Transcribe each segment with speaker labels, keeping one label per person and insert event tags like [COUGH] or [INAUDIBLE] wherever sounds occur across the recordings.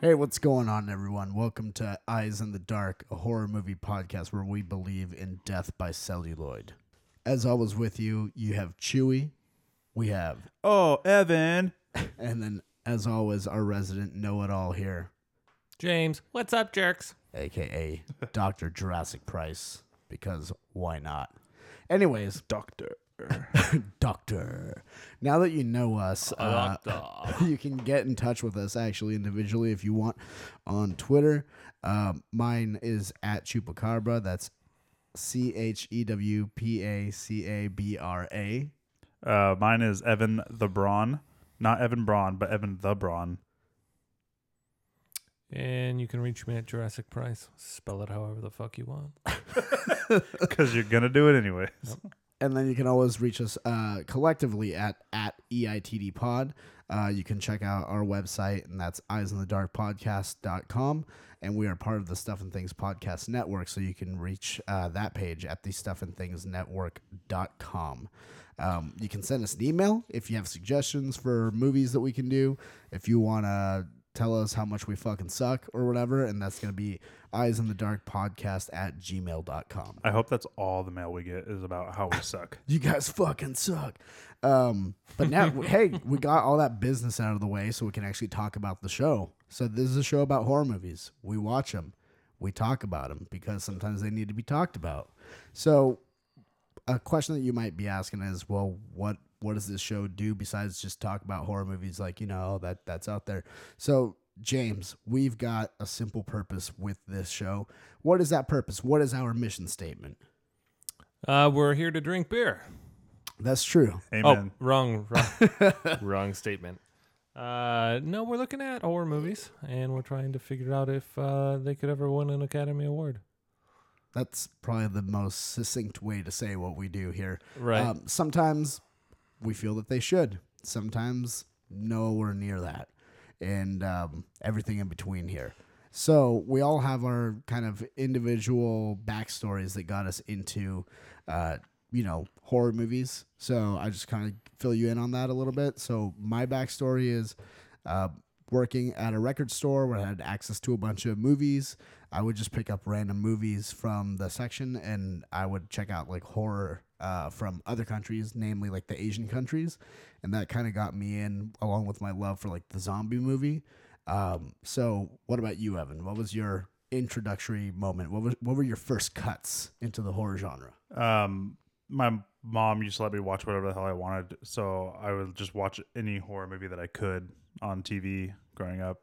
Speaker 1: Hey, what's going on, everyone? Welcome to Eyes in the Dark, a horror movie podcast where we believe in death by celluloid. As always, with you, you have Chewy, we have,
Speaker 2: Oh, Evan.
Speaker 1: and then, as always, our resident know it all here,
Speaker 3: James, what's up, jerks?
Speaker 1: aka Dr. Jurassic Price, because why not? Anyways,
Speaker 2: Doctor.
Speaker 1: [LAUGHS] Doctor. Now that you know us, uh, [LAUGHS] you can get in touch with us actually individually if you want on Twitter. Um, mine is at Chupacabra. That's C H E W P A C A B R A.
Speaker 2: Uh, mine is Evan the Braun. Not Evan Braun, but Evan the [LAUGHS] Braun.
Speaker 3: And you can reach me at Jurassic Price. Spell it however the fuck you want.
Speaker 2: Because you're going to do it anyways.
Speaker 1: And then you can always reach us uh, collectively at at E EITD Pod. Uh, you can check out our website, and that's eyesinthedarkpodcast.com. And we are part of the Stuff and Things Podcast Network, so you can reach uh, that page at the Stuff and Things Network.com. Um, you can send us an email if you have suggestions for movies that we can do. If you want to tell us how much we fucking suck or whatever, and that's going to be eyes in the dark podcast at gmail.com
Speaker 2: I hope that's all the mail we get is about how we suck.
Speaker 1: you guys fucking suck. Um, but now, hey, we got all that business out of the way so we can actually talk about the show. So, this is a show about horror movies. We watch them, we talk about them because sometimes they need to be talked about. So, a question that you might be asking is, well, what what does this show do besides just talk about horror movies? Like you know that that's out there. So James, we've got a simple purpose with this show. What is that purpose? What is our mission statement?
Speaker 3: Uh, we're here to drink beer.
Speaker 1: That's true.
Speaker 2: Amen.
Speaker 3: Oh, wrong,
Speaker 2: [LAUGHS]
Speaker 3: wrong, wrong statement. Uh, no, we're looking at horror movies, and we're trying to figure out if uh, they could ever win an Academy Award.
Speaker 1: That's probably the most succinct way to say what we do here.
Speaker 3: Right.
Speaker 1: Um, sometimes we feel that they should. Sometimes nowhere near that, and um, everything in between here. So we all have our kind of individual backstories that got us into, uh, you know, horror movies. So I just kind of fill you in on that a little bit. So my backstory is uh, working at a record store where I had access to a bunch of movies. I would just pick up random movies from the section and I would check out like horror uh, from other countries, namely like the Asian countries. And that kind of got me in along with my love for like the zombie movie. Um, so, what about you, Evan? What was your introductory moment? What was what were your first cuts into the horror genre?
Speaker 2: Um, my mom used to let me watch whatever the hell I wanted. So I would just watch any horror movie that I could on TV growing up.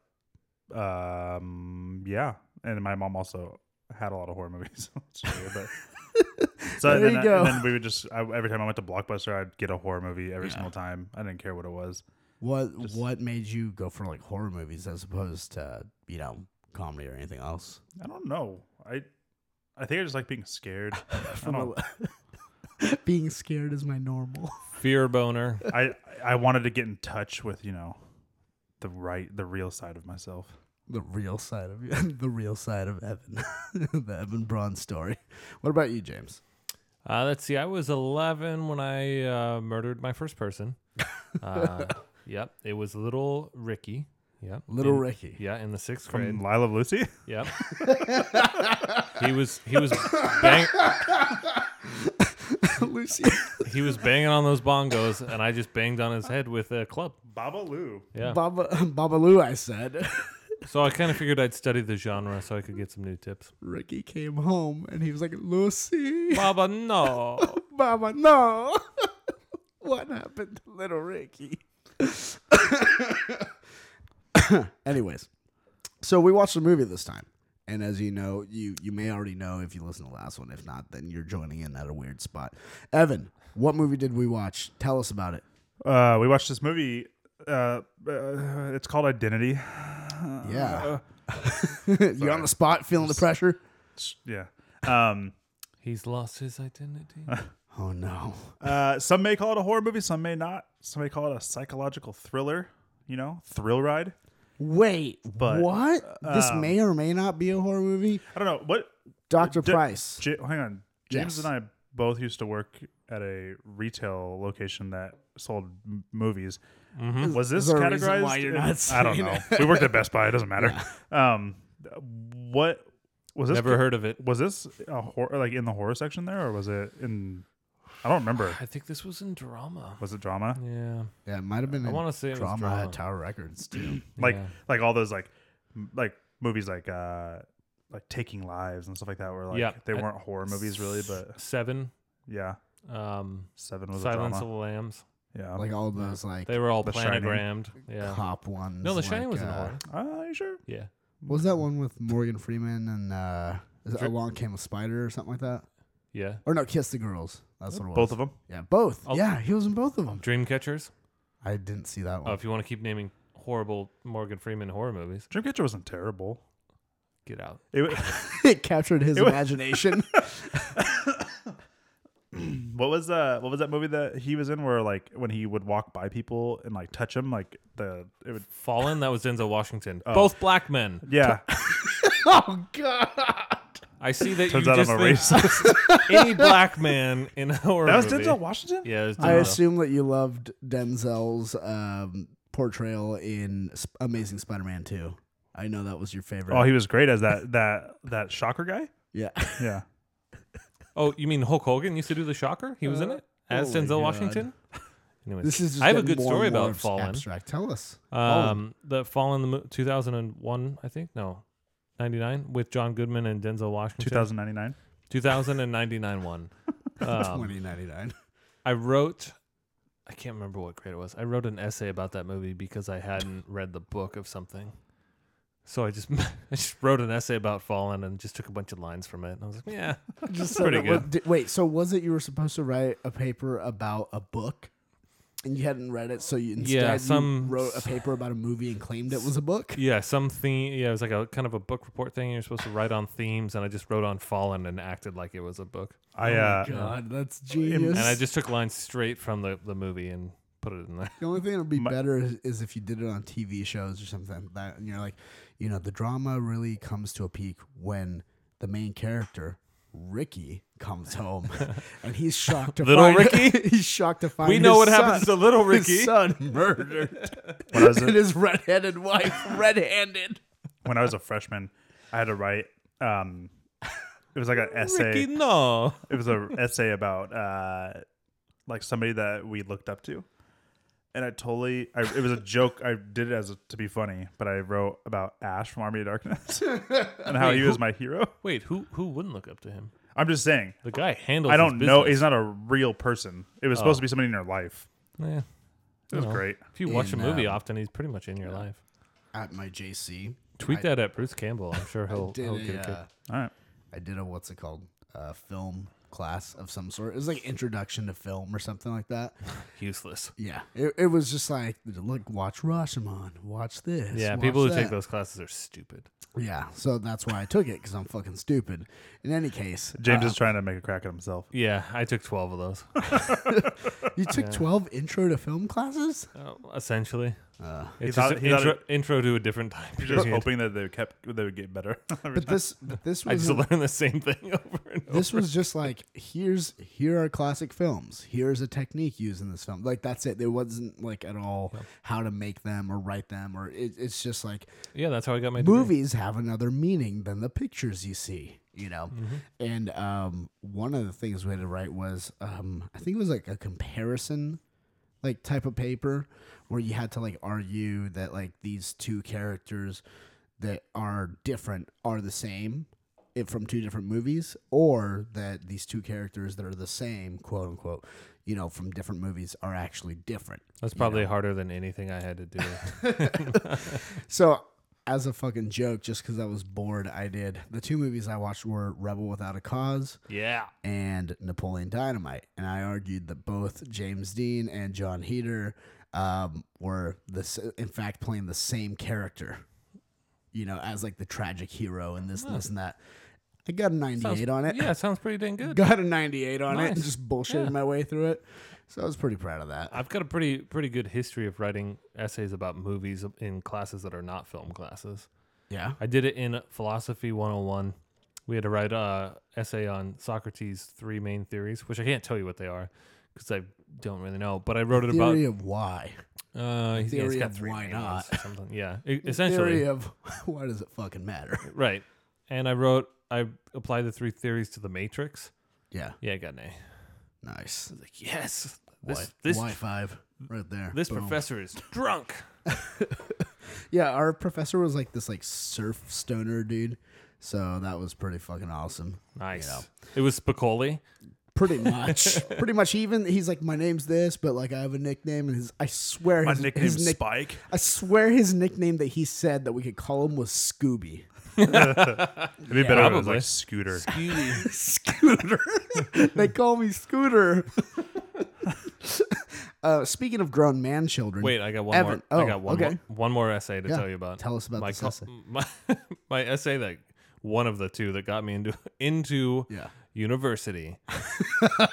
Speaker 2: Um, yeah. And my mom also had a lot of horror movies. [LAUGHS] It's weird, but.
Speaker 1: [LAUGHS]
Speaker 2: So
Speaker 1: There
Speaker 2: then,
Speaker 1: you
Speaker 2: I-
Speaker 1: go.
Speaker 2: and then we would just I, every time I went to Blockbuster, I'd get a horror movie every single time. I didn't care what it was.
Speaker 1: What what made you go for like horror movies as opposed to you know comedy or anything else?
Speaker 2: I don't know. I I think I just like being
Speaker 1: [LAUGHS]
Speaker 2: scared. I,
Speaker 1: From a-
Speaker 2: don't,
Speaker 3: Oh.
Speaker 1: [LAUGHS] Being scared is my normal. [LAUGHS]
Speaker 2: [LAUGHS]
Speaker 3: Fear boner.
Speaker 2: I I wanted to get in touch with you know the right the real side of myself.
Speaker 1: The real side of [LAUGHS] the real side of Evan, [LAUGHS] the Evan Braun story. What about you, James?
Speaker 3: Uh, let's see. I was 11 when I uh, murdered my first person.
Speaker 2: [LAUGHS]
Speaker 3: Uh, yep, it was little Ricky. Yep,
Speaker 1: Little
Speaker 3: in-
Speaker 1: Ricky.
Speaker 3: Yeah, in the sixth grade.
Speaker 2: From Lila Lucy. [LAUGHS]
Speaker 3: Yep. he was he was bang,
Speaker 1: [LAUGHS] Lucy.
Speaker 3: he was banging on those bongos, and I just banged on his head with a club.
Speaker 2: Baba Lou.
Speaker 3: Yeah.
Speaker 1: Baba [LAUGHS] Babalu, I said. [LAUGHS]
Speaker 3: So I kind of figured I'd study the genre so I could get some new tips.
Speaker 1: Ricky came home and he was like, Lucy,
Speaker 3: Baba, no.
Speaker 1: Baba, no. [LAUGHS] what happened to little Ricky? [COUGHS] Anyways, so we watched a movie this time. And as you know, you, you may already know if you listen to the last one. If not, then you're joining in at a weird spot. Evan, what movie did we watch? Tell us about it.
Speaker 2: Uh, we watched this movie uh, uh, it's called Identity.
Speaker 1: Yeah.
Speaker 2: Uh,
Speaker 1: [LAUGHS] You're on the spot, feeling the pressure.
Speaker 2: s- yeah. Um,
Speaker 3: He's lost his
Speaker 2: [LAUGHS]
Speaker 3: identity.
Speaker 1: Oh no!
Speaker 2: uh, some may call it a horror movie, some may not. Some may call it a psychological thriller. You know, thrill ride.
Speaker 1: Wait,
Speaker 2: But,
Speaker 1: what? this
Speaker 2: um,
Speaker 1: may or may not be a horror movie.
Speaker 2: I don't know what.
Speaker 1: Doctor
Speaker 2: D-
Speaker 1: Price.
Speaker 2: J- hang on, James
Speaker 1: Yes.
Speaker 2: and I both used to work at a retail location that sold m- movies.
Speaker 3: Mm-hmm.
Speaker 2: Was this
Speaker 1: is there a reason
Speaker 2: categorized?
Speaker 1: why you're
Speaker 2: in-
Speaker 1: not
Speaker 2: I don't
Speaker 1: saying
Speaker 2: know. we worked at Best Buy. It doesn't matter.
Speaker 1: [LAUGHS]
Speaker 2: Um, what was this?
Speaker 3: Never heard of it.
Speaker 2: Was this a horror like in the horror section there, or was it in? I don't remember.
Speaker 3: I think this was in drama.
Speaker 2: Was it drama?
Speaker 3: Yeah.
Speaker 1: yeah, it might have been.
Speaker 3: I
Speaker 1: in
Speaker 3: want to say it was
Speaker 1: drama,
Speaker 3: drama.
Speaker 1: at Tower Records too.
Speaker 2: Like
Speaker 3: Yeah.
Speaker 2: like all those like m- like movies like uh like Taking Lives and stuff like that were like
Speaker 3: Yeah.
Speaker 2: they
Speaker 3: I-
Speaker 2: weren't horror movies really, but
Speaker 3: Seven,
Speaker 2: yeah,
Speaker 3: um,
Speaker 2: Seven was a
Speaker 3: Silence
Speaker 2: drama.
Speaker 3: of the Lambs.
Speaker 2: yeah.
Speaker 1: like all those like
Speaker 3: They were all
Speaker 2: The Shining.
Speaker 3: planogrammed. Yeah.
Speaker 1: cop ones.
Speaker 3: No, The
Speaker 1: like,
Speaker 3: Shining wasn't
Speaker 1: uh,
Speaker 3: horror.
Speaker 2: Uh, you sure?
Speaker 3: Yeah.
Speaker 1: What was that one with Morgan Freeman and uh, is it
Speaker 2: Dr-
Speaker 1: Along Came a Spider or something like that?
Speaker 3: Yeah.
Speaker 1: Or no, Kiss the Girls. That's what it was.
Speaker 2: Both of them.
Speaker 1: Yeah, both.
Speaker 3: Oh.
Speaker 1: Yeah, he was in both of them.
Speaker 3: Dreamcatchers.
Speaker 1: I didn't see that
Speaker 3: Oh,
Speaker 1: one.
Speaker 3: if you want to keep naming horrible Morgan Freeman horror movies,
Speaker 2: Dreamcatcher wasn't terrible.
Speaker 3: get out.
Speaker 2: It, wa-
Speaker 1: [LAUGHS] it captured his
Speaker 3: [LAUGHS]
Speaker 2: It was-
Speaker 1: imagination.
Speaker 2: what was the what was that movie that he was in where like when he would walk by people and like touch him like the it would
Speaker 3: Fallen. That was Denzel Washington.
Speaker 2: Oh.
Speaker 3: Both black men.
Speaker 2: yeah
Speaker 1: oh God!
Speaker 3: I see
Speaker 2: [LAUGHS]
Speaker 3: that
Speaker 2: turns
Speaker 3: you
Speaker 2: out I'm
Speaker 3: just
Speaker 2: a
Speaker 3: think
Speaker 2: racist.
Speaker 3: [LAUGHS] any black man in a horror
Speaker 2: that was
Speaker 3: movie.
Speaker 2: Denzel Washington.
Speaker 3: [LAUGHS] Yeah, it was
Speaker 1: I
Speaker 3: Denzel.
Speaker 1: assume that you loved Denzel's um, portrayal in Sp- Amazing Spider-Man 2. I know that was your favorite.
Speaker 2: Oh, he was great as that that that shocker guy.
Speaker 1: yeah.
Speaker 2: Yeah.
Speaker 3: Oh, you mean Hulk Hogan used to do the Shocker? He was in it as
Speaker 1: oh my
Speaker 3: Denzel
Speaker 1: God.
Speaker 3: Washington. Anyways,
Speaker 1: This is. Just
Speaker 3: I have a
Speaker 1: getting
Speaker 3: good
Speaker 1: more
Speaker 3: story
Speaker 1: and more Oh.
Speaker 3: about
Speaker 1: abs-
Speaker 3: Fallen.
Speaker 1: Abstract. Tell us.
Speaker 3: Um, the Fallen, the mo- 2001, I think. No, 99 with John Goodman and Denzel Washington.
Speaker 2: 2099. [LAUGHS]
Speaker 3: 2099 one.
Speaker 1: [LAUGHS]
Speaker 3: Um,
Speaker 1: 2099.
Speaker 3: I wrote, I can't remember what grade it was. I wrote an essay about that movie because I hadn't [LAUGHS] read the book of something. So I just [LAUGHS] I just wrote an essay about Fallen and just took a bunch of lines from it. And I was like, yeah,
Speaker 1: [LAUGHS] Just
Speaker 2: pretty
Speaker 1: that- what- di- wait, so was it you were supposed to write a paper about a book? And you hadn't read it, so you instead
Speaker 3: Yeah,
Speaker 1: you
Speaker 3: some-
Speaker 1: wrote a paper about a movie and claimed it was a book.
Speaker 3: [LAUGHS] [LAUGHS] yeah, some theme. Yeah, it was like a kind of a book report thing. You're supposed to write on themes, and I just wrote on Fallen and acted like it was a book.
Speaker 2: I
Speaker 1: Oh my
Speaker 2: uh,
Speaker 1: God, that's genius.
Speaker 3: And I just took lines straight from the, the movie and put it in there.
Speaker 1: The only thing that would be
Speaker 2: My-
Speaker 1: better is, is if you did it on TV shows or something like that, and you're like, you know, the drama really comes to a peak when the main character Ricky comes
Speaker 3: [LAUGHS]
Speaker 1: home, and he's shocked to
Speaker 3: Little
Speaker 1: find
Speaker 3: Ricky?
Speaker 1: [LAUGHS] he's shocked to find
Speaker 3: we know
Speaker 1: his
Speaker 3: what happens to
Speaker 1: son-
Speaker 3: little
Speaker 1: His
Speaker 3: Ricky.
Speaker 1: son murdered,
Speaker 2: when I
Speaker 1: [LAUGHS]
Speaker 2: was
Speaker 1: and
Speaker 2: a,
Speaker 1: his redheaded wife [LAUGHS] red-handed.
Speaker 2: when I was a freshman, I had to write. Um, it was like an essay.
Speaker 3: Ricky, no.
Speaker 2: It was a essay about uh, like somebody that we looked up to, and I totally. I, it was a joke. I did it as a, to be funny, but I wrote about Ash from Army of Darkness and how
Speaker 3: Wait,
Speaker 2: he
Speaker 3: who-
Speaker 2: was my hero.
Speaker 3: Wait, who who wouldn't look up to him?
Speaker 2: I'm just saying.
Speaker 3: The guy handles.
Speaker 2: I
Speaker 3: his
Speaker 2: don't know.
Speaker 3: business.
Speaker 2: He's not a real person. It was supposed to be somebody in your life.
Speaker 3: Yeah.
Speaker 2: It was
Speaker 3: know.
Speaker 2: great.
Speaker 3: If you watch
Speaker 1: In,
Speaker 3: a movie
Speaker 1: um,
Speaker 3: often, he's pretty much in your life.
Speaker 1: At my JC,
Speaker 3: Tweet
Speaker 1: I-
Speaker 3: that at Bruce Campbell. I'm sure he'll,
Speaker 1: did
Speaker 3: he'll get
Speaker 1: a,
Speaker 3: a kick.
Speaker 1: uh,
Speaker 2: All right.
Speaker 1: I did a what's it called? Uh, film class of some sort. It was like introduction to film or something like that.
Speaker 3: Useless.
Speaker 1: Yeah, it, it was just like look, watch Rashomon, watch this.
Speaker 3: Yeah,
Speaker 1: watch
Speaker 3: people who take
Speaker 1: that.
Speaker 3: those classes are stupid.
Speaker 1: Yeah, so that's why I took it because I'm fucking stupid. In any case, uh,
Speaker 2: James is trying to make a crack at himself.
Speaker 3: Yeah, I took 12 of
Speaker 1: [LAUGHS]
Speaker 3: those,
Speaker 1: you took 12 intro to film classes.
Speaker 3: uh, essentially.
Speaker 1: Uh,
Speaker 3: It's
Speaker 2: thought-
Speaker 3: just an
Speaker 2: he thought
Speaker 3: intro,
Speaker 2: it-
Speaker 3: intro to a different time
Speaker 2: You're just
Speaker 3: period.
Speaker 2: hoping that they kept they would get better. [LAUGHS] every
Speaker 1: but
Speaker 2: time.
Speaker 1: this, but this
Speaker 3: I
Speaker 1: was
Speaker 3: just
Speaker 1: a-
Speaker 3: learned the same thing [LAUGHS] over and over.
Speaker 1: this was just like here's here are classic films. Here's a technique used in this film. Like that's it. There wasn't like at all how to make them or write them or it, it's just like
Speaker 3: Yeah, that's how I got my degree.
Speaker 1: movies have another meaning than the pictures you see you know and um, one of the things we had to write was um, i think it was like a comparison like type of paper where you had to like argue that like these two characters that are different are the same it from two different movies or that these two characters that are the same quote unquote you know from different movies are actually different
Speaker 3: That's probably harder than anything I had to
Speaker 1: [LAUGHS]
Speaker 3: do.
Speaker 1: so, as a fucking joke, just because I was bored, I did. The two movies I watched were Rebel Without a Cause
Speaker 3: yeah.
Speaker 1: and Napoleon Dynamite. And I argued that both James Dean and John Heater um, were this in fact playing the same character, you know, as like the tragic hero and this, and this, and that. I got a 98 on it. [LAUGHS]
Speaker 3: Yeah, sounds pretty dang good.
Speaker 1: Got a 98 on it and
Speaker 3: Nice.
Speaker 1: just bullshitted
Speaker 3: Yeah.
Speaker 1: my way through it. So I was pretty proud of that.
Speaker 3: I've got a pretty pretty good history of writing essays about movies in classes that are not film classes.
Speaker 1: Yeah.
Speaker 3: I did it in philosophy 101. We had to write a essay on Socrates' three main theories, which I can't tell you what they are because I don't really know. But I wrote it
Speaker 1: Theory of why.
Speaker 3: about uh, he's- yeah, he's
Speaker 1: theory
Speaker 3: got
Speaker 1: of
Speaker 3: three
Speaker 1: why
Speaker 3: main
Speaker 1: not.
Speaker 3: ones or something.
Speaker 1: [LAUGHS]
Speaker 3: Yeah, e- essentially.
Speaker 1: Theory of [LAUGHS] why does it fucking matter? [LAUGHS]
Speaker 3: Right. And I wrote, I applied the three theories to the matrix.
Speaker 1: Yeah.
Speaker 3: Yeah, I got an A. I
Speaker 1: Nice.
Speaker 3: was like, yes,
Speaker 1: This,
Speaker 3: this,
Speaker 1: y,
Speaker 3: this,
Speaker 1: y five right there.
Speaker 3: this
Speaker 1: Boom.
Speaker 3: professor is drunk.
Speaker 1: Yeah, our professor was like this like surf stoner dude. So that was pretty fucking awesome.
Speaker 3: Nice.
Speaker 1: know.
Speaker 3: It was Spicoli.
Speaker 1: Pretty much. [LAUGHS] pretty much he even he's like, My name's this, but like I have a nickname and his I swear
Speaker 2: My
Speaker 1: his,
Speaker 2: nickname's
Speaker 1: his nick-
Speaker 2: Spike.
Speaker 1: I swear his nickname that he said that we could call him was Scooby.
Speaker 2: It'd be better if it was
Speaker 3: Probably.
Speaker 2: like Scooter.
Speaker 1: [LAUGHS] Scooter. [LAUGHS] they call me Scooter. [LAUGHS] uh, speaking of grown man children.
Speaker 3: Wait, I got one
Speaker 1: Mm. Evan.
Speaker 3: more.
Speaker 1: Oh,
Speaker 3: I got one,
Speaker 1: okay.
Speaker 3: more, one more essay to
Speaker 1: Yeah.
Speaker 3: tell you about.
Speaker 1: Tell us about
Speaker 3: my
Speaker 1: this
Speaker 3: co-
Speaker 1: essay.
Speaker 3: [LAUGHS] My, my essay that one of the two that got me into [LAUGHS] into
Speaker 1: Yeah. [LAUGHS]
Speaker 3: university.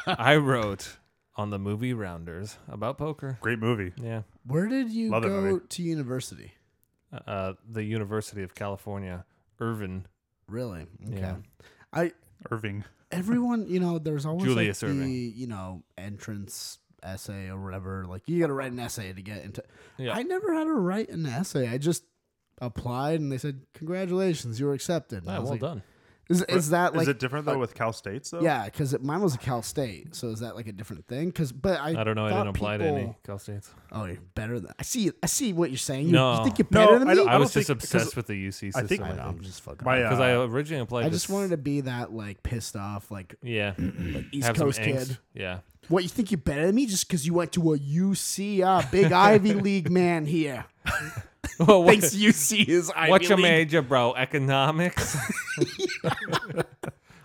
Speaker 3: I wrote on the movie Rounders about poker.
Speaker 2: [LAUGHS] Great movie.
Speaker 3: Yeah,
Speaker 1: Where did you
Speaker 2: Love that
Speaker 1: go
Speaker 2: movie.
Speaker 1: to university?
Speaker 3: uh, the University of California, Irvin.
Speaker 1: Really? Okay.
Speaker 3: Yeah.
Speaker 1: I
Speaker 2: Irving.
Speaker 1: everyone, you know, there's always
Speaker 3: Julius
Speaker 1: like the,
Speaker 3: Irving.
Speaker 1: you know, entrance essay or whatever. Like you got to write an essay to get into
Speaker 3: Yeah.
Speaker 1: I never had to write an essay. I just applied and they said, "Congratulations, you were accepted." And I
Speaker 3: Ah,
Speaker 1: was
Speaker 3: well
Speaker 1: like-
Speaker 3: done.
Speaker 1: Is, is that like
Speaker 2: Is it different though with Cal States though?
Speaker 1: Yeah, because mine was a Cal State, so is that like a different thing? Because but I
Speaker 3: I don't know. I didn't
Speaker 1: thought
Speaker 3: apply to
Speaker 1: people-
Speaker 3: any Cal States.
Speaker 1: Oh, you're better than I see. I see what you're saying. You,
Speaker 3: No.
Speaker 1: you think you're
Speaker 2: No,
Speaker 1: better than
Speaker 2: I
Speaker 1: me?
Speaker 2: don't-
Speaker 3: I, was
Speaker 2: think-
Speaker 3: just
Speaker 2: because
Speaker 3: obsessed with the UC
Speaker 2: I
Speaker 3: system.
Speaker 2: think-
Speaker 3: I
Speaker 1: I know,
Speaker 3: think
Speaker 1: I'm just fucking.
Speaker 2: My,
Speaker 3: because
Speaker 2: uh,
Speaker 3: I originally applied.
Speaker 1: I
Speaker 3: to
Speaker 1: just
Speaker 3: s-
Speaker 1: wanted to be that like pissed off like [CLEARS THROAT]
Speaker 3: Yeah,
Speaker 1: like, East
Speaker 3: have some
Speaker 1: Coast
Speaker 3: angst.
Speaker 1: kid.
Speaker 3: Yeah, [LAUGHS]
Speaker 1: What you think you're better than me just because you went to a UC, uh, big
Speaker 3: [LAUGHS]
Speaker 1: Ivy League man here.
Speaker 3: Well, what-
Speaker 1: Thinks UC is Ivy
Speaker 3: What's your
Speaker 1: League.
Speaker 3: major, bro? [LAUGHS] Economics.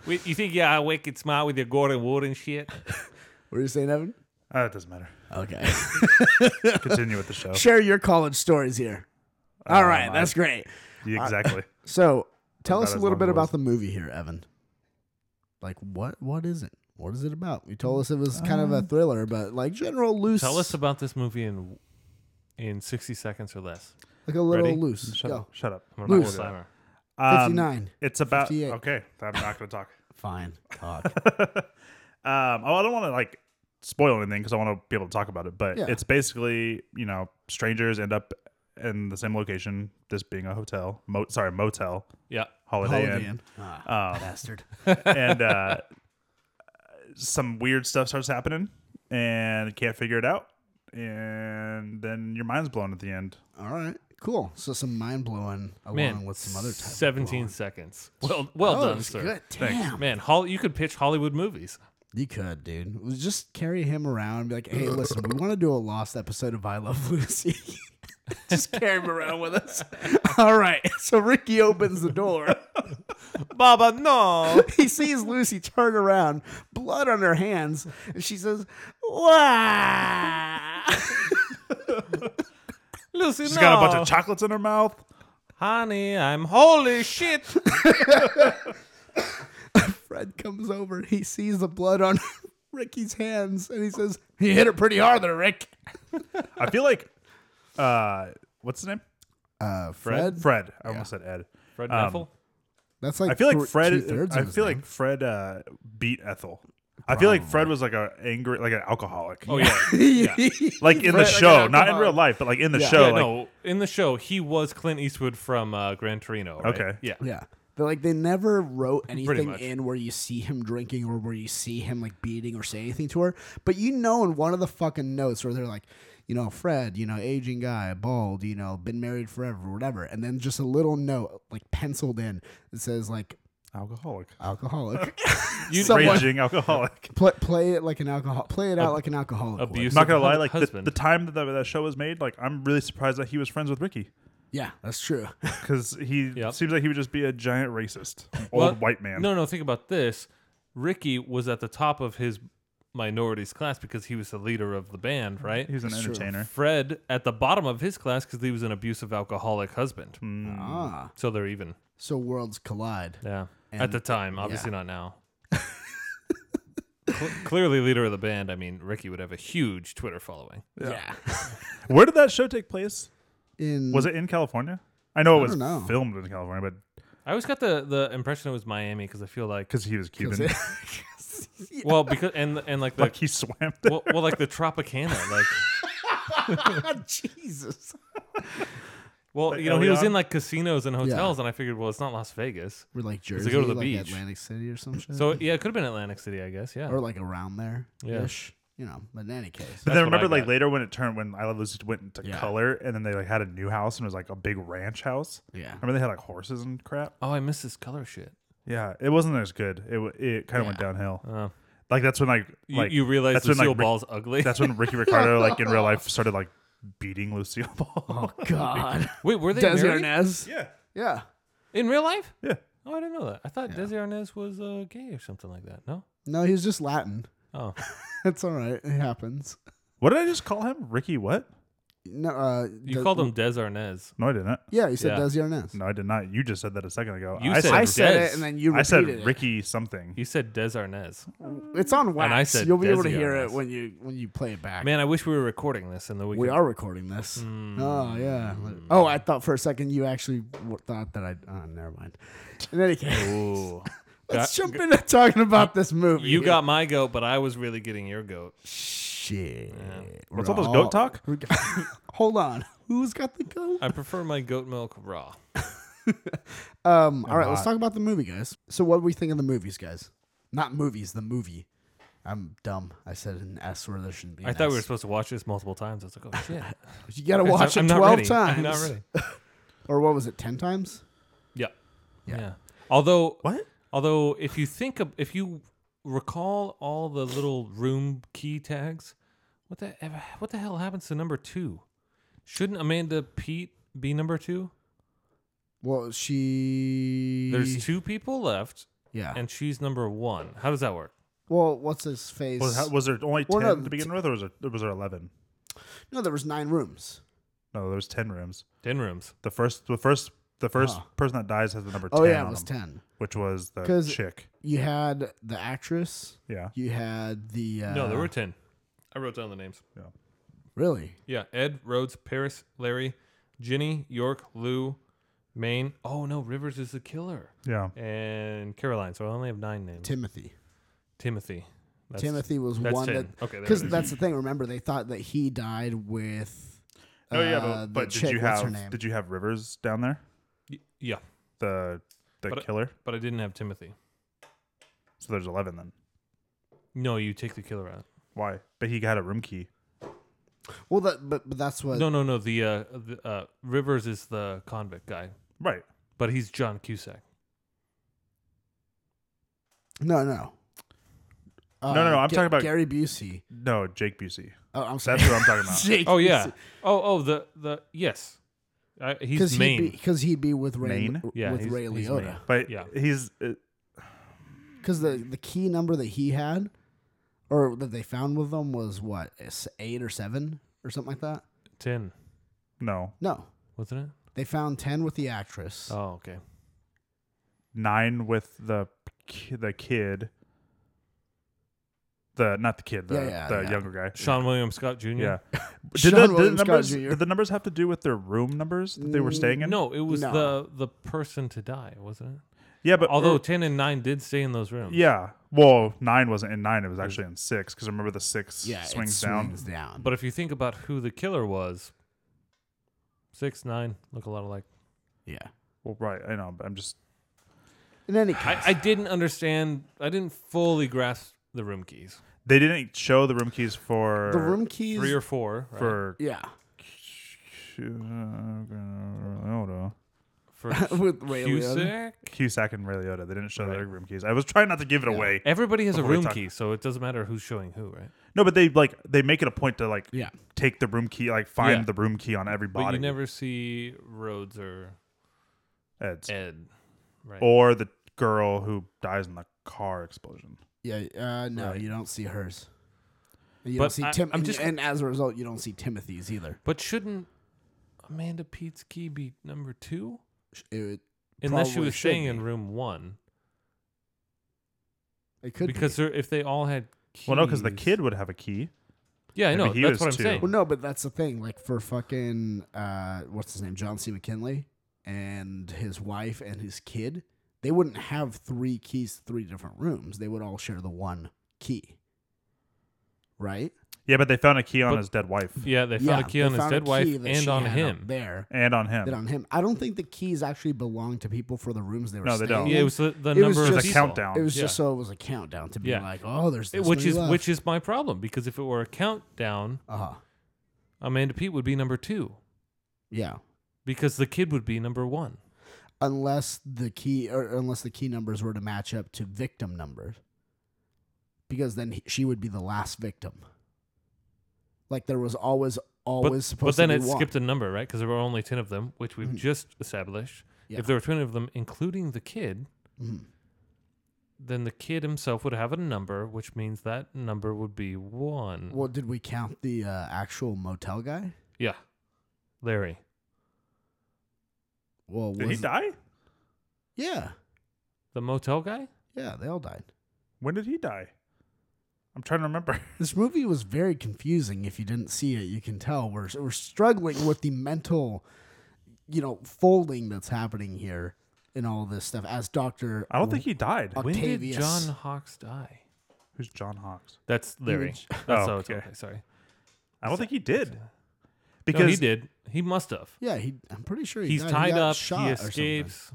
Speaker 3: Wait, you think you're uh, wicked smart with your Gordon Wood and shit?
Speaker 1: What are you saying, Evan?
Speaker 2: Uh, it doesn't matter.
Speaker 1: Okay,
Speaker 2: Continue with the
Speaker 1: [LAUGHS]
Speaker 2: show.
Speaker 1: share your college stories here. All right, that's great.
Speaker 2: Yeah,
Speaker 1: [LAUGHS]
Speaker 2: exactly.
Speaker 1: So tell
Speaker 2: About
Speaker 1: us a
Speaker 2: as
Speaker 1: little
Speaker 2: long as
Speaker 1: bit
Speaker 2: it was.
Speaker 1: about the movie here, Evan. Like what what is it? What is it about? You told us it was kind of a thriller, but like general loose
Speaker 3: Uh, Tell us about this movie in in 60 seconds or less.
Speaker 1: like a little
Speaker 2: Ready?
Speaker 1: loose.
Speaker 2: Shut
Speaker 1: Go.
Speaker 2: up. Shut up.
Speaker 3: I'm
Speaker 1: Loose.
Speaker 3: gonna timer.
Speaker 2: Um,
Speaker 1: 59.
Speaker 2: It's about
Speaker 1: 58.
Speaker 2: okay. I'm not going to talk.
Speaker 3: [LAUGHS]
Speaker 1: Fine. Talk.
Speaker 2: Um, oh, I don't want to like spoil anything because I want to be able to talk about it. But
Speaker 1: Yeah.
Speaker 2: it's basically you know strangers end up in the same location, this being a hotel, mo- sorry motel,
Speaker 3: Yeah.
Speaker 2: Holiday,
Speaker 1: Holiday
Speaker 2: Inn,
Speaker 1: Inn.
Speaker 3: Uh,
Speaker 1: Ah,
Speaker 2: Um,
Speaker 3: [LAUGHS]
Speaker 1: bastard.
Speaker 2: and uh, some weird stuff starts happening, and you can't figure it out, and then your mind's blown at the end.
Speaker 1: All right. Cool. So some mind blowing along
Speaker 3: Man,
Speaker 1: with some other type. of
Speaker 3: 17
Speaker 1: blowing.
Speaker 3: seconds. Well, well
Speaker 1: Oh,
Speaker 3: done,
Speaker 1: it's
Speaker 3: sir.
Speaker 1: Good. Damn.
Speaker 3: Man, Hol- you could pitch Hollywood movies.
Speaker 1: You could, dude. It was Just carry him around and be like, hey, listen, we want to do a lost episode of I Love Lucy. [LAUGHS] Just carry him around with us. [LAUGHS] All right. [LAUGHS] So Ricky opens the door.
Speaker 3: [LAUGHS]
Speaker 1: [LAUGHS]
Speaker 3: Baba, no.
Speaker 1: He sees Lucy turn around, blood on her hands, and she says, Wow.
Speaker 3: Lucy,
Speaker 2: She's got a bunch of chocolates in her mouth.
Speaker 3: Honey, I'm holy shit.
Speaker 1: [LAUGHS] Fred comes over. He sees the blood on [LAUGHS] Ricky's hands, and he says, He hit it pretty hard there, Rick.
Speaker 2: I feel like, uh, what's his name?
Speaker 1: Uh, Fred?
Speaker 2: Fred. I almost said Ed.
Speaker 3: Fred
Speaker 2: Um,
Speaker 3: Neffel?
Speaker 1: That's like
Speaker 2: I feel like
Speaker 1: thr-
Speaker 2: Fred.
Speaker 1: two-thirds
Speaker 2: I
Speaker 1: of his
Speaker 2: feel
Speaker 1: name.
Speaker 2: like Fred uh, beat Ethel. I feel like Fred was like a angry, like an alcoholic.
Speaker 3: Oh, [LAUGHS] yeah.
Speaker 2: like in the
Speaker 3: Fred, like an
Speaker 2: show, not in
Speaker 3: alcoholic.
Speaker 2: real life, but like in the
Speaker 1: Yeah.
Speaker 2: show.
Speaker 3: yeah,
Speaker 2: like,
Speaker 3: no, in the show, he was Clint Eastwood from uh, Gran Torino. right?
Speaker 2: Okay.
Speaker 3: Yeah.
Speaker 1: Yeah. But like they never wrote anything
Speaker 3: much.
Speaker 1: in where you see him drinking or where you see him like beating or say anything to her. But you know in one of the fucking notes where they're like, you know, Fred, you know, aging guy, bald, you know, been married forever, whatever. And then just a little note like penciled in that says like
Speaker 2: alcoholic,
Speaker 1: alcoholic.
Speaker 3: [LAUGHS] You,
Speaker 1: Someone-
Speaker 2: raging alcoholic.
Speaker 1: play, play it like an alcohol. Play it out like an alcoholic. would.
Speaker 3: abuse-
Speaker 2: I'm not gonna lie, like the,
Speaker 3: Husband.
Speaker 2: the time that the, that show was made, like I'm really surprised that he was friends with Ricky
Speaker 1: Yeah, that's true. [LAUGHS]
Speaker 2: because he
Speaker 3: Yep.
Speaker 2: seems like he would just be a giant racist, old
Speaker 3: Well,
Speaker 2: white man.
Speaker 3: No, no. Think about this. Ricky was at the top of his minorities class because he was the leader of the band, right?
Speaker 2: Mm. He was an
Speaker 1: That's true.
Speaker 2: entertainer.
Speaker 3: Fred at the bottom of his class because he was an abusive alcoholic husband.
Speaker 2: Mm.
Speaker 1: Ah,
Speaker 3: So they're even.
Speaker 1: so worlds collide.
Speaker 3: Yeah. at
Speaker 1: And-
Speaker 3: the time, obviously
Speaker 2: [LAUGHS]
Speaker 3: not now. Cl- clearly, leader of the band. I mean, Ricky would have a huge Twitter following.
Speaker 1: Yeah.
Speaker 3: [LAUGHS]
Speaker 2: Where did that show take place?
Speaker 1: In
Speaker 2: Was it in California? I know it
Speaker 1: I
Speaker 2: was
Speaker 1: don't know.
Speaker 2: filmed in California, but
Speaker 3: I always got the the impression it was Miami because I
Speaker 2: [LAUGHS]
Speaker 3: feel like
Speaker 2: because
Speaker 1: [LAUGHS]
Speaker 2: he was Cuban,
Speaker 3: well because and and like the
Speaker 2: like he swam. there.
Speaker 3: well, well like the Tropicana like [LAUGHS]
Speaker 1: Jesus.
Speaker 3: well
Speaker 2: Like oh,
Speaker 3: you know he was
Speaker 2: Elian?
Speaker 3: in like casinos and hotels and I figured well it's not Las Vegas
Speaker 1: We're like Jersey,
Speaker 3: go to the
Speaker 1: like
Speaker 3: beach.
Speaker 1: Atlantic City or some shit.
Speaker 3: so yeah it could have been Atlantic City I guess yeah
Speaker 1: Mm. or like around there
Speaker 3: Oh. Yeah.
Speaker 1: ish. You know, but in any case,
Speaker 2: But [LAUGHS]
Speaker 3: That's
Speaker 2: then
Speaker 3: what I
Speaker 2: remember, like
Speaker 3: got.
Speaker 2: later when it turned when I Love Lucy went into
Speaker 1: Yeah.
Speaker 2: color, and then they like had a new house and it was like a big ranch house.
Speaker 1: [LAUGHS] yeah.
Speaker 3: [LAUGHS]
Speaker 2: Remember they had like horses and crap.
Speaker 3: oh I miss this color shit
Speaker 2: Yeah, it wasn't as good. It w- it kind of went downhill.
Speaker 3: Oh.
Speaker 2: Like that's when like
Speaker 3: you,
Speaker 2: like
Speaker 3: you realize
Speaker 2: that's when,
Speaker 3: Lucille
Speaker 2: like, Rick-
Speaker 3: Ball's ugly
Speaker 2: that's when Ricky Ricardo like in
Speaker 1: [LAUGHS]
Speaker 2: real life started like beating Lucille Ball. [LAUGHS]
Speaker 1: God,
Speaker 3: wait
Speaker 1: [LAUGHS]
Speaker 3: were they
Speaker 1: Desi
Speaker 3: married
Speaker 1: Arnaz.
Speaker 2: yeah,
Speaker 1: Oh, Yeah,
Speaker 3: in real life
Speaker 2: yeah.
Speaker 3: oh I didn't know that I thought Desi Arnaz was uh, gay or something like that no
Speaker 1: no, he's just Latin. [LAUGHS]
Speaker 3: oh
Speaker 1: It's all right. It happens.
Speaker 2: What did I just call him? Ricky? What?
Speaker 1: No, uh,
Speaker 3: you
Speaker 1: the-
Speaker 3: called him Des Arnaz
Speaker 2: No, I didn't.
Speaker 1: Yeah, you said
Speaker 3: Yeah.
Speaker 1: Desi Arnaz.
Speaker 2: No, I did not. You just said that a second ago.
Speaker 3: You
Speaker 2: I
Speaker 3: said-
Speaker 1: I
Speaker 2: said,
Speaker 1: said
Speaker 3: Dez.
Speaker 1: it, and then you
Speaker 2: I said
Speaker 1: repeated it.
Speaker 2: Ricky something.
Speaker 3: you said Des Arnaz
Speaker 1: It's on wax.
Speaker 3: I said
Speaker 1: You'll be able to
Speaker 3: Desi
Speaker 1: hear it
Speaker 3: Arnaz.
Speaker 1: when you when you play it back.
Speaker 3: man Mm. I wish we were recording this in the weekend
Speaker 1: we are recording this. Oh yeah. Oh, I thought for a second you actually w- thought that I. Oh, never mind. In any case, [LAUGHS]
Speaker 3: Ooh.
Speaker 1: let's
Speaker 3: Got-
Speaker 1: jump into talking about this movie.
Speaker 3: You got my goat, but I was really getting your goat.
Speaker 1: shit.
Speaker 2: What's
Speaker 1: We're
Speaker 2: all this
Speaker 1: all-
Speaker 2: goat talk?
Speaker 1: we got- [LAUGHS] Hold on. Who's got the goat?
Speaker 3: [LAUGHS] I prefer my goat milk raw.
Speaker 1: Um. All right. Let's
Speaker 2: hot.
Speaker 1: talk about the movie, guys. So, what do we think of the movies, guys? Not movies. The movie. I'm dumb. I said an S where there shouldn't be.
Speaker 3: I
Speaker 1: an
Speaker 3: thought we were
Speaker 1: S.
Speaker 3: supposed to watch this multiple times. I was like, oh shit.
Speaker 1: You gotta [LAUGHS] watch
Speaker 3: I'm
Speaker 1: it
Speaker 3: not
Speaker 1: twelve
Speaker 3: ready.
Speaker 1: times.
Speaker 3: I'm not ready.
Speaker 1: Or what was it? Ten times?
Speaker 3: Yeah.
Speaker 1: Yeah.
Speaker 3: yeah. Although
Speaker 2: What?
Speaker 3: although if you think of if you recall all the little room key tags, what the ever what the hell happens to number two? Shouldn't Amanda Pete be number two?
Speaker 1: Well, she.
Speaker 3: There's two people left
Speaker 1: Yeah.
Speaker 3: and she's number one. How does that work?
Speaker 1: well, what's his face?
Speaker 2: Was, was there only
Speaker 1: Well,
Speaker 2: ten
Speaker 1: no,
Speaker 2: to begin with, or was there, was there eleven?
Speaker 1: no, there was nine rooms.
Speaker 2: No, there was ten rooms.
Speaker 3: Ten rooms.
Speaker 2: The first, the first, the first
Speaker 1: Huh.
Speaker 2: person that dies has the number
Speaker 1: Oh
Speaker 2: ten.
Speaker 1: yeah,
Speaker 2: on
Speaker 1: it was
Speaker 2: him,
Speaker 1: ten.
Speaker 2: which was
Speaker 1: 'Cause-
Speaker 2: the chick.
Speaker 1: You had the actress.
Speaker 2: Yeah,
Speaker 1: You had the. Uh,
Speaker 3: no, there were ten. I wrote down the names.
Speaker 1: Really?
Speaker 3: Yeah, Ed, Rhodes, Paris, Larry, Ginny, York, Lou, Maine. Oh no, Rivers is the killer.
Speaker 1: Uh,
Speaker 2: yeah.
Speaker 3: And Caroline. So I only have nine names.
Speaker 1: Timothy.
Speaker 3: Timothy. That's,
Speaker 1: Timothy was
Speaker 3: That's
Speaker 1: one
Speaker 3: ten.
Speaker 1: that.
Speaker 3: okay, there
Speaker 1: Because
Speaker 3: it is.
Speaker 1: that's the thing. Remember, they thought that he died with.
Speaker 2: Oh yeah,
Speaker 1: uh,
Speaker 2: but,
Speaker 1: the
Speaker 2: but
Speaker 1: chick,
Speaker 2: did you
Speaker 1: what's her
Speaker 2: have
Speaker 1: name?
Speaker 2: did you have Rivers down there?
Speaker 3: Y- yeah,
Speaker 2: The the
Speaker 3: But-
Speaker 2: killer.
Speaker 3: but I didn't have Timothy.
Speaker 2: So there's eleven then.
Speaker 3: No, you take the killer out.
Speaker 2: Why? But he got a room key.
Speaker 1: Well, that, but, but that's what.
Speaker 3: No, no, no. The uh, the uh, Rivers is the convict guy,
Speaker 2: Right.
Speaker 3: but he's John
Speaker 1: [LAUGHS]
Speaker 3: Cusack.
Speaker 1: No, no. Uh,
Speaker 2: no, no, I'm
Speaker 1: Ga-
Speaker 2: talking about-
Speaker 1: Gary Busey.
Speaker 2: No, Jake Busey.
Speaker 1: Oh, I'm sorry. [LAUGHS]
Speaker 2: That's what I'm talking about.
Speaker 1: Jake
Speaker 3: Oh yeah. Oh oh the the yes. I he's
Speaker 1: he'd
Speaker 3: Maine.
Speaker 1: be, 'cause he'd be with Ray
Speaker 2: Maine?
Speaker 3: Yeah,
Speaker 1: with
Speaker 3: he's-
Speaker 1: Ray
Speaker 3: he's
Speaker 1: Liotta.
Speaker 3: Maine.
Speaker 2: But
Speaker 3: Yeah.
Speaker 2: he's uh,
Speaker 1: Because the the key number that he had, or that they found with them, was what s- eight or seven or something like that.
Speaker 3: Ten,
Speaker 2: no
Speaker 1: No,
Speaker 3: wasn't it?
Speaker 1: they found ten with the actress.
Speaker 3: Oh okay.
Speaker 2: nine with the ki- the kid. The not the kid, the,
Speaker 1: Yeah, yeah,
Speaker 2: the
Speaker 1: yeah.
Speaker 2: younger guy.
Speaker 3: Sean William Scott Jr.
Speaker 2: Yeah.
Speaker 1: Sean
Speaker 2: [LAUGHS] did, the, did,
Speaker 1: William
Speaker 2: the
Speaker 1: Scott Mm,
Speaker 2: numbers,
Speaker 1: Jr..
Speaker 2: did the numbers have to do with their room numbers that they were staying in?
Speaker 3: No, it was
Speaker 1: No.
Speaker 3: the the person to die, wasn't it?
Speaker 2: Yeah, but er
Speaker 3: Although ten and nine did stay in those rooms.
Speaker 2: yeah, well, nine wasn't in nine; it was actually in six. Because remember the six
Speaker 1: yeah, it
Speaker 2: swings down.
Speaker 1: swings down.
Speaker 3: But if you think about who the killer was, six nine look a lot alike.
Speaker 1: yeah.
Speaker 2: Well, right, I know. But I'm just
Speaker 1: In any case,
Speaker 3: I, I didn't understand. I didn't fully grasp the room keys.
Speaker 2: they didn't show the room keys for
Speaker 1: the room keys.
Speaker 3: Three or four right?
Speaker 2: for.
Speaker 1: yeah,
Speaker 2: Liotta.
Speaker 3: for
Speaker 2: [LAUGHS]
Speaker 1: with Ray Liotta.
Speaker 3: Cusack.
Speaker 2: Cusack and Ray Liotta. They didn't show their room keys. I was trying not to give it away.
Speaker 3: Everybody has a
Speaker 2: Before we
Speaker 3: room
Speaker 2: talk-
Speaker 3: key, so it doesn't matter who's showing who, right?
Speaker 2: No, but they like they make it a point to like
Speaker 1: Yeah,
Speaker 2: take the room key, like find
Speaker 3: Yeah.
Speaker 2: the room key on
Speaker 3: But
Speaker 2: everybody.
Speaker 3: you never see Rhodes or
Speaker 2: Ed's.
Speaker 3: Ed, right?
Speaker 2: or the girl who dies in the car explosion.
Speaker 1: yeah. Uh, no,
Speaker 3: Right.
Speaker 1: you don't see hers. You
Speaker 3: But
Speaker 1: don't see
Speaker 3: I-
Speaker 1: Tim,
Speaker 3: I'm
Speaker 1: and,
Speaker 3: just-
Speaker 1: and as a result, you don't see Timothy's either.
Speaker 3: But shouldn't Amanda Pete's key be number two?
Speaker 1: Sh- It,
Speaker 3: Unless she
Speaker 1: Probably
Speaker 3: was staying
Speaker 1: should
Speaker 3: in
Speaker 1: be.
Speaker 3: room one,
Speaker 1: it could
Speaker 3: because
Speaker 1: be.
Speaker 3: they're- if they all had keys,
Speaker 2: Well, no, because the kid would have a key.
Speaker 3: Yeah, I
Speaker 2: maybe
Speaker 3: know.
Speaker 2: he
Speaker 3: That's
Speaker 2: was
Speaker 3: what I'm
Speaker 2: two.
Speaker 3: saying.
Speaker 1: Well, no, but that's the thing. Like for fucking uh, what's his name, John C. McKinley, and his wife and his kid, they wouldn't have three keys to three different rooms. They would all share the one key, right?
Speaker 2: Yeah, but they found a key on
Speaker 3: But-
Speaker 2: his dead wife
Speaker 3: Yeah, they found
Speaker 1: Yeah,
Speaker 3: a key on his
Speaker 1: found a
Speaker 3: dead wife
Speaker 1: key that
Speaker 3: and
Speaker 1: she
Speaker 3: on
Speaker 1: had up
Speaker 3: him.
Speaker 1: there.
Speaker 2: and on him.
Speaker 1: That on him. I don't think the keys actually belong to people for the rooms they were.
Speaker 2: No, they
Speaker 1: staying
Speaker 2: don't.
Speaker 1: in.
Speaker 3: Yeah, it was the, the
Speaker 1: It
Speaker 3: number
Speaker 1: was
Speaker 3: of
Speaker 1: just-
Speaker 2: a
Speaker 3: people.
Speaker 2: countdown.
Speaker 1: It was
Speaker 3: Yeah.
Speaker 1: just so it was a countdown to be
Speaker 3: Yeah.
Speaker 1: like, oh, there's this
Speaker 3: which is which is my problem because if it were a countdown,
Speaker 1: uh huh
Speaker 3: Amanda Pete would be number two
Speaker 1: yeah.
Speaker 3: because the kid would be number one.
Speaker 1: unless the key or unless the key numbers were to match up to victim numbers because then he, she would be the last victim like there was always always supposed
Speaker 3: but then
Speaker 1: to
Speaker 3: it
Speaker 1: be one.
Speaker 3: skipped a number, right? Because there were only ten of them, which we've
Speaker 1: Mhm.
Speaker 3: just established.
Speaker 1: Yeah.
Speaker 3: If there were ten of them, including the kid,
Speaker 1: Mhm.
Speaker 3: then the kid himself would have a number, which means that number would be one.
Speaker 1: well did we count the uh, actual motel guy
Speaker 3: yeah, Larry.
Speaker 1: well
Speaker 2: Did he
Speaker 1: was,
Speaker 2: die?
Speaker 1: yeah
Speaker 3: The motel guy?
Speaker 1: yeah they all died
Speaker 2: When did he die? I'm trying to remember. [LAUGHS]
Speaker 1: this movie was very confusing if you didn't see it you can tell we're, we're struggling with the mental you know folding that's happening here in all this stuff as dr
Speaker 2: I don't think he died.
Speaker 1: Uh,
Speaker 3: When did
Speaker 1: Octavius.
Speaker 3: John Hawks die?
Speaker 2: Who's John Hawks?
Speaker 3: That's Larry.
Speaker 1: was-
Speaker 3: That's
Speaker 2: Oh,
Speaker 3: oh, okay.
Speaker 2: okay.
Speaker 3: Sorry.
Speaker 2: I don't think he did.
Speaker 3: Because
Speaker 2: Because
Speaker 3: he did. He must have.
Speaker 1: Yeah, he. I'm pretty sure he
Speaker 3: He's
Speaker 1: died. He
Speaker 3: tied
Speaker 1: got
Speaker 3: up.
Speaker 1: Shot
Speaker 3: He
Speaker 1: or something.
Speaker 3: escapes.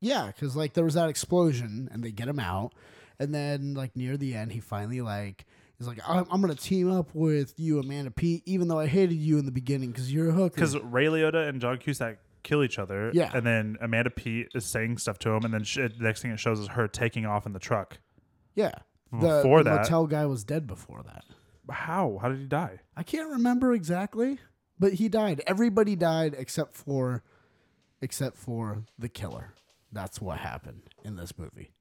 Speaker 1: Yeah, because like there was that explosion, and they get him out, and then like near the end, he finally like he's like, I'm, I'm gonna team up with you, Amanda Pete, even though I hated you in the beginning because you're a hooker.
Speaker 2: because Ray Liotta and John Cusack kill each other.
Speaker 1: Yeah.
Speaker 2: And then Amanda Pete is saying stuff to him, and then sh the next thing it shows is her taking off in the truck.
Speaker 1: yeah, the,
Speaker 2: before
Speaker 1: the
Speaker 2: that-
Speaker 1: motel guy was dead before that.
Speaker 2: How? How did he die?
Speaker 1: I can't remember exactly, but he died. Everybody died except for, except for the killer. That's what happened in this movie.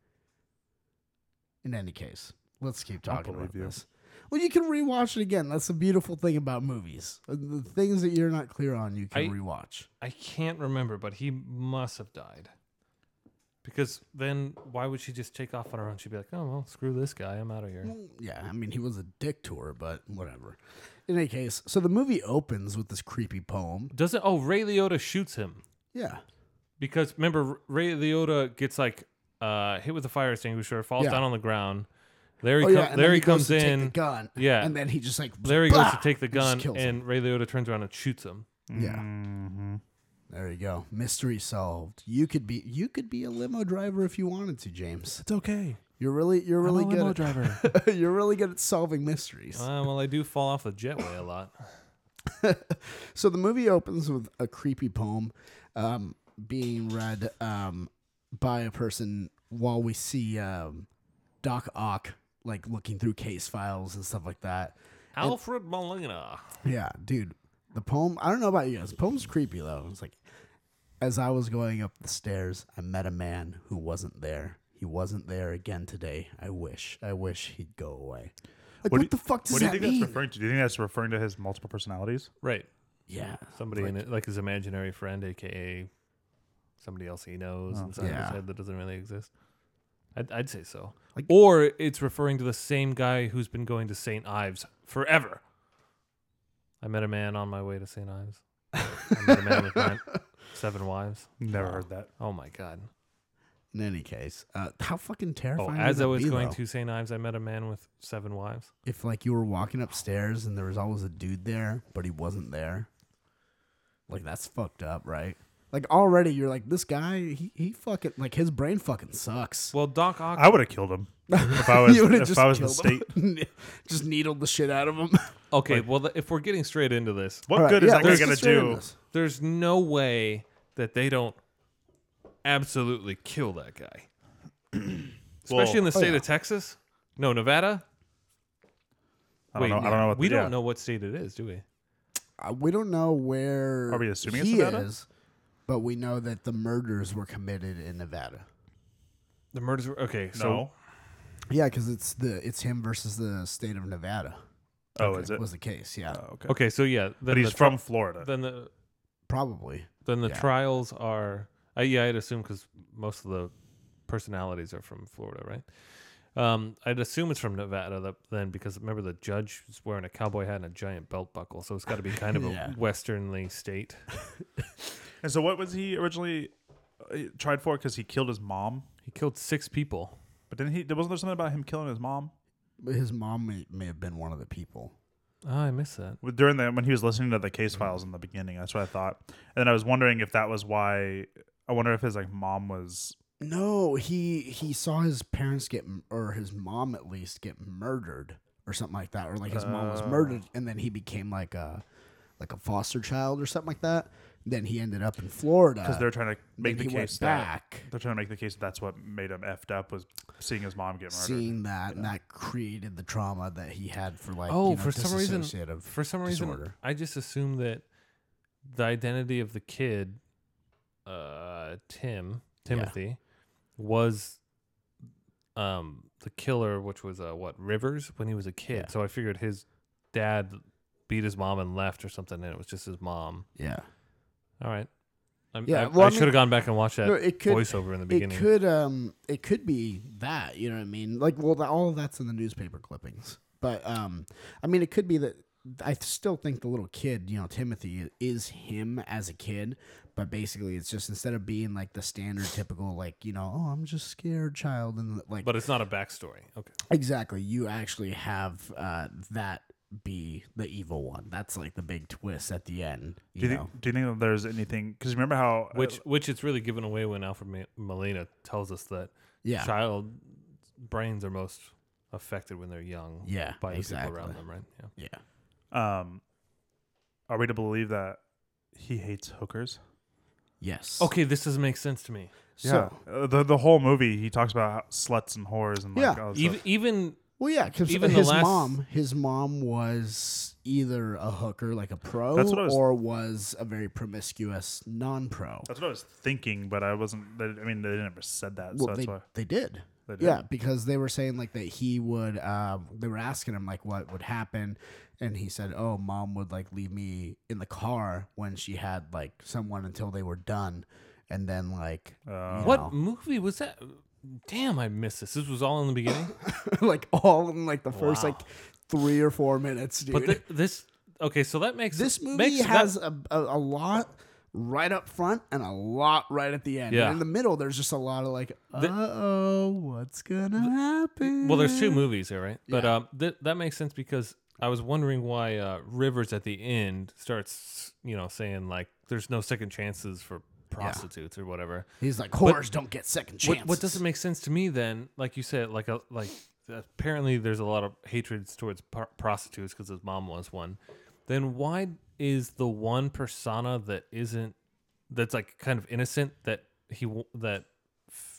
Speaker 1: In any case, let's keep
Speaker 2: I'll
Speaker 1: talking about
Speaker 2: believe you.
Speaker 1: this. Well, you can rewatch it again. That's the beautiful thing about movies. Uh, The things that you're not clear on, you can
Speaker 3: I-
Speaker 1: rewatch.
Speaker 3: I can't remember, but he must have died. Because then why would she just take off on her own? She'd be like, oh, well, screw this guy. I'm out of here.
Speaker 1: Well, Yeah, I mean, he was a dick to her, but whatever. In any case, so the movie opens with this creepy poem.
Speaker 3: Doesn't, oh, Ray Liotta shoots him.
Speaker 1: Yeah.
Speaker 3: Because remember, Ray Liotta gets like uh, hit with a fire extinguisher, falls
Speaker 1: Yeah.
Speaker 3: down on the ground. Larry,
Speaker 1: Oh,
Speaker 3: com-
Speaker 1: yeah. and then
Speaker 3: Larry
Speaker 1: he goes
Speaker 3: comes
Speaker 1: to take
Speaker 3: in.
Speaker 1: the gun.
Speaker 3: Yeah.
Speaker 1: And then he just like
Speaker 3: Larry goes to
Speaker 1: bah!
Speaker 3: take the
Speaker 1: and just
Speaker 3: gun,
Speaker 1: kills him.
Speaker 3: and Ray Liotta turns around and shoots him.
Speaker 1: Yeah.
Speaker 2: Mm-hmm.
Speaker 1: There you go. Mystery solved. You could be you could be a limo driver if you wanted to, James.
Speaker 2: It's okay.
Speaker 1: You're really you're really
Speaker 2: I'm a
Speaker 1: good
Speaker 2: limo
Speaker 1: at, [LAUGHS]
Speaker 2: driver.
Speaker 1: you're really good at solving mysteries.
Speaker 3: Uh, well, I do fall off the jetway a lot.
Speaker 1: So the movie opens with a creepy poem um, being read um, by a person while we see um, Doc Ock like looking through case files and stuff like that.
Speaker 3: Alfred Molina.
Speaker 1: Yeah, dude. The poem, I don't know about you guys. The poem's creepy though. It's like as I was going up the stairs, I met a man who wasn't there. He wasn't there again today. I wish. I wish he'd go away. Like what,
Speaker 2: do you-
Speaker 1: the fuck does
Speaker 2: What do you
Speaker 1: that
Speaker 2: think
Speaker 1: mean?
Speaker 2: that's referring to? Do you think that's referring to his multiple personalities?
Speaker 3: Right.
Speaker 1: yeah.
Speaker 3: Somebody in it, like his imaginary friend, aka somebody else he knows inside
Speaker 1: Yeah.
Speaker 3: his head that doesn't really exist. I'd, I'd say so.
Speaker 1: Like-
Speaker 3: or it's referring to the same guy who's been going to St. Ives forever. I met a man on my way to St. [LAUGHS] Ives. I met a man with nine, seven wives.
Speaker 2: Never heard that.
Speaker 3: Oh my god!
Speaker 1: In any case, uh, how fucking
Speaker 3: Oh,
Speaker 1: terrifying.
Speaker 3: as
Speaker 1: would
Speaker 3: I
Speaker 1: that
Speaker 3: was
Speaker 1: be,
Speaker 3: going
Speaker 1: though?
Speaker 3: to St. Ives, I met a man with seven wives.
Speaker 1: if like you were walking upstairs and there was always a dude there, but he wasn't there. Like that's fucked up, right? Like already you're like this guy, he, he fucking like his brain fucking sucks.
Speaker 3: Well, Doc Ock.
Speaker 2: I would have killed [LAUGHS] him if I was
Speaker 1: You would've
Speaker 2: if
Speaker 1: just
Speaker 2: I was the
Speaker 1: killed
Speaker 2: [LAUGHS]
Speaker 1: him.
Speaker 2: state.
Speaker 1: [LAUGHS] just needled the shit out of him.
Speaker 3: okay, well, th- if we're getting straight into this,
Speaker 2: What
Speaker 1: All right,
Speaker 2: good is
Speaker 1: yeah,
Speaker 2: that guy
Speaker 1: let's
Speaker 2: gonna
Speaker 1: get straight
Speaker 2: do?
Speaker 1: into this.
Speaker 3: there's no way that they don't absolutely kill that
Speaker 2: [CLEARS THROAT]
Speaker 3: guy. Especially in the
Speaker 2: oh,
Speaker 3: state
Speaker 1: yeah.
Speaker 3: of Texas. No, Nevada.
Speaker 2: I don't
Speaker 3: Wait,
Speaker 2: know. I
Speaker 3: no,
Speaker 2: don't know. What
Speaker 3: we
Speaker 2: the,
Speaker 3: don't
Speaker 2: yeah.
Speaker 3: know what state it is, do we?
Speaker 1: Uh, we don't know where
Speaker 2: Are we assuming it's
Speaker 1: he
Speaker 2: Nevada?
Speaker 1: is, but we know that the murders were committed in Nevada.
Speaker 3: The murders were okay. So
Speaker 2: No.
Speaker 1: Yeah, because it's the it's him versus the state of Nevada.
Speaker 2: Oh, is it?
Speaker 1: was the case? Yeah,
Speaker 2: Oh, okay.
Speaker 3: Okay, so yeah, then
Speaker 2: But he's
Speaker 3: the
Speaker 2: from Florida.
Speaker 3: then the
Speaker 1: probably.
Speaker 3: then the
Speaker 1: Yeah.
Speaker 3: trials are. Uh, yeah, I'd assume because most of the personalities are from Florida, right? Um, I'd assume it's from Nevada that, then because remember the judge is wearing a cowboy hat and a giant belt buckle, so it's got to be kind
Speaker 2: [LAUGHS]
Speaker 3: of
Speaker 1: Yeah.
Speaker 3: a westernly state.
Speaker 2: and so, what was he originally uh, tried for? Because he killed his mom.
Speaker 3: He killed six people.
Speaker 2: But then he there wasn't there something about him killing his mom
Speaker 1: But His mom may, may have been one of the people.
Speaker 3: Oh, I missed that.
Speaker 2: Well, during the when he was listening to the case
Speaker 1: Mm-hmm.
Speaker 2: files in the beginning. That's what I thought. And then I was wondering if that was why. I wonder if his like mom was.
Speaker 1: No, he he saw his parents get m- or his mom at least get murdered or something like that, or like his mom was
Speaker 2: Oh.
Speaker 1: murdered, and then he became like a like a foster child or something like that. Then he ended up in Florida
Speaker 2: because they're trying to make
Speaker 1: then
Speaker 2: the
Speaker 1: he went
Speaker 2: case that-
Speaker 1: back.
Speaker 2: they're trying to make the case that that's what made him effed up was seeing his mom get murdered.
Speaker 1: seeing that, and that created the trauma that he had for like
Speaker 3: oh,
Speaker 1: you know,
Speaker 3: for some reason,
Speaker 1: dissociative.
Speaker 3: for some reason,
Speaker 1: disorder.
Speaker 3: I just assumed that the identity of the kid, uh, Tim Timothy, was um the killer, which was uh what Rivers when he was a kid.
Speaker 1: Yeah.
Speaker 3: So I figured his dad beat his mom and left or something, and it was just his mom.
Speaker 1: yeah.
Speaker 3: All right. I'm,
Speaker 1: Yeah,
Speaker 3: I,
Speaker 1: well, I
Speaker 3: should have
Speaker 1: mean-
Speaker 3: gone back and watched that
Speaker 1: No, it could-
Speaker 3: voiceover in the
Speaker 1: It
Speaker 3: beginning.
Speaker 1: could um it could be that, you know what I mean? Like well that, all of that's in the newspaper clippings. But um I mean it could be that I still think the little kid, you know, Timothy is him as a kid, but basically it's just instead of being like the standard typical like, you know, oh, I'm just scared child and like
Speaker 3: but it's not a backstory. Okay.
Speaker 1: Uh, exactly, you actually have uh that be the evil one. That's like the big twist at the end, you,
Speaker 2: Do you
Speaker 1: know.
Speaker 2: think? Do you think that there's anything? Because remember how
Speaker 3: Which which it's really given away when Alfred Ma- Molina tells us that
Speaker 1: yeah.
Speaker 3: child brains are most affected when they're young.
Speaker 1: Yeah,
Speaker 3: by the people
Speaker 1: exactly.
Speaker 3: around them, right? Yeah.
Speaker 1: yeah.
Speaker 2: um, are we to believe that he hates hookers?
Speaker 1: Yes.
Speaker 3: Okay, this doesn't make sense to me.
Speaker 1: So,
Speaker 2: Uh, the the whole movie he talks about how, sluts and whores and like
Speaker 1: Yeah.
Speaker 2: all this
Speaker 3: Even
Speaker 2: stuff.
Speaker 3: even
Speaker 1: Well, yeah, because
Speaker 3: Even the
Speaker 1: his
Speaker 3: last-
Speaker 1: mom, his mom was either a hooker, like a pro,
Speaker 2: That's what I was-
Speaker 1: or was a very promiscuous non-pro.
Speaker 2: That's what I was thinking, but I wasn't. They, I mean, they never said that, so
Speaker 1: Well, they,
Speaker 2: that's why.
Speaker 1: they did.
Speaker 2: They did.
Speaker 1: Yeah, because they were saying like that he would. Um, they were asking him like what would happen, and he said, "Oh, mom would like leave me in the car when she had like someone until they were done, and then like
Speaker 2: Uh,
Speaker 1: you
Speaker 3: what
Speaker 1: know, [LAUGHS]
Speaker 3: movie was that? Damn, I missed this. This was all in
Speaker 1: [LAUGHS]
Speaker 3: the beginning.
Speaker 1: like all in like the first
Speaker 3: Wow.
Speaker 1: like three or four minutes, dude.
Speaker 3: but thi- this okay, so that makes
Speaker 1: This movie
Speaker 3: makes that-
Speaker 1: has a, a, a lot right up front and a lot right at the end.
Speaker 3: Yeah.
Speaker 1: And in the middle, there's just a lot of like, uh
Speaker 3: The-
Speaker 1: oh, what's gonna happen?
Speaker 3: well, there's two movies here, right? But
Speaker 1: Yeah.
Speaker 3: um, th- that makes sense because I was wondering why uh, Rivers at the end starts, you know, saying like, "There's no second chances for prostitutes or whatever."
Speaker 1: He's like, whores don't get second chances.
Speaker 3: What, what doesn't make sense to me then, like you said, like a, like apparently there's a lot of hatreds towards par- prostitutes because his mom was one. Then why is the one persona that isn't that's like kind of innocent that he w- that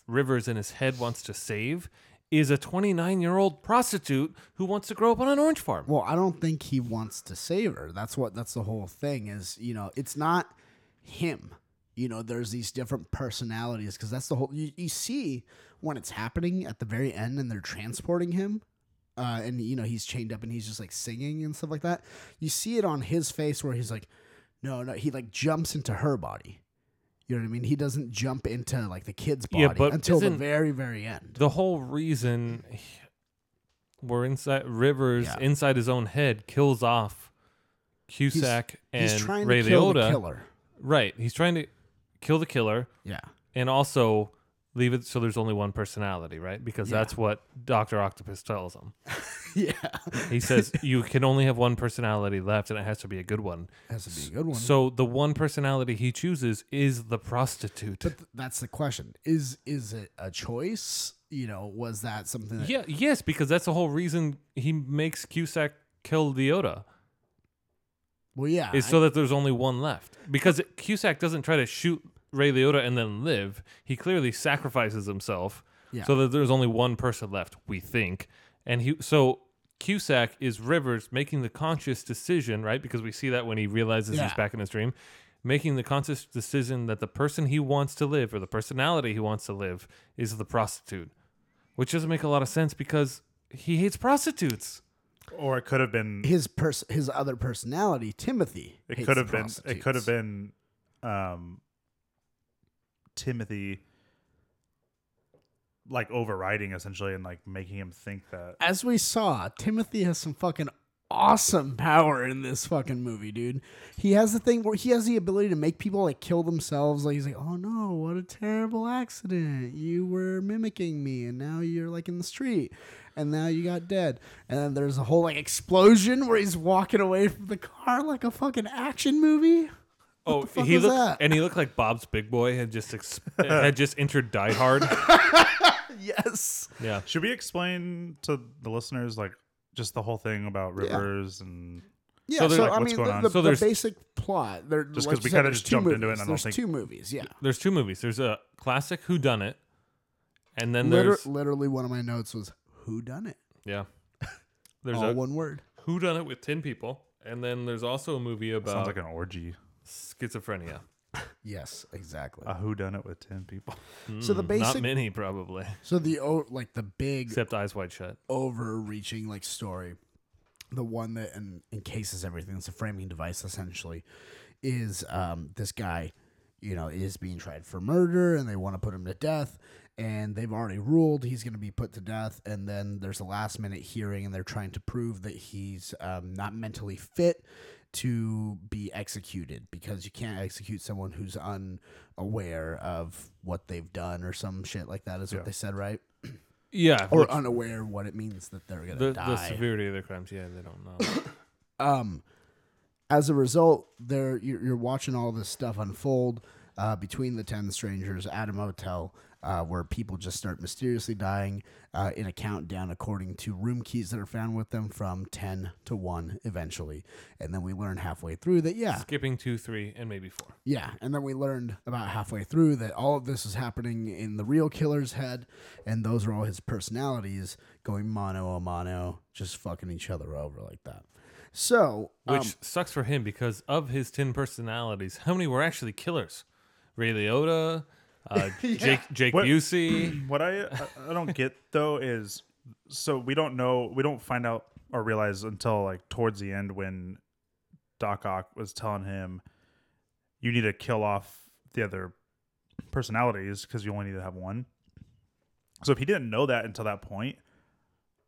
Speaker 3: Rivers in his head wants to save is a 29 year old prostitute who wants to grow up on an orange farm.
Speaker 1: Well, I don't think he wants to save her. That's what. That's the whole thing. Is you know, it's not him. You know, there's these different personalities because that's the whole. You, you see when it's happening at the very end, and they're transporting him, uh, and you know he's chained up and he's just like singing and stuff like that. You see it on his face where he's like, no, no. He like jumps into her body. You know what I mean? He doesn't jump into like the kid's body
Speaker 3: Yeah, but
Speaker 1: until the
Speaker 3: isn't-
Speaker 1: very, very end.
Speaker 3: the whole reason he- we're inside Rivers
Speaker 1: Yeah.
Speaker 3: inside his own head kills off Cusack and
Speaker 1: He's trying
Speaker 3: Ray
Speaker 1: to kill
Speaker 3: Liotta.
Speaker 1: the killer.
Speaker 3: Right, he's trying to kill the killer
Speaker 1: Yeah. [LAUGHS]
Speaker 3: and also leave it so there's only one personality, right? Because
Speaker 1: Yeah.
Speaker 3: that's what Doctor Octopus tells him.
Speaker 1: Yeah.
Speaker 3: He
Speaker 1: [LAUGHS]
Speaker 3: says you can only have one personality left, and it has to be a good one.
Speaker 1: Has to be a good one.
Speaker 3: So the one personality he chooses is the prostitute.
Speaker 1: But th- that's the question: is is it a choice? You know, was that something? That,
Speaker 3: yeah, yes, because that's the whole reason he makes Cusack kill Leota.
Speaker 1: Well, yeah.
Speaker 3: is
Speaker 1: I-
Speaker 3: so that there's only one left. Because Cusack doesn't try to shoot Ray Liotta and then live. He clearly sacrifices himself
Speaker 1: Yeah.
Speaker 3: so that there's only one person left, we think. And he so Cusack is Rivers making the conscious decision, right? Because we see that when he realizes he's
Speaker 1: Yeah.
Speaker 3: back in his dream, making the conscious decision that the person he wants to live or the personality he wants to live is the prostitute. which doesn't make a lot of sense because he hates prostitutes.
Speaker 2: Or it could have been.
Speaker 1: His pers- his other personality, Timothy.
Speaker 2: It
Speaker 1: hates
Speaker 2: could
Speaker 1: the
Speaker 2: have been. It could
Speaker 1: prostitutes.
Speaker 2: have been. Um, Timothy, like overriding essentially, and like making him think that.
Speaker 1: As we saw, Timothy has some fucking awesome power in this fucking movie, dude. He has the thing where he has the ability to make people like kill themselves. Like he's like, oh no, what a terrible accident! You were mimicking me, and now you're like in the street, and now you got dead. And then there's a whole like explosion where he's walking away from the car like a fucking action movie.
Speaker 3: Oh,
Speaker 1: fuck
Speaker 3: he
Speaker 1: was
Speaker 3: looked
Speaker 1: that?
Speaker 3: and he looked like Bob's Big Boy had
Speaker 2: [LAUGHS]
Speaker 3: just ex- had just entered Die Hard.
Speaker 1: Yes.
Speaker 3: Yeah,
Speaker 2: Should we explain to the listeners like just the whole thing about rivers and
Speaker 1: Yeah, so,
Speaker 3: So there's, like,
Speaker 1: I
Speaker 2: what's
Speaker 1: mean,
Speaker 2: going
Speaker 1: the,
Speaker 2: on?
Speaker 1: the,
Speaker 3: So
Speaker 1: the
Speaker 3: there's-
Speaker 1: basic plot. There,
Speaker 2: Just
Speaker 1: like
Speaker 2: 'cause we
Speaker 1: you said,
Speaker 2: kinda
Speaker 1: there's
Speaker 2: just
Speaker 1: two
Speaker 2: jumped
Speaker 1: movies.
Speaker 2: into it and I don't
Speaker 1: there's
Speaker 2: think-
Speaker 1: two movies. Yeah,
Speaker 3: there's two movies. There's a classic Who Done It, and then
Speaker 1: Liter-
Speaker 3: there's
Speaker 1: literally one of my notes was who done it.
Speaker 3: yeah, there's
Speaker 1: All
Speaker 3: a
Speaker 1: Oh, one word.
Speaker 3: Who Done It with ten people, and then there's also a movie
Speaker 2: sounds
Speaker 3: about
Speaker 2: like an orgy?
Speaker 3: schizophrenia.
Speaker 1: Yes, exactly.
Speaker 2: A who done it with ten people?
Speaker 1: so the
Speaker 3: Ah, hmm, Not
Speaker 1: basic,
Speaker 3: many, probably, [LAUGHS]
Speaker 1: so the o- like the big
Speaker 3: except Eyes Wide Shut.
Speaker 1: overreaching like story, the one that en- encases everything. It's a framing device essentially. Is um, this guy, you know, is being tried for murder, and they want to put him to death, and they've already ruled he's going to be put to death, and then there's a last minute hearing, and they're trying to prove that he's um, not mentally fit to be executed because you can't execute someone who's unaware of what they've done or some shit like that is what
Speaker 2: Yeah.
Speaker 1: they said right
Speaker 3: Yeah,
Speaker 1: or unaware what it means that they're gonna
Speaker 3: the, the
Speaker 1: die.
Speaker 3: severity of their crimes. Yeah, they
Speaker 1: [LAUGHS]
Speaker 3: don't know.
Speaker 1: um, as a result, there you're, you're watching all this stuff unfold uh, between the ten strangers at a motel. Uh, where people just start mysteriously dying uh, in a countdown according to room keys that are found with them from 10 to 1 eventually. And then we learn halfway through that, yeah,
Speaker 3: Skipping two, three, and maybe four.
Speaker 1: yeah, and then we learned about halfway through that all of this is happening in the real killer's head, and those are all his personalities going mono a mono, just fucking each other over like that. So,
Speaker 3: Which
Speaker 1: um,
Speaker 3: sucks for him because of his 10 personalities, how many were actually killers? Ray Liotta,
Speaker 1: [LAUGHS]
Speaker 3: uh, Jake, Jake
Speaker 2: What-
Speaker 3: Busey.
Speaker 2: What I I- I don't get though is so we don't know we don't find out or realize until like towards the end when Doc Ock was telling him you need to kill off the other personalities because you only need to have one. So if he didn't know that until that point,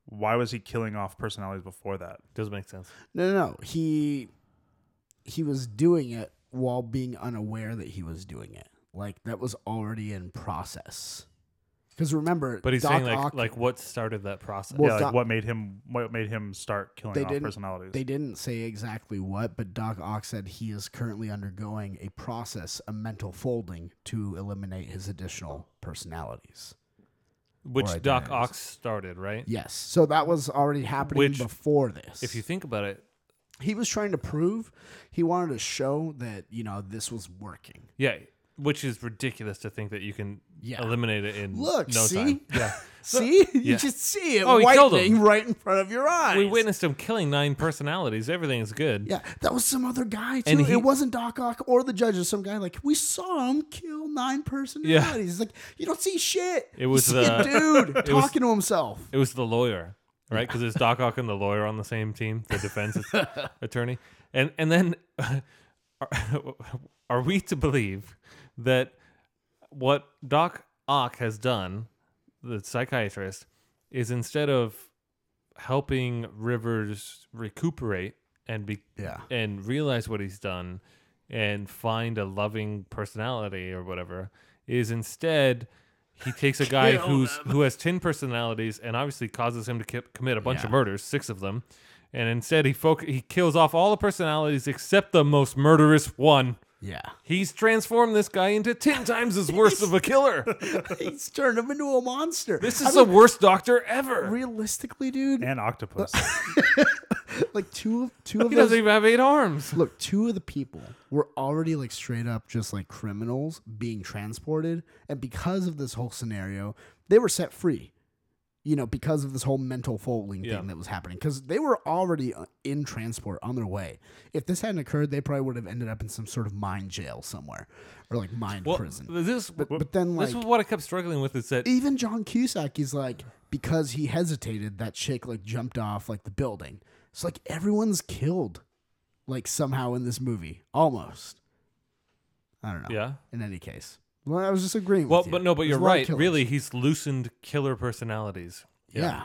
Speaker 2: why was he killing off personalities before that?
Speaker 3: Doesn't make sense.
Speaker 1: no, no, no, he he was doing it while being unaware that he was doing it. Like that was already in process. Because remember,
Speaker 3: But he's
Speaker 1: Doc
Speaker 3: saying, like,
Speaker 1: Ock-
Speaker 3: like what started that process?
Speaker 1: Well,
Speaker 2: yeah, like
Speaker 1: Doc-
Speaker 2: what made him what made him start killing
Speaker 1: They
Speaker 2: off
Speaker 1: didn't-
Speaker 2: personalities?
Speaker 1: They didn't say exactly what, but Doc Ock said he is currently undergoing a process, a mental folding, to eliminate his additional personalities.
Speaker 3: Which Doc
Speaker 1: identities.
Speaker 3: Ock started, right?
Speaker 1: Yes. So that was already happening
Speaker 3: Which,
Speaker 1: before this.
Speaker 3: If you think about it,
Speaker 1: he was trying to prove, he wanted to show that, you know, this was working.
Speaker 3: yeah, which is ridiculous to think that you can
Speaker 1: Yeah.
Speaker 3: eliminate it in
Speaker 1: Look,
Speaker 3: no
Speaker 1: see?
Speaker 3: time. Yeah.
Speaker 1: [LAUGHS] See?
Speaker 3: yeah.
Speaker 1: You just see it
Speaker 3: Oh, he killed
Speaker 1: whitening
Speaker 3: him.
Speaker 1: right in front of your eyes.
Speaker 3: we witnessed him killing nine personalities. Everything is good.
Speaker 1: Yeah, that was some other guy too.
Speaker 3: And he-
Speaker 1: it wasn't Doc Ock or the judges. Some guy like we saw him kill nine personalities. Like you don't see shit.
Speaker 3: It was
Speaker 1: you see
Speaker 3: the-
Speaker 1: a dude
Speaker 3: [LAUGHS] it
Speaker 1: talking
Speaker 3: was-
Speaker 1: to himself.
Speaker 3: It was the lawyer, right? Because it's Doc Ock and the lawyer on the same team, the defense [LAUGHS] attorney. And and then, [LAUGHS] are, are we to believe that what Doc Ock has done, the psychiatrist, is instead of helping Rivers recuperate and be
Speaker 1: Yeah.
Speaker 3: and realize what he's done and find a loving personality or whatever is instead
Speaker 1: [LAUGHS]
Speaker 3: he takes a guy who's who has 10 personalities and obviously causes him to ki- commit a bunch of
Speaker 1: Yeah.
Speaker 3: murders six of them and instead he foc- he kills off all the personalities except the most murderous one
Speaker 1: Yeah,
Speaker 3: he's transformed this guy into 10 times as worse
Speaker 1: [LAUGHS]
Speaker 3: of a killer
Speaker 1: [LAUGHS] he's turned him into a monster.
Speaker 3: this is the worst doctor ever
Speaker 1: realistically, dude. [LAUGHS]
Speaker 2: and octopus.
Speaker 1: Like two of two of
Speaker 3: [LAUGHS] he doesn't
Speaker 1: those.
Speaker 3: even have
Speaker 1: [LAUGHS]
Speaker 3: eight arms
Speaker 1: Look, two of the people were already like straight up just like criminals being transported, and because of this whole scenario, they were set free. you know, because of this whole mental folding
Speaker 3: Yeah.
Speaker 1: thing that was happening, because they were already uh, in transport on their way. If this hadn't occurred, they probably would have ended up in some sort of mind jail somewhere or like mind
Speaker 3: Well,
Speaker 1: prison.
Speaker 3: this
Speaker 1: But, E but then, like,
Speaker 3: this was what I kept struggling with. Is that
Speaker 1: even John Cusack is like, because he hesitated, that chick like jumped off like the building. It's like everyone's killed, like somehow in this movie, almost. I don't know.
Speaker 3: yeah.
Speaker 1: In any case, well, I was just agreeing.
Speaker 3: Well,
Speaker 1: with you.
Speaker 3: but no, but
Speaker 1: There's
Speaker 3: you're
Speaker 1: a lot of
Speaker 3: right.
Speaker 1: killers.
Speaker 3: Really, he's loosened killer personalities.
Speaker 1: yeah.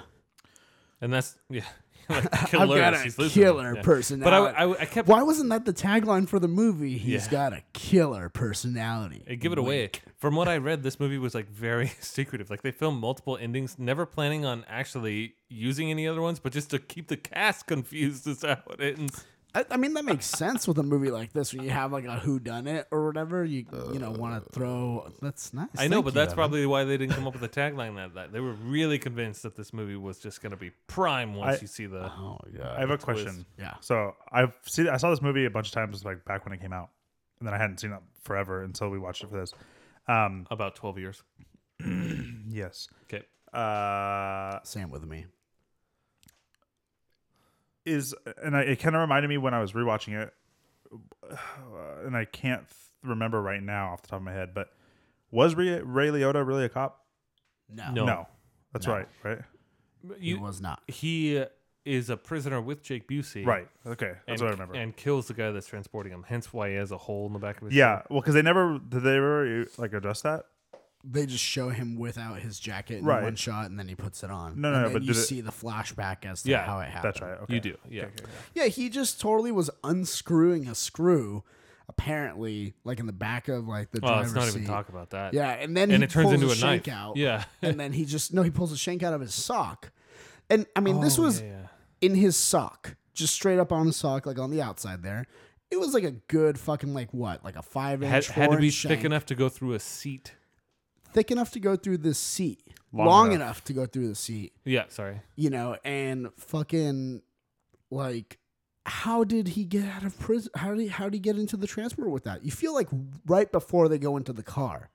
Speaker 3: and that's [LAUGHS] yeah. like
Speaker 1: I've
Speaker 3: killers,
Speaker 1: got a
Speaker 3: he's loosened.
Speaker 1: killer
Speaker 3: Yeah. But I,
Speaker 1: personality.
Speaker 3: I, I kept
Speaker 1: Why wasn't that the tagline for the movie? He's
Speaker 3: Yeah.
Speaker 1: got a killer personality.
Speaker 3: Hey, give it away. From what I read, this movie was like very [LAUGHS] secretive. Like they filmed multiple endings, never planning on actually using any other ones, but just to keep the cast [LAUGHS] confused as to how it ends.
Speaker 1: I, I mean, that makes sense with a movie like this when you have like a who done it or whatever. You you know want to throw. That's nice.
Speaker 3: I know,
Speaker 1: Thank
Speaker 3: but
Speaker 1: you,
Speaker 3: that's
Speaker 1: Evan.
Speaker 3: probably why they didn't come up with a tagline like that. They were really convinced that this movie was just going to be prime once
Speaker 2: I-
Speaker 3: you see the.
Speaker 1: Oh
Speaker 2: I
Speaker 1: yeah.
Speaker 2: have a
Speaker 3: twist.
Speaker 2: question.
Speaker 1: Yeah.
Speaker 2: So I've seen I saw this movie a bunch of times like back when it came out, and then I hadn't seen it forever until we watched it for this. Um,
Speaker 3: About 12 years.
Speaker 2: yes.
Speaker 3: Okay.
Speaker 2: Uh,
Speaker 1: Same with me.
Speaker 2: is and I, it kind of reminded me when I was rewatching it, [SIGHS] uh, and I can't th- remember right now off the top of my head, but was Ray, Ray Liotta really a cop?
Speaker 1: No,
Speaker 3: No.
Speaker 2: that's
Speaker 1: No.
Speaker 2: right, right,
Speaker 1: it
Speaker 3: You,
Speaker 1: was not.
Speaker 3: he is a prisoner with Jake Busey.
Speaker 2: right. Okay,
Speaker 3: And,
Speaker 2: that's what I remember.
Speaker 3: and kills the guy that's transporting him. Hence why he has a hole in the back of his
Speaker 2: yeah, well, because they never did they ever like address that.
Speaker 1: They just show him without his jacket in
Speaker 2: Right.
Speaker 1: one shot, and then he puts it on.
Speaker 2: No, no,
Speaker 1: And
Speaker 2: no,
Speaker 1: then
Speaker 2: but
Speaker 1: you
Speaker 2: did it-
Speaker 1: see the flashback as to
Speaker 3: Yeah,
Speaker 1: how it happened.
Speaker 2: That's right. Okay.
Speaker 3: You do. Yeah.
Speaker 2: Okay, okay, okay.
Speaker 1: Yeah, he just totally was unscrewing a screw, apparently, like in the back of like the
Speaker 3: Well,
Speaker 1: driver's
Speaker 3: let's Oh, not
Speaker 1: seat.
Speaker 3: even talk about that.
Speaker 1: Yeah, and then
Speaker 3: and
Speaker 1: he
Speaker 3: it turns
Speaker 1: pulls
Speaker 3: into
Speaker 1: a,
Speaker 3: a
Speaker 1: shank
Speaker 3: knife.
Speaker 1: out.
Speaker 3: Yeah.
Speaker 1: and then he just no, he pulls a shank out of his sock, and I mean this
Speaker 3: Oh,
Speaker 1: was
Speaker 3: yeah, yeah.
Speaker 1: in his sock, just straight up on his sock, like on the outside there. It was like a good fucking like what, like a five inch,
Speaker 3: had, had to be
Speaker 1: shank,
Speaker 3: thick enough to go through a seat.
Speaker 1: thick enough to go through the seat, long,
Speaker 2: Long
Speaker 1: enough.
Speaker 2: enough.
Speaker 1: to go through the seat,
Speaker 3: Yeah, sorry.
Speaker 1: you know, and fucking like. How did he get out of prison? How did he, how did he get into the transport with that? You feel like right before they go into the car,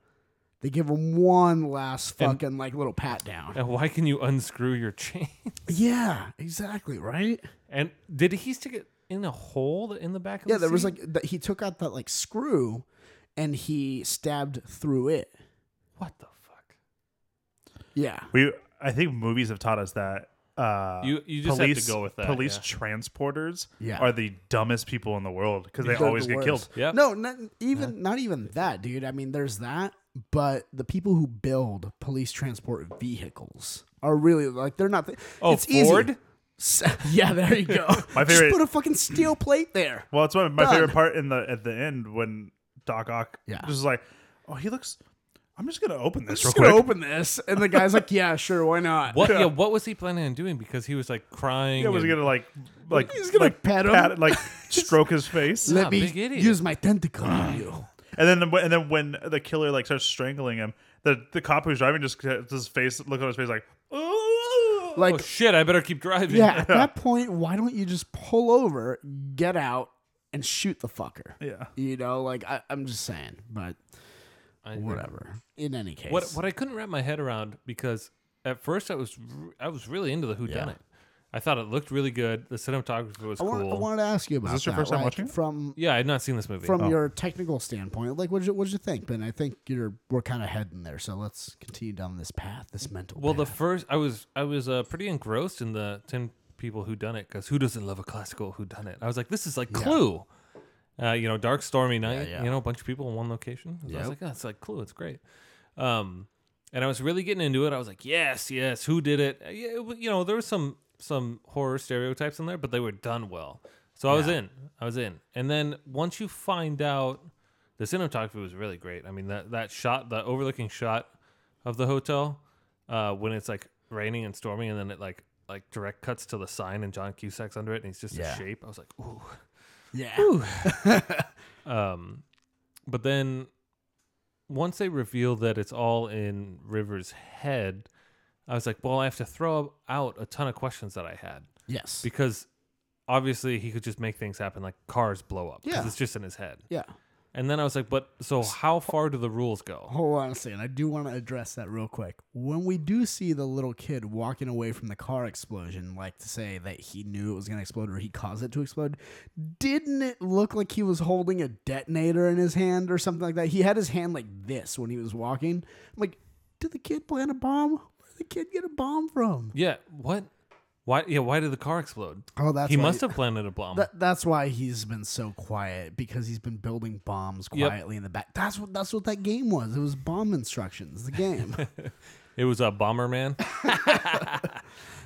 Speaker 1: they give him one last
Speaker 3: And-
Speaker 1: fucking like little pat down.
Speaker 3: And why can you unscrew your [LAUGHS] chain?
Speaker 1: Yeah, exactly, right?
Speaker 3: And did he stick it in a hole in the back of
Speaker 1: Yeah,
Speaker 3: the
Speaker 1: there was
Speaker 3: seat?
Speaker 1: like that he took out that like screw and he stabbed through it.
Speaker 3: what the fuck?
Speaker 1: Yeah.
Speaker 2: We I think movies have taught us that. Uh,
Speaker 3: You- you just have to go with that,
Speaker 2: Police
Speaker 3: yeah.
Speaker 2: transporters
Speaker 1: Yeah.
Speaker 2: are the dumbest people in the world because they
Speaker 1: They're
Speaker 2: always
Speaker 1: the
Speaker 2: get
Speaker 1: worst.
Speaker 2: killed.
Speaker 3: Yep.
Speaker 1: No, not even not even that, dude. I mean, there's that, but the people who build police transport vehicles are really like they're not.
Speaker 3: Oh,
Speaker 1: it's easy.
Speaker 3: Ford?
Speaker 1: S- [LAUGHS] Yeah, there you go.
Speaker 2: My
Speaker 1: Just
Speaker 2: favorite-
Speaker 1: put a fucking steel plate there. [LAUGHS]
Speaker 2: Well, it's one of my
Speaker 1: Done.
Speaker 2: favorite part in the at the end when Doc Ock
Speaker 1: Yeah.
Speaker 2: just like, oh, he looks. I'm just gonna open
Speaker 1: I'm
Speaker 2: this real
Speaker 1: just
Speaker 2: quick.
Speaker 1: gonna open this, and the guy's like, "Yeah, sure, why not?"
Speaker 3: What? Yeah. What was he planning on doing? Because he was like crying.
Speaker 2: yeah, was he
Speaker 3: and-
Speaker 1: [LAUGHS]
Speaker 2: gonna like like
Speaker 1: He's gonna
Speaker 2: like,
Speaker 1: pet him. [LAUGHS]
Speaker 2: like stroke his face,
Speaker 1: Let
Speaker 3: Ah,
Speaker 1: me
Speaker 3: big idiot.
Speaker 1: use my tentacle on you.
Speaker 2: and then the, and then when the killer like starts strangling him, the the cop who's driving just gets his face look on his face like, oh,
Speaker 1: Like
Speaker 3: oh shit! I better keep driving.
Speaker 1: Yeah,
Speaker 2: [LAUGHS]
Speaker 1: at that point, why don't you just pull over, get out, and shoot the fucker?
Speaker 2: yeah.
Speaker 1: You know, like I, I'm just saying, but
Speaker 3: I agree.
Speaker 1: whatever. In any case,
Speaker 3: What what I couldn't wrap my head around because at first I was r- I was really into the Who Done It. I thought it looked really good. The cinematography was
Speaker 1: I,
Speaker 3: cool.
Speaker 1: want, I wanted to ask you about
Speaker 2: this your
Speaker 1: that,
Speaker 2: first time
Speaker 1: like,
Speaker 2: watching it? Oh.
Speaker 1: from
Speaker 3: yeah, I had not seen this movie.
Speaker 1: from your technical standpoint. Like, what did you, what did you think, Ben? I think you're we're kind of heading there, so let's continue down this path, this mental.
Speaker 3: Well, the
Speaker 1: path.
Speaker 3: first I was I was uh, pretty engrossed in the ten people who done it because who doesn't love a classical who done it? I was like, this is like Clue, uh, you know, dark stormy night,
Speaker 1: yeah.
Speaker 3: you know, a bunch of people in one location. I
Speaker 1: Yep.
Speaker 3: was like, oh, it's like Clue, it's great. Um, and I was really getting into it. I was like, yes, yes, who did it? Uh, Yeah, it wa- you know, there was some some horror stereotypes in there, but they were done well. So I was in, I was in. And then once you find out, the cinematography was really great. I mean, that that shot, the overlooking shot of the hotel, uh, when it's like raining and storming, and then it like like direct cuts to the sign and John Cusack's under it, and he's just
Speaker 1: Yeah.
Speaker 3: a shape. I was like, ooh.
Speaker 1: yeah,
Speaker 3: Um, but then once they reveal that it's all in River's head, I was like, well, I have to throw out a ton of questions that I had
Speaker 1: yes,
Speaker 3: because obviously he could just make things happen, like cars blow up. 'cause
Speaker 1: Yeah.
Speaker 3: it's just in his head.
Speaker 1: yeah,
Speaker 3: And then I was like, but so how far do the rules go?
Speaker 1: Hold on a second. I do want to address that real quick. When we do see the little kid walking away from the car explosion, like to say that he knew it was going to explode or he caused it to explode, didn't it look like he was holding a detonator in his hand or something like that? He had his hand like this when he was walking. I'm like, did the kid plant a bomb? Where did the kid get a bomb from?
Speaker 3: Yeah. What? Why? Yeah. Why did the car explode?
Speaker 1: Oh, that's
Speaker 3: he
Speaker 1: why-
Speaker 3: must have planted a bomb.
Speaker 1: That, that's why he's been so quiet because he's been building bombs
Speaker 3: Yep.
Speaker 1: quietly in the back. That's what that's what that game was. It was bomb instructions. The
Speaker 3: [LAUGHS]
Speaker 1: game.
Speaker 3: It was a
Speaker 1: [LAUGHS]
Speaker 3: bomber man.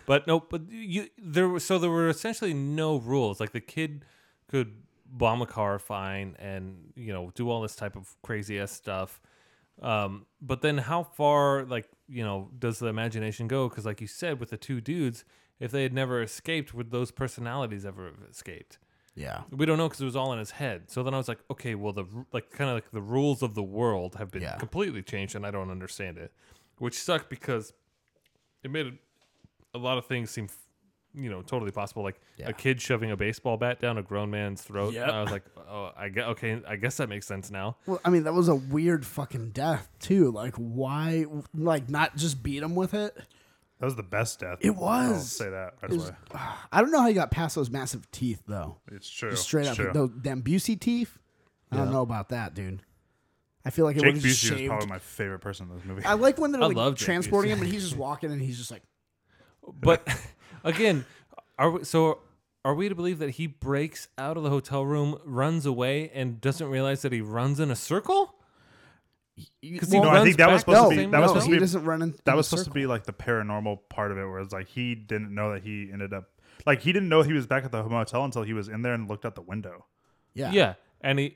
Speaker 3: but no, but you there was so there were essentially no rules. Like the kid could bomb a car fine and you know do all this type of crazy ass stuff. Um, but then how far like you know does the imagination go? Because like you said with the two dudes, if they had never escaped, would those personalities ever have escaped?
Speaker 1: yeah.
Speaker 3: We don't know because it was all in his head. So then I was like, okay, well, the ru- like kind of like the rules of the world have been
Speaker 1: Yeah.
Speaker 3: completely changed, and I don't understand it, which sucked because it made a lot of things seem, you know, totally possible. Like
Speaker 1: Yeah.
Speaker 3: a kid shoving a baseball bat down a grown man's throat.
Speaker 1: Yep.
Speaker 3: And I was like, oh, I guess okay, I guess that makes
Speaker 1: [LAUGHS]
Speaker 3: sense now.
Speaker 1: Well, I mean, that was a weird fucking death too. Like, why? Like, not just beat him with it.
Speaker 2: That was the best death.
Speaker 1: It was.
Speaker 2: I'll say that right
Speaker 1: It was-
Speaker 2: away.
Speaker 1: [SIGHS] I don't know how he got past those massive teeth though.
Speaker 2: It's true.
Speaker 1: Just straight
Speaker 2: It's
Speaker 1: up,
Speaker 2: true.
Speaker 1: those damn Busey teeth. I don't know about that, dude. I feel like it
Speaker 2: Jake
Speaker 1: would have
Speaker 2: Busey was
Speaker 1: shaved.
Speaker 2: probably my favorite person in this movie.
Speaker 1: I like when they're
Speaker 3: I
Speaker 1: like
Speaker 3: love Jake
Speaker 1: transporting him, but he's just walking and he's just like,
Speaker 3: But [LAUGHS] again, are we, so are we to believe that he breaks out of the hotel room, runs away, and doesn't realize that he runs in a circle?
Speaker 1: because
Speaker 3: he
Speaker 2: no, I
Speaker 3: runs
Speaker 2: think that was
Speaker 3: back
Speaker 2: supposed
Speaker 3: to
Speaker 2: to
Speaker 3: the
Speaker 2: be
Speaker 3: same
Speaker 2: that was
Speaker 3: hotel?
Speaker 2: supposed
Speaker 1: he
Speaker 2: to be
Speaker 1: doesn't run in.
Speaker 2: that was supposed to be like the paranormal part of it, where it's like he didn't know that he ended up like he didn't know he was back at the motel until he was in there and looked out the window.
Speaker 1: Yeah.
Speaker 3: yeah. And he,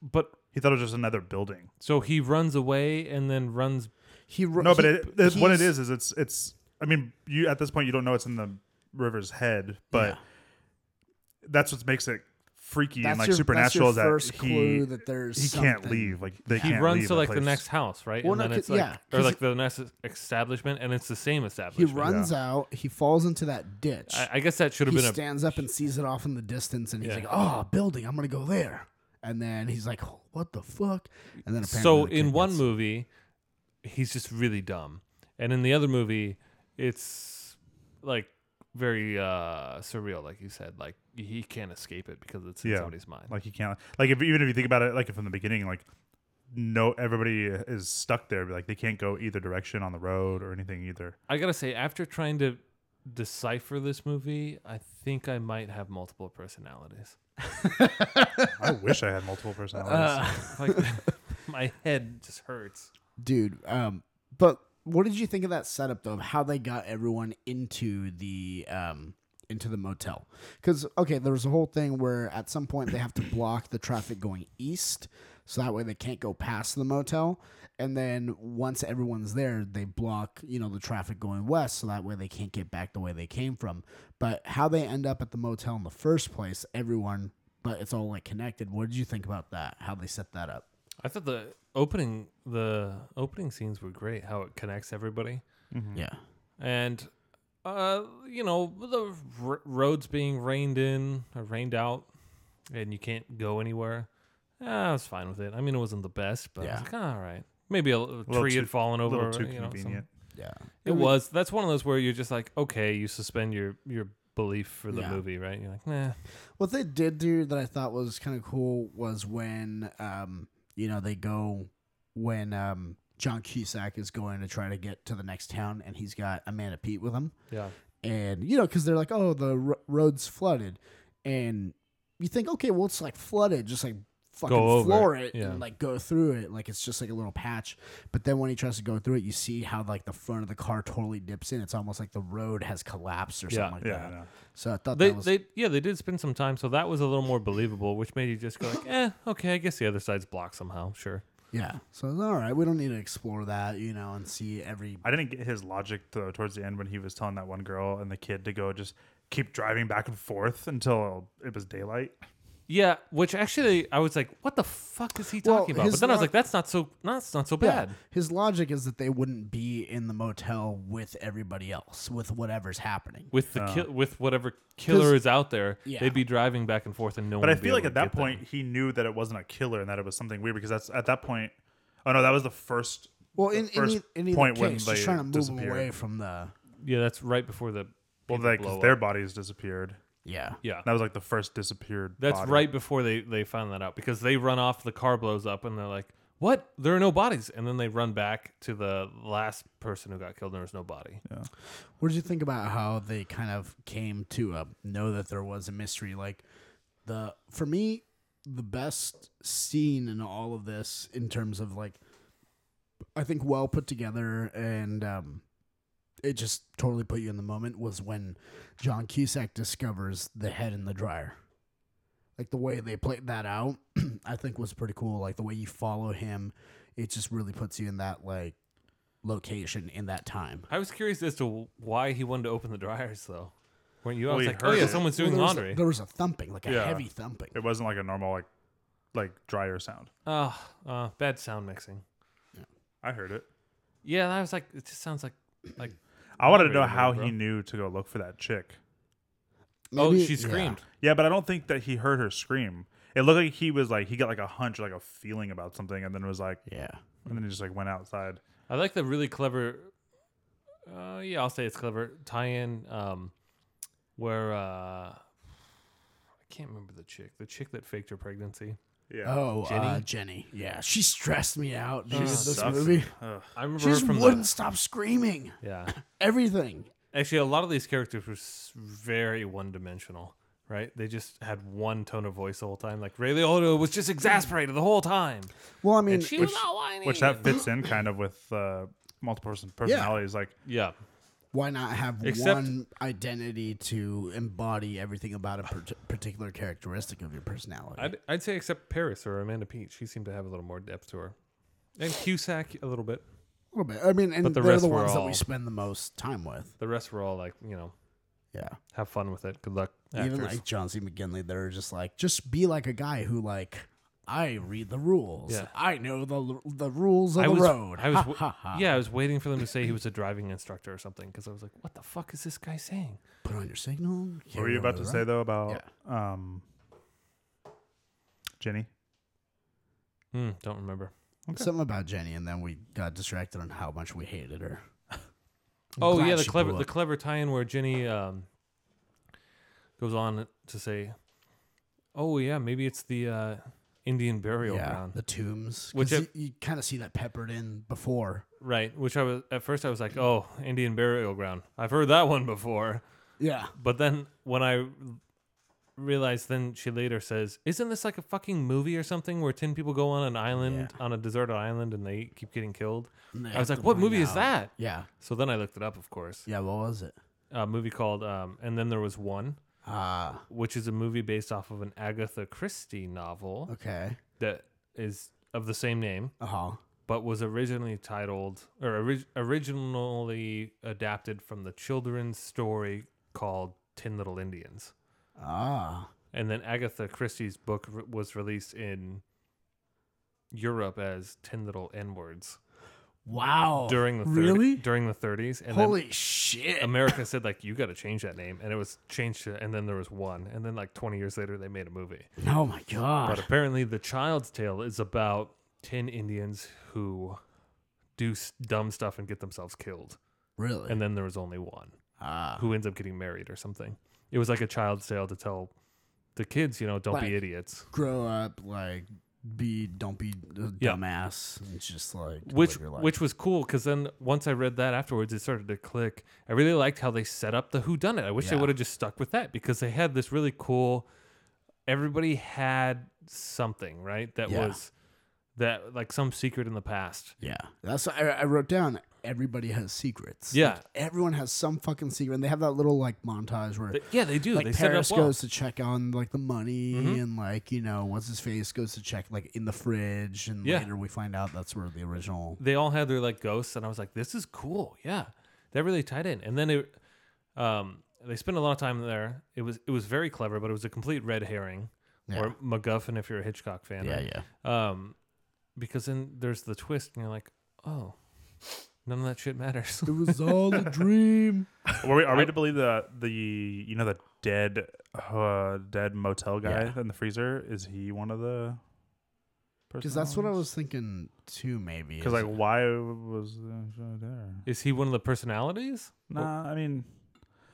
Speaker 3: but
Speaker 2: He thought it was just another building.
Speaker 3: So he runs away and then runs.
Speaker 1: He ru-
Speaker 2: No, but
Speaker 1: he-
Speaker 2: it, it- what it
Speaker 1: he's-
Speaker 2: is is it's it's. I mean, you at this point you don't know it's in the river's head, but
Speaker 1: Yeah.
Speaker 2: that's what makes it freaky
Speaker 1: That's
Speaker 2: and like
Speaker 1: your-
Speaker 2: supernatural
Speaker 1: that's your
Speaker 2: is
Speaker 1: first
Speaker 2: that he
Speaker 1: clue that there's
Speaker 2: he can't
Speaker 1: something.
Speaker 2: leave. Like they
Speaker 3: He
Speaker 2: can't
Speaker 3: runs
Speaker 2: leave
Speaker 3: to like the
Speaker 2: place.
Speaker 3: next house, right?
Speaker 1: Well,
Speaker 3: and
Speaker 1: no,
Speaker 3: then
Speaker 1: c-
Speaker 3: it's like,
Speaker 1: yeah,
Speaker 3: or
Speaker 1: 'cause
Speaker 3: like the next establishment, and it's the same
Speaker 1: He
Speaker 3: establishment.
Speaker 1: runs out. He falls into that ditch.
Speaker 3: I, I guess that should have
Speaker 1: he
Speaker 3: been a.
Speaker 1: stands up and sees it off in the distance, and he's
Speaker 3: Yeah.
Speaker 1: like, "Oh, a building! I'm gonna go there." And then he's like, "What the fuck?" And then apparently
Speaker 3: so
Speaker 1: the kid
Speaker 3: in one
Speaker 1: gets-
Speaker 3: movie, he's just really dumb, and in the other movie, it's like very uh surreal, like you said, like he can't escape it because it's in
Speaker 2: Yeah.
Speaker 3: somebody's mind.
Speaker 2: Like he can't. Like if even if you think about it, like from the beginning, like no, everybody is stuck there. Like they can't go either direction on the road or anything either.
Speaker 3: I gotta say, after trying to decipher this movie, I think I might have multiple personalities.
Speaker 1: [LAUGHS]
Speaker 2: I wish I had multiple personalities.
Speaker 1: Uh,
Speaker 3: [LAUGHS] like my head just hurts.
Speaker 1: dude. Um, but what did you think of that setup though? Of how they got everyone into the um into the motel? Because okay, there was a whole thing where at some point they have to block the traffic going east, so that way they can't go past the motel. And then once everyone's there, they block you know the traffic going west, so that way they can't get back the way they came from. But how they end up at the motel in the first place, everyone. But it's all like connected. What did you think about that? How they set that up?
Speaker 3: I thought the opening the opening scenes were great. How it connects everybody, Mm-hmm.
Speaker 2: Mm.
Speaker 1: Yeah.
Speaker 3: and uh, you know the r- roads being rained in or rained out, and you can't go anywhere. Ah, I was fine with it. I mean, it wasn't the best, but I
Speaker 1: Yeah.
Speaker 3: was like, all right. Maybe a, little
Speaker 2: little
Speaker 3: tree
Speaker 2: too-
Speaker 3: had fallen
Speaker 2: a
Speaker 3: over. uh,
Speaker 2: little too
Speaker 3: you know, some-
Speaker 2: convenient.
Speaker 1: Yeah.
Speaker 3: It was. That's one of those where you're just like, okay, you suspend your your belief for the
Speaker 1: Yeah.
Speaker 3: movie, right? You're like, nah.
Speaker 1: What they did do that I thought was kind of cool was when, um, you know, they go when um, John Cusack is going to try to get to the next town, and he's got Amanda Pete with him,
Speaker 3: Yeah.
Speaker 1: and you know, because they're like, oh, the ro- road's flooded, and you think, okay, well, it's like flooded, just like fucking
Speaker 3: Go over
Speaker 1: floor
Speaker 3: it,
Speaker 1: it
Speaker 3: yeah.
Speaker 1: and like go through it, like it's just like a little patch. But then when he tries to go through it, you see how like the front of the car totally dips in. It's almost like the road has collapsed or
Speaker 3: Yeah,
Speaker 1: something like
Speaker 2: Yeah,
Speaker 1: that.
Speaker 2: I know.
Speaker 1: So I thought
Speaker 3: They,
Speaker 1: that was
Speaker 3: they yeah they did spend some time so that was a little more believable which made you just go like eh okay I guess the other side's blocked somehow sure
Speaker 1: Yeah. So it's all right. We don't need to explore that, you know, and see every.
Speaker 2: I didn't get his logic though towards the end when he was telling that one girl and the kid to go just keep driving back and forth until it was daylight.
Speaker 3: Yeah, which actually I was like, what the fuck is he
Speaker 1: Well,
Speaker 3: talking about?
Speaker 1: his
Speaker 3: But then I was
Speaker 1: lo-
Speaker 3: like, that's not so no, that's not so
Speaker 1: Yeah.
Speaker 3: bad.
Speaker 1: His logic is that they wouldn't be in the motel with everybody else, with whatever's happening.
Speaker 3: With
Speaker 2: Uh,
Speaker 3: the kill
Speaker 1: [LAUGHS]
Speaker 3: with whatever killer is out there,
Speaker 1: Yeah.
Speaker 3: they'd be driving back and forth and no one
Speaker 2: But I
Speaker 3: would be
Speaker 2: feel like
Speaker 3: able
Speaker 2: at
Speaker 3: to
Speaker 2: that
Speaker 3: get them.
Speaker 2: point he knew that it wasn't a killer and that it was something weird because that's at that point. Oh no, that was the first.
Speaker 1: Well,
Speaker 2: the
Speaker 1: in, in,
Speaker 2: first
Speaker 1: e- in either
Speaker 2: point when
Speaker 1: case,
Speaker 2: they
Speaker 1: just trying to move 'em
Speaker 2: disappeared.
Speaker 1: away from the
Speaker 3: Yeah, that's right before the
Speaker 2: Well,
Speaker 3: people
Speaker 2: like
Speaker 3: blow
Speaker 2: 'cause
Speaker 3: up.
Speaker 2: their bodies disappeared.
Speaker 1: yeah.
Speaker 3: Yeah.
Speaker 2: That was like the first disappeared.
Speaker 3: That's
Speaker 2: body.
Speaker 3: right before they they found that out because they run off, the car blows up, and they're like, "What? There are no bodies!" And then they run back to the last person who got killed, and there was no body.
Speaker 1: What did you think about how they kind of came to uh, know that there was a mystery? Like the for me, the best scene in all of this, in terms of like, I think well put together and um, it just totally put you in the moment was when John Cusack discovers the head in the dryer. Like the way they played that out, [CLEARS THROAT] I think was pretty cool. Like the way you follow him, it just really puts you in that like location in that time.
Speaker 3: I was curious as to why he wanted to open the dryers, though. Weren't you? I
Speaker 2: Well,
Speaker 3: was
Speaker 2: he
Speaker 3: like, "Oh
Speaker 2: heard
Speaker 3: yeah,
Speaker 2: it.
Speaker 3: someone's doing
Speaker 1: Well, there was a-
Speaker 3: laundry."
Speaker 1: there was a thumping, like a
Speaker 2: Yeah.
Speaker 1: heavy thumping.
Speaker 2: It wasn't like a normal like like dryer sound.
Speaker 3: Ah, ah, bad sound mixing.
Speaker 2: I heard it.
Speaker 3: Yeah, and I was like, it just sounds like like.
Speaker 2: I wanted to
Speaker 3: Wait a
Speaker 2: know
Speaker 3: minute,
Speaker 2: how
Speaker 3: bro.
Speaker 2: he knew to go look for that chick.
Speaker 3: Oh,
Speaker 1: Maybe-
Speaker 3: she
Speaker 1: yeah.
Speaker 3: screamed.
Speaker 2: Yeah, but I don't think that he heard her scream. It looked like he was like he got like a hunch, like a feeling about something, and then was like,
Speaker 1: Yeah.
Speaker 2: and then he just like went outside.
Speaker 3: I like the really clever. Uh, yeah, I'll say it's clever tie-in. Um, where uh, I can't remember the chick, the chick that faked her pregnancy.
Speaker 2: Yeah.
Speaker 1: Oh, Jenny. Uh,
Speaker 3: Jenny?
Speaker 1: Jenny. Yeah, she stressed me out during this
Speaker 2: sucks.
Speaker 1: movie.
Speaker 2: Ugh.
Speaker 3: I remember
Speaker 1: She
Speaker 3: her
Speaker 1: just
Speaker 3: from
Speaker 1: wouldn't
Speaker 3: the,
Speaker 1: stop screaming.
Speaker 3: yeah.
Speaker 1: Everything.
Speaker 3: Actually, a lot of these characters were s- very one-dimensional, right? They just had one tone of voice the whole time. Like Ray Liotta was just exasperated the whole time.
Speaker 1: Well, I mean,
Speaker 3: She
Speaker 1: which-
Speaker 3: was all whiny.
Speaker 2: Which that fits
Speaker 1: [LAUGHS]
Speaker 2: in kind of with uh, multiple person personalities. Like
Speaker 3: yeah,
Speaker 1: why not have
Speaker 3: Except-
Speaker 1: one identity to embody everything about a par- particular characteristic of your personality?
Speaker 3: I'd, I'd say except Paris or Amanda Pete. She seemed to have a little more depth to her, and Cusack a little bit.
Speaker 1: a little bit. I mean, and
Speaker 3: But the
Speaker 1: they're
Speaker 3: rest
Speaker 1: the
Speaker 3: were
Speaker 1: ones that we
Speaker 3: all-
Speaker 1: spend the most time with.
Speaker 3: The rest were all like, you know,
Speaker 1: Yeah.
Speaker 3: have fun with it. Good luck.
Speaker 1: Even
Speaker 3: actors.
Speaker 1: like John C. McGinley, they're just like, just be like a guy who like, I read the rules.
Speaker 3: Yeah.
Speaker 1: I know the the rules of
Speaker 3: I
Speaker 1: the
Speaker 3: was,
Speaker 1: road.
Speaker 3: I was,
Speaker 1: Ha,
Speaker 3: w-
Speaker 1: ha, ha.
Speaker 3: yeah, I was waiting for them to say he was a driving instructor or something because I was like, what the fuck is this guy saying?
Speaker 1: Put on your signal.
Speaker 2: what were you about to say though about um, Jenny?
Speaker 3: Hmm, don't remember.
Speaker 1: Something about Jenny, and then we got distracted on how much we hated her. I'm
Speaker 3: [LAUGHS] oh
Speaker 1: glad
Speaker 3: yeah, the
Speaker 1: she
Speaker 3: clever,
Speaker 1: blew
Speaker 3: the
Speaker 1: up.
Speaker 3: clever tie-in where Jenny um, goes on to say, oh yeah, maybe it's the uh, Indian burial
Speaker 1: yeah,
Speaker 3: ground,
Speaker 1: the tombs.
Speaker 3: Which
Speaker 1: Which
Speaker 3: it-
Speaker 1: you, kind of see that peppered in before.
Speaker 3: right? Which I was at first I was like, oh, Indian burial ground. I've heard that one before.
Speaker 1: Yeah,
Speaker 3: But then when I realized, then she later says, "Isn't this like a fucking movie or something where ten people go on an island on a deserted island and they keep getting killed?"
Speaker 1: And they
Speaker 3: I was
Speaker 1: have
Speaker 3: like,
Speaker 1: to
Speaker 3: "What
Speaker 1: find
Speaker 3: movie is
Speaker 1: out."
Speaker 3: that?"
Speaker 1: yeah,
Speaker 3: So then I looked it up, of course.
Speaker 1: yeah. What was it?
Speaker 3: A movie called um, and then there was one,
Speaker 1: Ah,
Speaker 3: which is a movie based off of an Agatha Christie novel
Speaker 1: okay.
Speaker 3: that is of the same name,
Speaker 1: Uh huh.
Speaker 3: but was originally titled or orig- originally adapted from the children's story called Tin Little Indians.
Speaker 1: Ah,
Speaker 3: And then Agatha Christie's book r was released in Europe as Ten Little N Words
Speaker 1: wow.
Speaker 3: during the 30,
Speaker 1: Oh, really?
Speaker 3: during the 30s. And
Speaker 1: Holy shit!
Speaker 3: then America said like you got to change that name, and it was changed to. And then there was one, and then like 20 years later they made a movie.
Speaker 1: oh my
Speaker 3: But
Speaker 1: god.
Speaker 3: apparently, The Child's Tale is about ten Indians who do s- dumb stuff and get themselves killed,
Speaker 1: Really?
Speaker 3: and then there was only one.
Speaker 1: Ah,
Speaker 3: who ends up getting married or something. It was like a child's tale to tell the kids, you know, don't
Speaker 1: Like-
Speaker 3: be idiots.
Speaker 1: grow up, like, be, don't be a
Speaker 3: Yeah.
Speaker 1: dumbass. It's just like
Speaker 3: Which
Speaker 1: live your life.
Speaker 3: which was cool because then once I read that afterwards, it started to click. I really liked how they set up the who done it. I wish they
Speaker 1: Yeah.
Speaker 3: would have just stuck with that because they had this really cool. Everybody had something right that
Speaker 1: Yeah.
Speaker 3: was that like some secret in the past.
Speaker 1: yeah, that's what I, I wrote down. Everybody has secrets. Like,
Speaker 3: Yeah.
Speaker 1: everyone has some fucking secret, and they have that little like montage where.
Speaker 3: They- yeah, they do.
Speaker 1: like
Speaker 3: they set it
Speaker 1: Paris
Speaker 3: up well. Mm-hmm.
Speaker 1: goes to check on like the money and like you know what's his face goes to check like in the fridge and
Speaker 3: Yeah.
Speaker 1: later we find out that's where the original
Speaker 3: they all had their like ghosts and i was like this is cool yeah that really tied in and then it um they spent a lot of time there it was it was very clever but it was a complete red herring
Speaker 1: Yeah.
Speaker 3: or MacGuffin if you're a Hitchcock fan.
Speaker 1: yeah,
Speaker 3: right?
Speaker 1: yeah.
Speaker 3: Um, because then there's the twist, and you're like, oh, none of that shit
Speaker 1: [LAUGHS]
Speaker 3: matters.
Speaker 1: It was all a
Speaker 3: [LAUGHS]
Speaker 1: dream.
Speaker 2: Are we, are we to believe that the you know the dead uh, dead motel guy
Speaker 1: Yeah.
Speaker 2: in the freezer is he one of the?
Speaker 1: Because that's what I was thinking too. Maybe
Speaker 2: Because
Speaker 1: is-
Speaker 2: like, why was uh, there?
Speaker 3: Is he one of the personalities,
Speaker 2: Nah, I mean,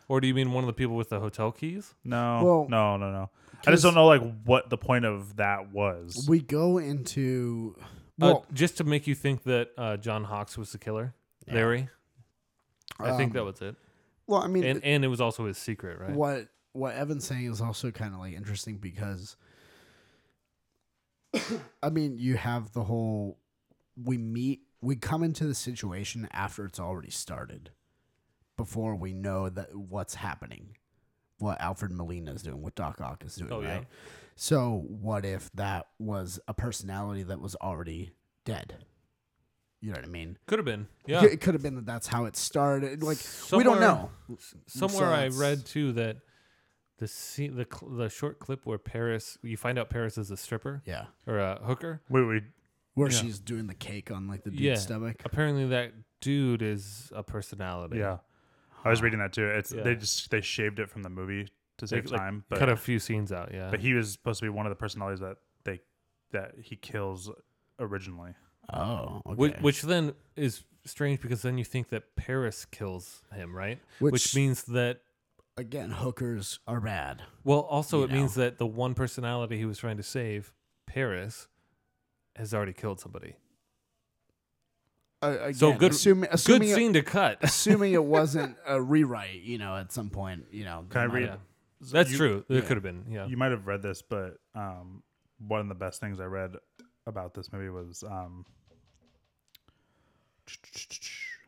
Speaker 3: or do you mean one of the people with the hotel keys?
Speaker 2: no,
Speaker 1: Well,
Speaker 2: no, no, no. I
Speaker 1: 'cause
Speaker 2: just don't know like what the point of that was.
Speaker 1: We go into
Speaker 3: Uh,
Speaker 1: well,
Speaker 3: just to make you think that uh, John Hawks was the killer,
Speaker 1: Yeah.
Speaker 3: Larry. I think that
Speaker 1: um,
Speaker 3: was it,
Speaker 1: Well, I mean,
Speaker 3: and and it was also his secret, right?
Speaker 1: what what Evan's saying is also kind of like interesting because [COUGHS] I mean, you have the whole we meet we come into the situation after it's already started before we know that what's happening what Alfred Molina is doing what Doc Ock is doing
Speaker 3: Oh, yeah.
Speaker 1: right so what if that was a personality that was already dead you know what I mean
Speaker 3: Could have been, yeah.
Speaker 1: it could have been that that's how it started like we don't
Speaker 3: Somewhere-
Speaker 1: know
Speaker 3: s- Somewhere I
Speaker 1: it's-
Speaker 3: read too that the scene- the cl- the short clip where Paris, you find out Paris is a stripper
Speaker 1: yeah
Speaker 3: or a hooker.
Speaker 2: Wait, wait.
Speaker 1: where
Speaker 2: Yeah.
Speaker 1: she's doing the cake on like the dude's
Speaker 3: Yeah.
Speaker 1: stomach.
Speaker 3: Apparently, that dude is a personality.
Speaker 2: Yeah, I was reading that too. It's
Speaker 3: Yeah.
Speaker 2: they just they shaved it from the movie to
Speaker 3: They,
Speaker 2: save
Speaker 3: like,
Speaker 2: time, but
Speaker 3: cut a few scenes out. Yeah,
Speaker 2: but he was supposed to be one of the personalities that they that he kills originally.
Speaker 1: Oh, okay.
Speaker 3: which, which then is strange because then you think that Paris kills him, right? Which, means that
Speaker 1: again, hookers are bad.
Speaker 3: well, also
Speaker 1: You
Speaker 3: it means that the one personality he was trying to save, Paris, has already killed somebody.
Speaker 1: Uh, again,
Speaker 3: So good-
Speaker 1: assuming assuming
Speaker 3: Good
Speaker 1: it,
Speaker 3: scene
Speaker 1: [LAUGHS]
Speaker 3: to cut.
Speaker 1: assuming
Speaker 3: [LAUGHS]
Speaker 1: it wasn't a rewrite. You know, at some point, you know. they
Speaker 2: Can I
Speaker 1: might
Speaker 2: read-
Speaker 1: have-
Speaker 3: Yeah. That's
Speaker 2: You-
Speaker 3: true. There
Speaker 1: yeah.
Speaker 3: could have been. Yeah.
Speaker 2: You might have read this, but um, one of the best things I read about this movie was um,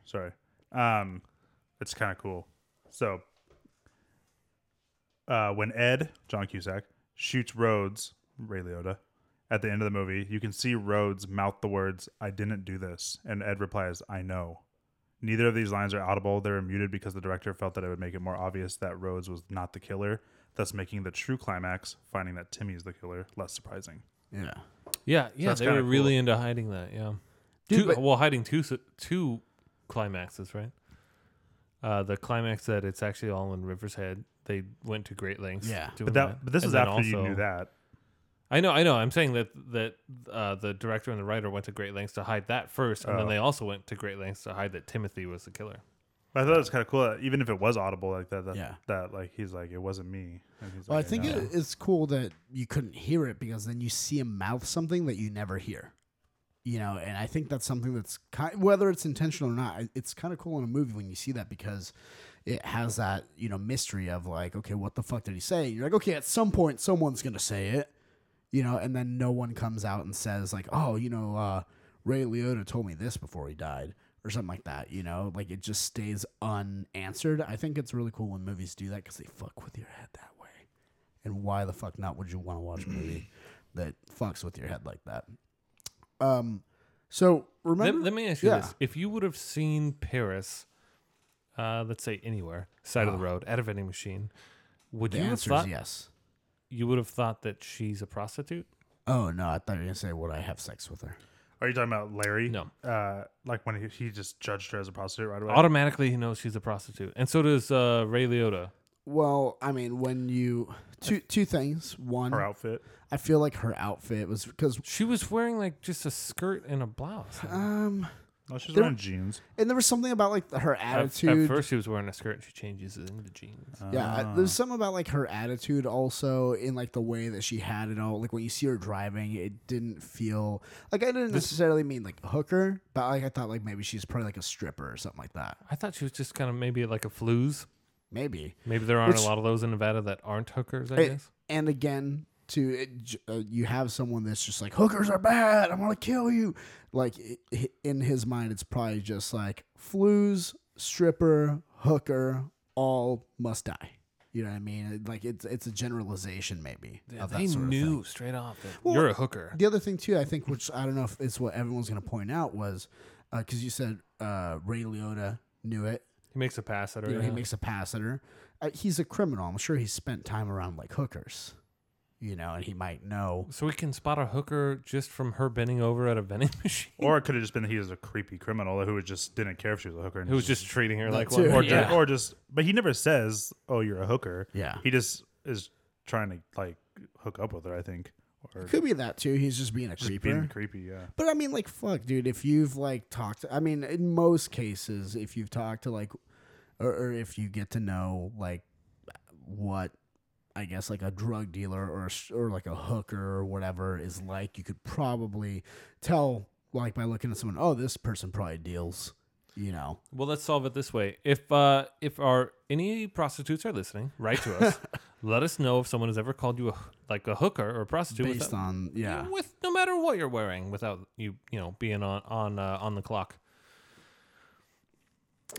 Speaker 2: sorry, um, it's kind of cool. So, uh, when Ed John Cusack shoots Rhodes Ray Liotta at the end of the movie, you can see Rhodes mouth the words "I didn't do this," and Ed replies, "I know." Neither of these lines are audible. They were muted because the director felt that it would make it more obvious that Rhodes was not the killer, thus making the true climax, finding that Timmy is the killer, less surprising.
Speaker 1: Yeah.
Speaker 3: Yeah, yeah,
Speaker 2: that's
Speaker 3: they were
Speaker 2: kinda
Speaker 3: really
Speaker 2: cool.
Speaker 3: into hiding that. Yeah,
Speaker 1: Dude,
Speaker 3: two,
Speaker 1: but-
Speaker 3: well, hiding two s- two climaxes, right? Uh, the climax that it's actually all in Riverside. They went to great lengths.
Speaker 1: Yeah. But
Speaker 3: doing
Speaker 2: But that, but this
Speaker 3: And
Speaker 2: is
Speaker 3: then
Speaker 2: after you
Speaker 3: also-
Speaker 2: knew that.
Speaker 3: I know, I know. I'm saying that that uh, the director and the writer went to great lengths to hide that first, and then
Speaker 2: Oh.
Speaker 3: they also went to great lengths to hide that Timothy was the killer.
Speaker 2: But I thought it was kind of cool, that even if it was audible like that. That,
Speaker 1: Yeah.
Speaker 2: that like he's like it wasn't me. And he's
Speaker 1: Well, I
Speaker 2: like,
Speaker 1: think
Speaker 2: know."
Speaker 1: it, it's cool that you couldn't hear it because then you see him mouth something that you never hear. You know, and I think that's something that's kind, whether it's intentional or not, I- it's kind of cool in a movie when you see that because it has that you know mystery of like, okay, what the fuck did he say? You're like, okay, at some point someone's gonna say it, you know, and then no one comes out and says like, oh, you know, uh, Ray Liotta told me this before he died or something like that. You know, like it just stays unanswered. I think it's really cool when movies do that because they fuck with your head that way. And why the fuck not would you want to watch a movie that fucks with your head like that? Um, so
Speaker 3: Let,
Speaker 1: remember,
Speaker 3: let me ask you
Speaker 1: Yeah.
Speaker 3: this: If you would have seen Paris, uh, let's say anywhere side of the road at a vending machine, would
Speaker 1: the
Speaker 3: you have
Speaker 1: answer
Speaker 3: thought
Speaker 1: is yes.
Speaker 3: you would have thought that she's a prostitute?
Speaker 1: Oh no, I thought you were gonna say would I have sex with her?
Speaker 2: Are you talking about Larry?
Speaker 3: No.
Speaker 2: Uh, like when he, he just judged her as a prostitute right away.
Speaker 3: Automatically, he knows she's a prostitute, and so does uh, Ray Liotta.
Speaker 1: Well, I mean, when you two two things. One,
Speaker 2: her outfit.
Speaker 1: I feel like her outfit was because
Speaker 3: She was wearing like just a skirt and a blouse.
Speaker 1: um,
Speaker 2: No, Oh, she's
Speaker 1: There-
Speaker 2: wearing jeans.
Speaker 1: and there was something about like her
Speaker 3: At-
Speaker 1: attitude.
Speaker 3: At, first, uh, she was wearing a skirt, and she changes it into jeans.
Speaker 1: Yeah,
Speaker 2: Ah.
Speaker 1: I, there's something about like her attitude also in like the way that she had it all. Like when you see her driving, it didn't feel like I didn't necessarily mean like hooker, but like I thought like maybe she's probably like a stripper or something like that.
Speaker 3: I thought she was just kind of maybe like a flues.
Speaker 1: Maybe.
Speaker 3: Maybe there aren't
Speaker 1: Which-
Speaker 3: a lot of those in Nevada that aren't hookers. I
Speaker 1: It-
Speaker 3: guess.
Speaker 1: And again, to it, j- uh, you have someone that's just like hookers are bad. I'm gonna kill you. Like i- i- in his mind, it's probably just like flues, stripper, hooker, all must die. You know what I mean? It- Like it's it's a generalization maybe.
Speaker 3: Yeah,
Speaker 1: of that
Speaker 3: they
Speaker 1: sort of thing.
Speaker 3: knew straight off that
Speaker 1: Well,
Speaker 3: you're a hooker.
Speaker 1: The other thing too, I think, which I don't know if it's what everyone's going to point out was because you said uh, Ray Liotta knew it.
Speaker 3: He makes a pass at her.
Speaker 1: You know, he
Speaker 3: yeah.
Speaker 1: makes a pass at her. Uh, he's a criminal. I'm sure he's spent time around like hookers. you know, and he might know.
Speaker 3: So we can spot a hooker just from her bending over at a vending [LAUGHS] machine.
Speaker 2: Or it could have just been that he was a creepy criminal who was just didn't care if she was a hooker. and
Speaker 3: Who was just treating her
Speaker 1: That
Speaker 3: like
Speaker 1: too.
Speaker 3: one?
Speaker 2: or,
Speaker 3: Or yeah.
Speaker 2: just, or just, but he never says, "Oh, you're a hooker."
Speaker 1: Yeah.
Speaker 2: He just is trying to like hook up with her. I think, or
Speaker 1: Could be that too. He's just being a
Speaker 2: just
Speaker 1: creeper.
Speaker 2: being creepy. Yeah.
Speaker 1: But I mean, like, fuck, dude. If you've like talked, I mean, in most cases, if you've talked to like, or, or if you get to know like what, I guess like a drug dealer or a s- or like a hooker or whatever is like, you could probably tell like by looking at someone. Oh, this person probably deals. You know,
Speaker 3: Well, let's solve it this way. If uh, if our any prostitutes are listening, write to
Speaker 1: [LAUGHS]
Speaker 3: us. Let us know if someone has ever called you a, like a hooker or a prostitute.
Speaker 1: based
Speaker 3: without-
Speaker 1: on yeah.
Speaker 3: with no matter what you're wearing, without you you know being on on uh, on the clock.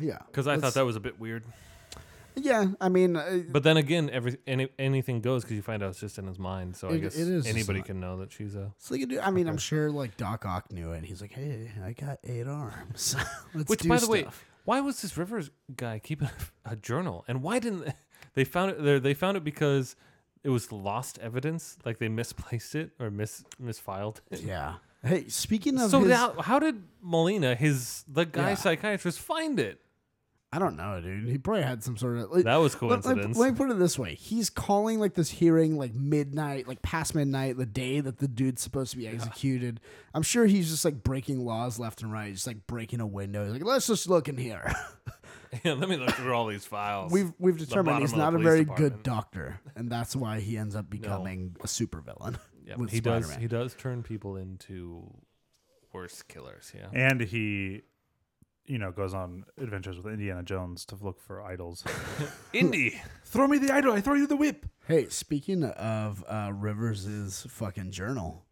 Speaker 1: Yeah,
Speaker 3: Because I
Speaker 1: Let's-
Speaker 3: thought that was a bit weird.
Speaker 1: Yeah, I mean, uh,
Speaker 3: But then again, every any, anything goes because you find out it's just in his mind. So I
Speaker 1: It-
Speaker 3: guess
Speaker 1: it is just
Speaker 3: anybody
Speaker 1: not-
Speaker 3: can know that she's a.
Speaker 1: so they could do. I mean, I'm sure like Doc Ock knew it. He's like, hey, I got eight arms. [LAUGHS] Let's
Speaker 3: Which,
Speaker 1: do
Speaker 3: by the way,
Speaker 1: stuff.
Speaker 3: why was this Rivers guy keeping a, [LAUGHS] a journal? And why didn't they found it? There, they found it because it was lost evidence. Like they misplaced it or mis misfiled. it.
Speaker 1: yeah. Hey, speaking of
Speaker 3: So
Speaker 1: his-
Speaker 3: now, how did Molina, his the guy
Speaker 1: Yeah.
Speaker 3: psychiatrist, find it? [LAUGHS]
Speaker 1: I don't know, dude. He probably had some sort of.
Speaker 3: That was
Speaker 1: Let- let-
Speaker 3: coincidence.
Speaker 1: Let, me put it this way: He's calling like this hearing, like midnight, like past midnight, the day that the dude's supposed to be executed. I'm sure he's just like breaking laws left and right, just like breaking a window. He's like, let's just look in here.
Speaker 3: Yeah, let me look through all these files.
Speaker 1: we've we've
Speaker 3: The
Speaker 1: determined
Speaker 3: bottom
Speaker 1: he's
Speaker 3: of the
Speaker 1: not a
Speaker 3: police
Speaker 1: very good
Speaker 3: department.
Speaker 1: doctor, and that's why he ends up becoming a supervillain. [LAUGHS]
Speaker 3: Yeah,
Speaker 1: with
Speaker 3: he does.
Speaker 1: Spider-Man.
Speaker 3: He does turn people into worse killers. Yeah.
Speaker 2: And he, you know, goes on adventures with Indiana Jones to look
Speaker 1: [LAUGHS]
Speaker 2: for idols.
Speaker 3: Indy.
Speaker 2: [LAUGHS] throw me the idol. I throw you the whip.
Speaker 1: Hey, speaking of uh, Rivers's fucking journal,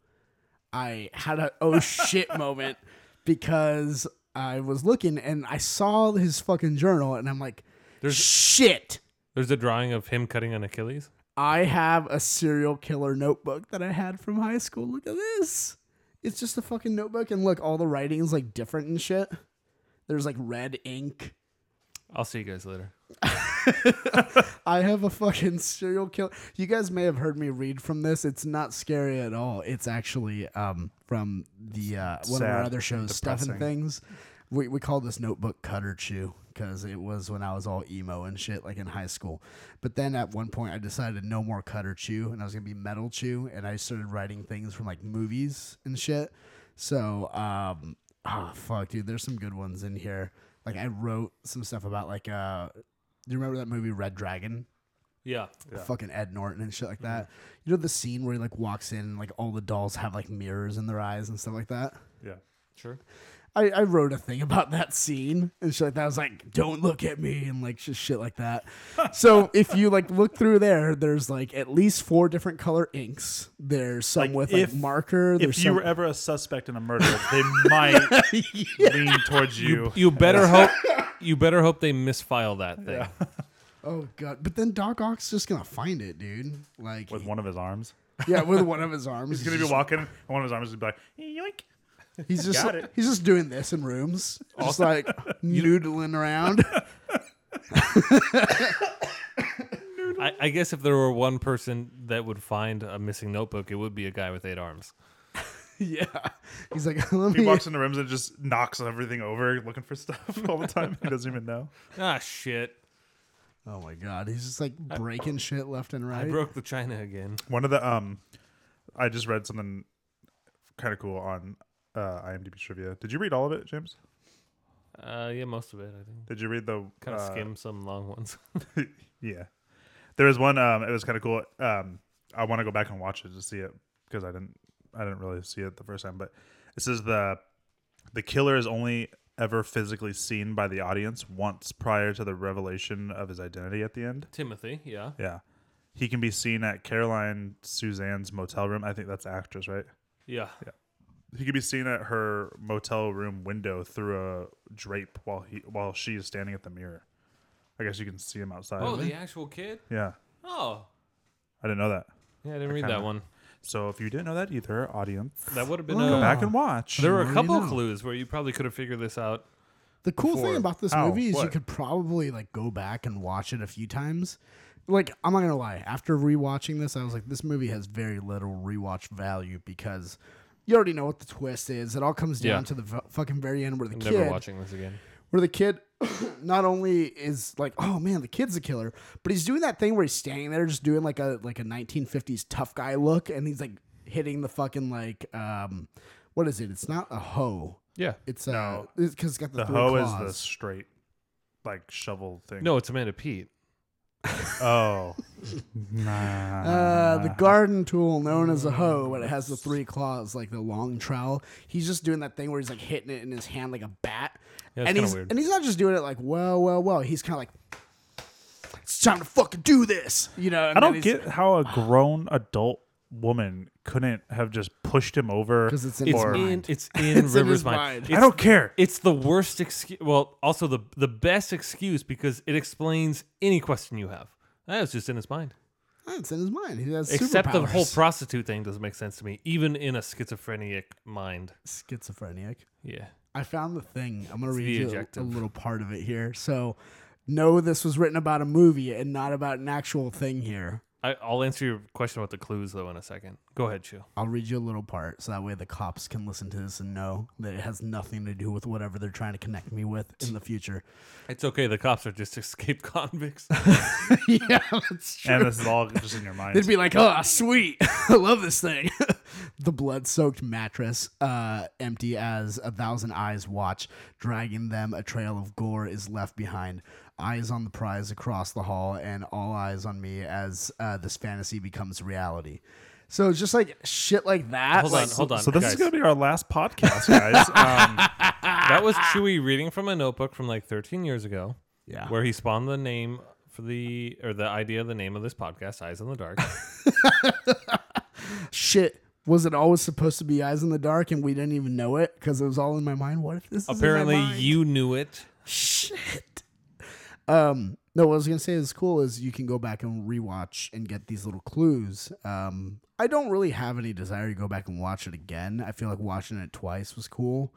Speaker 1: I had a oh
Speaker 3: [LAUGHS]
Speaker 1: shit moment because I was looking and I saw his fucking journal and I'm like,
Speaker 3: There's-
Speaker 1: shit.
Speaker 3: There's a drawing of him cutting an Achilles.
Speaker 1: I have a serial killer notebook that I had from high school. Look at this. It's just a fucking notebook and look, all the writing's like different and shit. There's like red ink.
Speaker 3: I'll see you guys later.
Speaker 1: I have a fucking serial killer. You guys may have heard me read from this. It's not scary at all. It's actually um, from the uh, one of our
Speaker 2: Sad,
Speaker 1: other shows, Stuff and
Speaker 2: depressing.
Speaker 1: Things. We we call this notebook Cutter Chew because it was when I was all emo and shit, like in high school. But then at one point, I decided no more Cutter Chew, and I was gonna be Metal Chew, and I started writing things from like movies and shit. So, um, oh fuck, dude, there's some good ones in here. Like I wrote some stuff about like uh, do you remember that movie Red Dragon?
Speaker 3: Yeah.
Speaker 1: fucking Ed Norton and shit like that. You know the scene where he like walks in and like all the dolls have like mirrors in their eyes and stuff like that.
Speaker 2: Yeah.
Speaker 3: Sure.
Speaker 1: I, I wrote a thing [LAUGHS] about that scene and shit like that. I was like, "Don't look at me" and like just shit like
Speaker 2: [LAUGHS]
Speaker 1: that. so if you like look through there, there's like at least four different color inks. There's some
Speaker 2: Like,
Speaker 1: with
Speaker 2: if-
Speaker 1: like marker.
Speaker 2: If
Speaker 1: There's
Speaker 2: you
Speaker 1: some,
Speaker 2: were ever a suspect in a murder, they might
Speaker 1: [LAUGHS]
Speaker 2: lean towards you.
Speaker 3: You better hope. You better hope they misfile that thing.
Speaker 1: oh god, but then Doc Ock's just gonna find it, dude. Like,
Speaker 2: with one of his arms.
Speaker 1: [LAUGHS] yeah, with one of his arms.
Speaker 2: He's gonna be walking, and one of his arms is gonna be like, yoink.
Speaker 1: He's just
Speaker 2: Got it.
Speaker 1: he's just doing this in rooms, just
Speaker 2: [LAUGHS]
Speaker 1: like noodling around. [LAUGHS]
Speaker 3: I, I guess if there were one person that would find a missing notebook, it would be a guy with eight arms.
Speaker 1: yeah, he's like, [LAUGHS] let
Speaker 2: He
Speaker 1: me.
Speaker 2: walks into rooms and just knocks everything over, looking for stuff [LAUGHS] all the time. He doesn't even know.
Speaker 3: Ah, shit!
Speaker 1: Oh my god, he's just like breaking shit left and
Speaker 3: I
Speaker 1: right.
Speaker 3: broke the china again.
Speaker 2: One of the um, I just read something kind of cool on uh, IMDb trivia. Did you read all of it, James?
Speaker 3: Uh, yeah, most of it. I think.
Speaker 2: Did you read the
Speaker 3: Kind of
Speaker 2: uh,
Speaker 3: skimmed some long ones.
Speaker 2: Yeah, there was one. Um, it was kind of cool. Um, I want to go back and watch it to see it because I didn't, I didn't really see it the first time. But this is the the killer is only ever physically seen by the audience once prior to the revelation of his identity at the end.
Speaker 3: [LAUGHS] Timothy, yeah.
Speaker 2: Yeah. He can be seen at Caroline Suzanne's motel room. I think that's the actress, right?
Speaker 3: Yeah.
Speaker 2: He can be seen at her motel room window through a drape while he while she is standing at the mirror. I guess you can see him outside.
Speaker 3: Oh, the actual kid?
Speaker 2: yeah.
Speaker 3: Oh.
Speaker 2: I didn't know that.
Speaker 3: Yeah, I didn't read that
Speaker 2: kinda-
Speaker 3: one.
Speaker 2: So if you didn't know that either, audience,
Speaker 3: That would have been uh,
Speaker 1: Go
Speaker 2: go
Speaker 3: a,
Speaker 2: back and watch.
Speaker 3: There were
Speaker 1: Sure
Speaker 3: a
Speaker 1: you
Speaker 3: couple
Speaker 1: know.
Speaker 3: clues where you probably could have figured this out.
Speaker 1: The cool
Speaker 3: Before-
Speaker 1: thing about this
Speaker 2: Ow,
Speaker 1: movie is you
Speaker 2: what?
Speaker 1: could probably like go back and watch it a few times. like I'm not gonna lie. After rewatching this, I was like, this movie has very little rewatch value because you already know what the twist is. It all comes down
Speaker 3: Yeah.
Speaker 1: to the fu- fucking very end where the
Speaker 3: I'm
Speaker 1: kid,
Speaker 3: never watching this again.
Speaker 1: where the kid, [COUGHS] not only is like, oh man, the kid's a killer, but he's doing that thing where he's standing there just doing like a like a 1950s tough guy look, and he's like hitting the fucking like um, what is it? It's not a hoe.
Speaker 3: Yeah.
Speaker 1: It's uh,
Speaker 2: No.
Speaker 1: it's because it's got the,
Speaker 2: The
Speaker 1: three
Speaker 2: hoe is
Speaker 1: claws.
Speaker 2: the straight, like shovel thing.
Speaker 3: No, it's Amanda Pete.
Speaker 1: [LAUGHS]
Speaker 2: Oh. nah.
Speaker 1: Uh, the garden tool known as a hoe, when it has the three claws, like the long trowel. He's just doing that thing where he's like hitting it in his hand like a bat.
Speaker 3: Yeah,
Speaker 1: and
Speaker 3: it's kinda
Speaker 1: he's
Speaker 3: weird.
Speaker 1: and he's not just doing it like well, well, well. He's kind of like, it's time to fucking do this, you know. and
Speaker 2: I
Speaker 1: then
Speaker 2: don't
Speaker 1: he's-
Speaker 2: get how a grown adult woman couldn't have just pushed him over.
Speaker 1: 'Cause it's in
Speaker 3: It's
Speaker 1: Or-
Speaker 3: in it's in
Speaker 1: It's in
Speaker 3: Rivers'
Speaker 1: his mind.
Speaker 3: mind.
Speaker 2: I don't care.
Speaker 3: It's the worst excuse. Well, also the the best excuse because it explains any question you have. That was just in his mind.
Speaker 1: Oh, it's in his mind. He has
Speaker 3: Except the whole
Speaker 1: superpowers.
Speaker 3: prostitute thing doesn't make sense to me, even in a schizophrenic mind.
Speaker 1: schizophrenic.
Speaker 3: Yeah.
Speaker 1: I found the thing. I'm gonna
Speaker 3: It's
Speaker 1: read
Speaker 3: the
Speaker 1: you a- a
Speaker 3: adjective.
Speaker 1: little part of it here. So, no, this was written about a movie and not about an actual thing here.
Speaker 3: I, I'll answer your question about the clues though in a second. Go ahead, Chu.
Speaker 1: I'll read you a little part so that way the cops can listen to this and know that it has nothing to do with whatever they're trying to connect me with in the future.
Speaker 3: It's okay. The cops are just [LAUGHS] escaped [LAUGHS] convicts.
Speaker 1: [LAUGHS] yeah, that's true.
Speaker 2: And this is all just
Speaker 3: [LAUGHS]
Speaker 2: in your mind.
Speaker 1: They'd be like, oh, sweet. [LAUGHS] I love this thing. [LAUGHS] the blood soaked mattress, uh, empty as a thousand eyes watch, dragging them a trail of gore is left behind. Eyes on the prize across the hall, and all eyes on me as uh, this fantasy becomes reality. So it's just like shit like that.
Speaker 3: hold
Speaker 1: like,
Speaker 3: on, hold on.
Speaker 2: so this
Speaker 3: guys.
Speaker 2: is gonna be our last podcast, guys. Um,
Speaker 3: that was Chewy reading from a notebook from like 13 years ago.
Speaker 1: Yeah.
Speaker 3: Where he spawned the name for the or the idea of the name of this podcast, Eyes in the Dark.
Speaker 1: shit was it always supposed to be eyes in the dark and we didn't even know it because it was all in my mind what if this
Speaker 3: Apparently,
Speaker 1: is in my mind?
Speaker 3: you knew it.
Speaker 1: shit um no what i was gonna say is cool is you can go back and rewatch and get these little clues um i don't really have any desire to go back and watch it again i feel like watching it twice was cool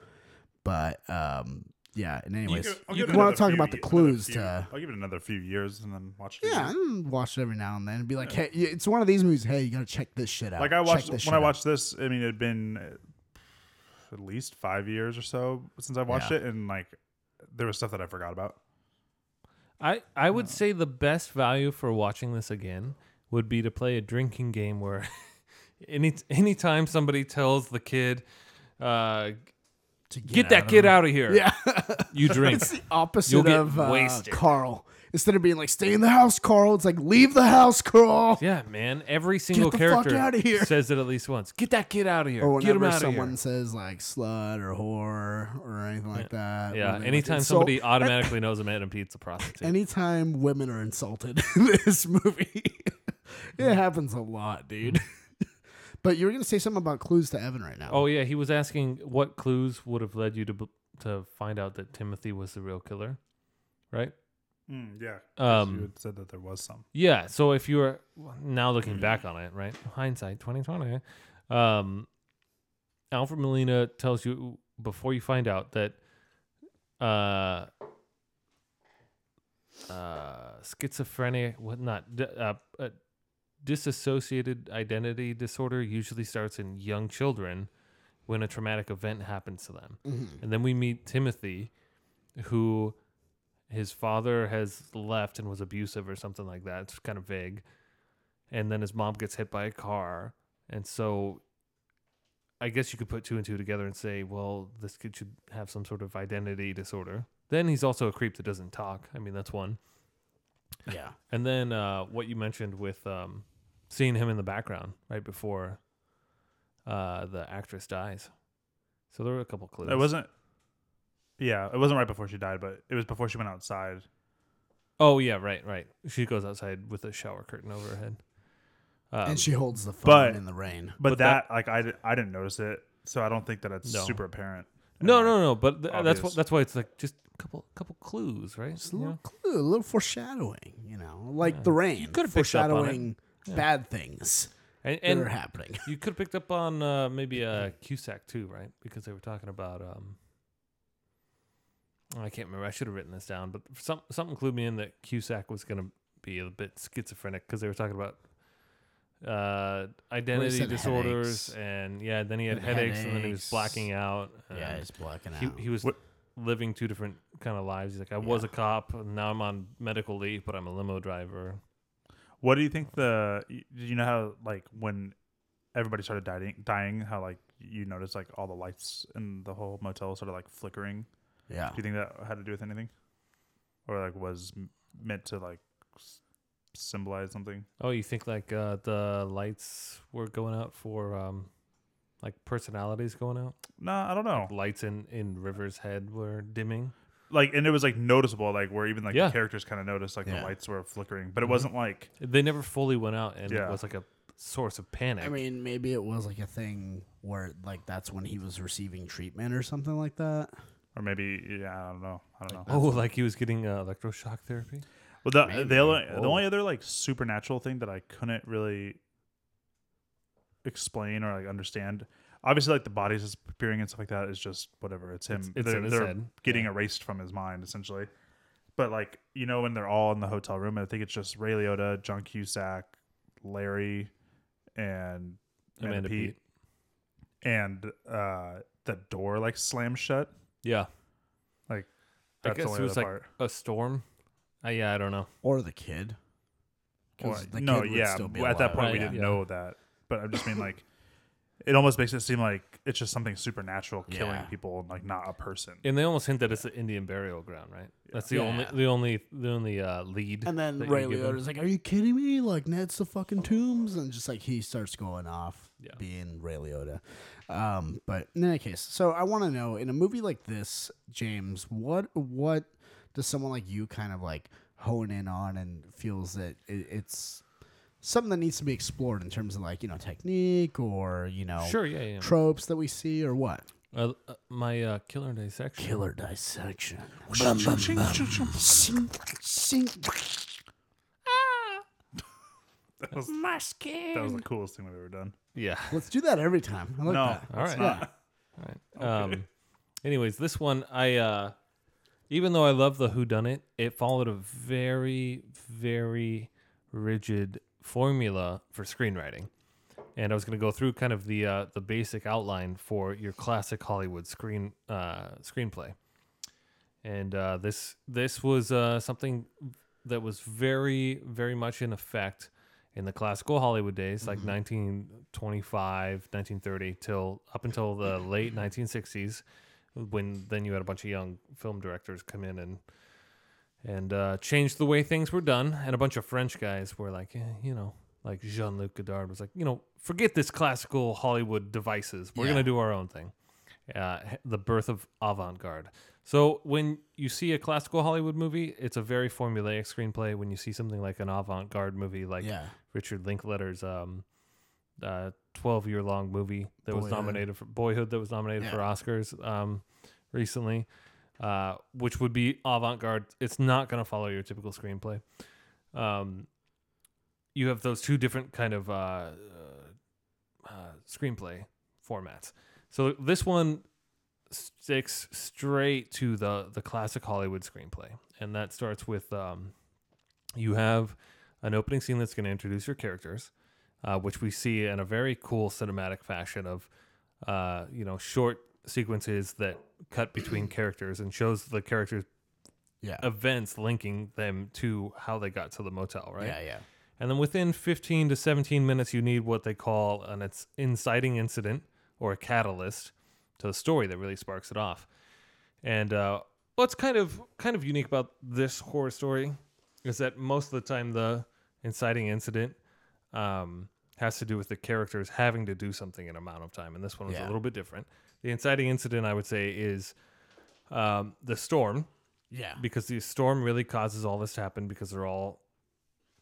Speaker 1: but um yeah and anyways
Speaker 2: I'll
Speaker 1: you,
Speaker 2: give it
Speaker 1: want
Speaker 2: another
Speaker 1: to talk
Speaker 2: few
Speaker 1: about the
Speaker 2: ye- another
Speaker 1: clues
Speaker 2: few-
Speaker 1: to
Speaker 2: I'll give it another few years and then watch it.
Speaker 1: yeah,
Speaker 2: again.
Speaker 1: and watch it every now and then and be like, hey, it's one of these movies. Hey, you gotta check this shit out.
Speaker 2: Like I
Speaker 1: Check
Speaker 2: watched
Speaker 1: this shit
Speaker 2: when I
Speaker 1: out.
Speaker 2: watched this. I mean, it had been uh, at least five years or so since I watched
Speaker 1: Yeah.
Speaker 2: it, and like there was stuff that I forgot about.
Speaker 3: I, I
Speaker 1: Oh.
Speaker 3: would say the best value for watching this again would be to play a drinking game where [LAUGHS] any anytime somebody tells the kid, uh,
Speaker 1: to
Speaker 3: get, that kid out of here,
Speaker 1: Yeah. [LAUGHS]
Speaker 3: you drink.
Speaker 1: It's the opposite
Speaker 3: You'll get
Speaker 1: of uh,
Speaker 3: wasted.
Speaker 1: Carl. Instead of being like, stay in the house, Carl, it's like, leave the house, Carl.
Speaker 3: yeah, man. Every single
Speaker 1: the fuck
Speaker 3: character
Speaker 1: outta here.
Speaker 3: says it at least once. Get that kid out of here.
Speaker 1: Or
Speaker 3: Get him
Speaker 1: whenever
Speaker 3: out of
Speaker 1: someone
Speaker 3: here.
Speaker 1: says like slut or whore or anything like that.
Speaker 3: Yeah,
Speaker 1: when they-
Speaker 3: anytime
Speaker 1: it's so- [LAUGHS]
Speaker 3: somebody [LAUGHS] automatically knows Amanda Pete's a prostitute.
Speaker 1: Anytime women are insulted [LAUGHS] in this movie,
Speaker 3: Mm.
Speaker 1: it happens a lot, dude. [LAUGHS] but you were going to say something about clues to Evan right now.
Speaker 3: Oh yeah, he was asking what clues would have led you to b- to find out that Timothy was the real killer, right?
Speaker 2: Mm, yeah, 'cause you
Speaker 3: Um,
Speaker 2: had said that there was some.
Speaker 3: yeah. So if you were now looking back on it, right? Hindsight, twenty twenty. Um, Alfred Molina tells you before you find out that uh, uh, schizophrenia, what not, d- uh, uh, disassociated identity disorder usually starts in young children when a traumatic event happens to them.
Speaker 1: Mm-hmm.
Speaker 3: And then we meet Timothy, who his father has left and was abusive or something like that. It's kind of vague. And then his mom gets hit by a car. And so I guess you could put two and two together and say, well, this kid should have some sort of identity disorder. Then he's also a creep that doesn't talk. I mean, that's one.
Speaker 1: yeah.
Speaker 3: And then uh, what you mentioned with um, seeing him in the background right before uh, the actress dies. So there were a couple clues.
Speaker 2: It wasn't. Yeah, it wasn't right before she died, but it was before she went outside.
Speaker 3: Oh yeah, right, right. She goes outside with a shower curtain over her head. Um,
Speaker 1: and she holds the phone
Speaker 2: but-
Speaker 1: in the rain.
Speaker 2: But,
Speaker 3: But
Speaker 2: that,
Speaker 3: that-
Speaker 2: like, I, di- I didn't notice it, so I don't think that it's
Speaker 3: No.
Speaker 2: super apparent. And,
Speaker 3: no,
Speaker 2: like,
Speaker 3: no, no. But th- that's
Speaker 2: obvious.
Speaker 3: what, that's why it's like just a couple couple clues, right?
Speaker 1: It's a
Speaker 3: You
Speaker 1: little
Speaker 3: know?
Speaker 1: clue, a little foreshadowing, you know, like
Speaker 3: Yeah.
Speaker 1: the rain.
Speaker 3: You could've picked up on it.
Speaker 1: foreshadowing
Speaker 3: Yeah.
Speaker 1: bad things
Speaker 3: And,
Speaker 1: that are
Speaker 3: and
Speaker 2: [LAUGHS]
Speaker 1: happening.
Speaker 3: you could have picked up on uh,
Speaker 1: [CLEARS THROAT]
Speaker 3: maybe a Cusack too, right? Because they were talking about. Um, I can't remember. I should have written this down, but some something clued me in that Cusack was going to be a bit schizophrenic because they were talking about uh, identity
Speaker 1: said
Speaker 3: disorders
Speaker 1: headaches.
Speaker 3: and yeah. Then he had
Speaker 1: And
Speaker 3: headaches, and then he
Speaker 1: headaches.
Speaker 3: was blacking out.
Speaker 1: yeah,
Speaker 2: Um,
Speaker 3: and
Speaker 1: he's blacking
Speaker 3: he
Speaker 1: out.
Speaker 3: he was
Speaker 2: What-
Speaker 3: living two different kind of lives. He's like, I was a cop, and now I'm on medical leave, but I'm a limo driver.
Speaker 2: What do you think the? y- Do you know how like when everybody started dying, dying, how like you noticed like all the lights in the whole motel started like flickering?
Speaker 1: yeah.
Speaker 2: Do you think that had to do with anything, or like was m- meant to like s- symbolize something?
Speaker 3: Oh, you think like uh, the lights were going out for um, like personalities going out?
Speaker 2: No, I don't know.
Speaker 3: Lights in in River's head were dimming.
Speaker 2: Like, and it was like noticeable, like where even like
Speaker 3: Yeah.
Speaker 2: the characters kind of noticed like the
Speaker 1: Yeah.
Speaker 2: lights were flickering, but it
Speaker 3: Mhm.
Speaker 2: wasn't like
Speaker 3: They never fully went out, and
Speaker 2: Yeah.
Speaker 3: it was like a source of panic.
Speaker 1: I mean, maybe it was like a thing where like that's when he was receiving treatment or something like that.
Speaker 2: or maybe yeah, I don't know, I don't know.
Speaker 3: oh, like he was getting uh, electroshock therapy.
Speaker 2: Well, the
Speaker 1: Maybe.
Speaker 2: the, only, the
Speaker 3: Oh.
Speaker 2: only other like supernatural thing that I couldn't really explain or like understand, obviously, like the bodies disappearing and stuff like that is just whatever. It's him.
Speaker 3: It's- it's
Speaker 2: they're
Speaker 3: in his
Speaker 2: they're
Speaker 3: head.
Speaker 2: getting
Speaker 3: Yeah.
Speaker 2: erased from his mind essentially. But like you know, when they're all in the hotel room, I think it's just Ray Liotta, John Cusack, Larry, and Amanda,
Speaker 3: Amanda
Speaker 2: Pete,
Speaker 3: Peet.
Speaker 2: and uh, the door like slams shut.
Speaker 3: Yeah,
Speaker 2: Like
Speaker 3: I
Speaker 2: that's the
Speaker 3: guess
Speaker 2: only
Speaker 3: it was
Speaker 2: other
Speaker 3: like
Speaker 2: part.
Speaker 3: a storm. Uh, yeah, I don't know.
Speaker 1: Or the kid. 'Cause
Speaker 2: Well,
Speaker 1: the
Speaker 2: no,
Speaker 1: kid would
Speaker 2: yeah.
Speaker 1: still be
Speaker 2: well, at that
Speaker 1: alive.
Speaker 2: point, we
Speaker 3: Right,
Speaker 2: didn't
Speaker 3: yeah.
Speaker 2: know that, but I'm just mean like, it almost makes it seem like it's just something supernatural killing
Speaker 1: Yeah.
Speaker 2: people and like not a person. [LAUGHS]
Speaker 3: And they almost hint that it's an Indian burial ground, right? That's the
Speaker 1: Yeah.
Speaker 3: only, the only, the only uh, [LAUGHS] lead.
Speaker 1: And then
Speaker 3: that
Speaker 1: Ray
Speaker 3: you give him.
Speaker 1: Liotta's like, "Are you kidding me? Like that's the fucking tombs," and just like he starts going off,
Speaker 3: Yeah.
Speaker 1: being Ray Liotta. Um, but in any case, so I want to know in a movie like this, James, what what does someone like you kind of like hone in on and feels that it, it's something that needs to be explored in terms of like you know technique or you know
Speaker 3: Sure, yeah, yeah.
Speaker 1: tropes that we see or what
Speaker 3: Uh, uh, my uh, killer dissection.
Speaker 1: killer dissection.
Speaker 2: that
Speaker 1: Sing, sing.
Speaker 2: was
Speaker 1: My skin.
Speaker 2: that was the coolest thing we've ever done.
Speaker 3: Yeah.
Speaker 1: Let's do that every time. I like
Speaker 2: No,
Speaker 1: that.
Speaker 3: All
Speaker 2: it's
Speaker 3: right.
Speaker 2: not.
Speaker 3: All right. Um, anyways, this one I uh, even though I love the Who Done It, it followed a very very rigid formula for screenwriting, and I was going to go through kind of the uh, the basic outline for your classic Hollywood screen uh, screenplay, and uh, this this was uh, something that was very very much in effect in the classical Hollywood days, like 1925, 1930, till up until the late 1960s, when then you had a bunch of young film directors come in and and uh, change the way things were done, and a bunch of French guys were like, eh, you know, like Jean Luc Godard was like, you know, forget this classical Hollywood devices. We're
Speaker 1: Yeah.
Speaker 3: gonna do our own thing. Uh, h- the birth of avant garde. So when you see a classical Hollywood movie, it's a very formulaic screenplay. When you see something like an avant garde movie, like
Speaker 1: yeah.
Speaker 3: Richard Linklater's um, uh, 12 year long movie that was
Speaker 1: Boyhood.
Speaker 3: nominated for Boyhood that was nominated for
Speaker 1: Yeah.
Speaker 3: Oscars um, recently, uh, which would be avant garde. It's not going to follow your typical screenplay. Um, you have those two different kind of uh, uh, uh, screenplay formats. So this one sticks straight to the the classic Hollywood screenplay, and that starts with um, you have an opening scene that's going to introduce your characters, uh, which we see in a very cool cinematic fashion of uh, you know short sequences that cut between characters and shows the characters
Speaker 1: Yeah.
Speaker 3: events linking them to how they got to the motel, right?
Speaker 1: Yeah, yeah.
Speaker 3: And then within 15 to 17 minutes, you need what they call an ins- inciting incident or a catalyst to the story that really sparks it off. And uh, what's kind of kind of unique about this horror story is that most of the time the inciting incident um, has to do with the characters having to do something in an amount of time, and this one was
Speaker 1: Yeah.
Speaker 3: a little bit different. The inciting incident, I would say, is um, the storm
Speaker 1: Yeah.
Speaker 3: because the storm really causes all this to happen because they're all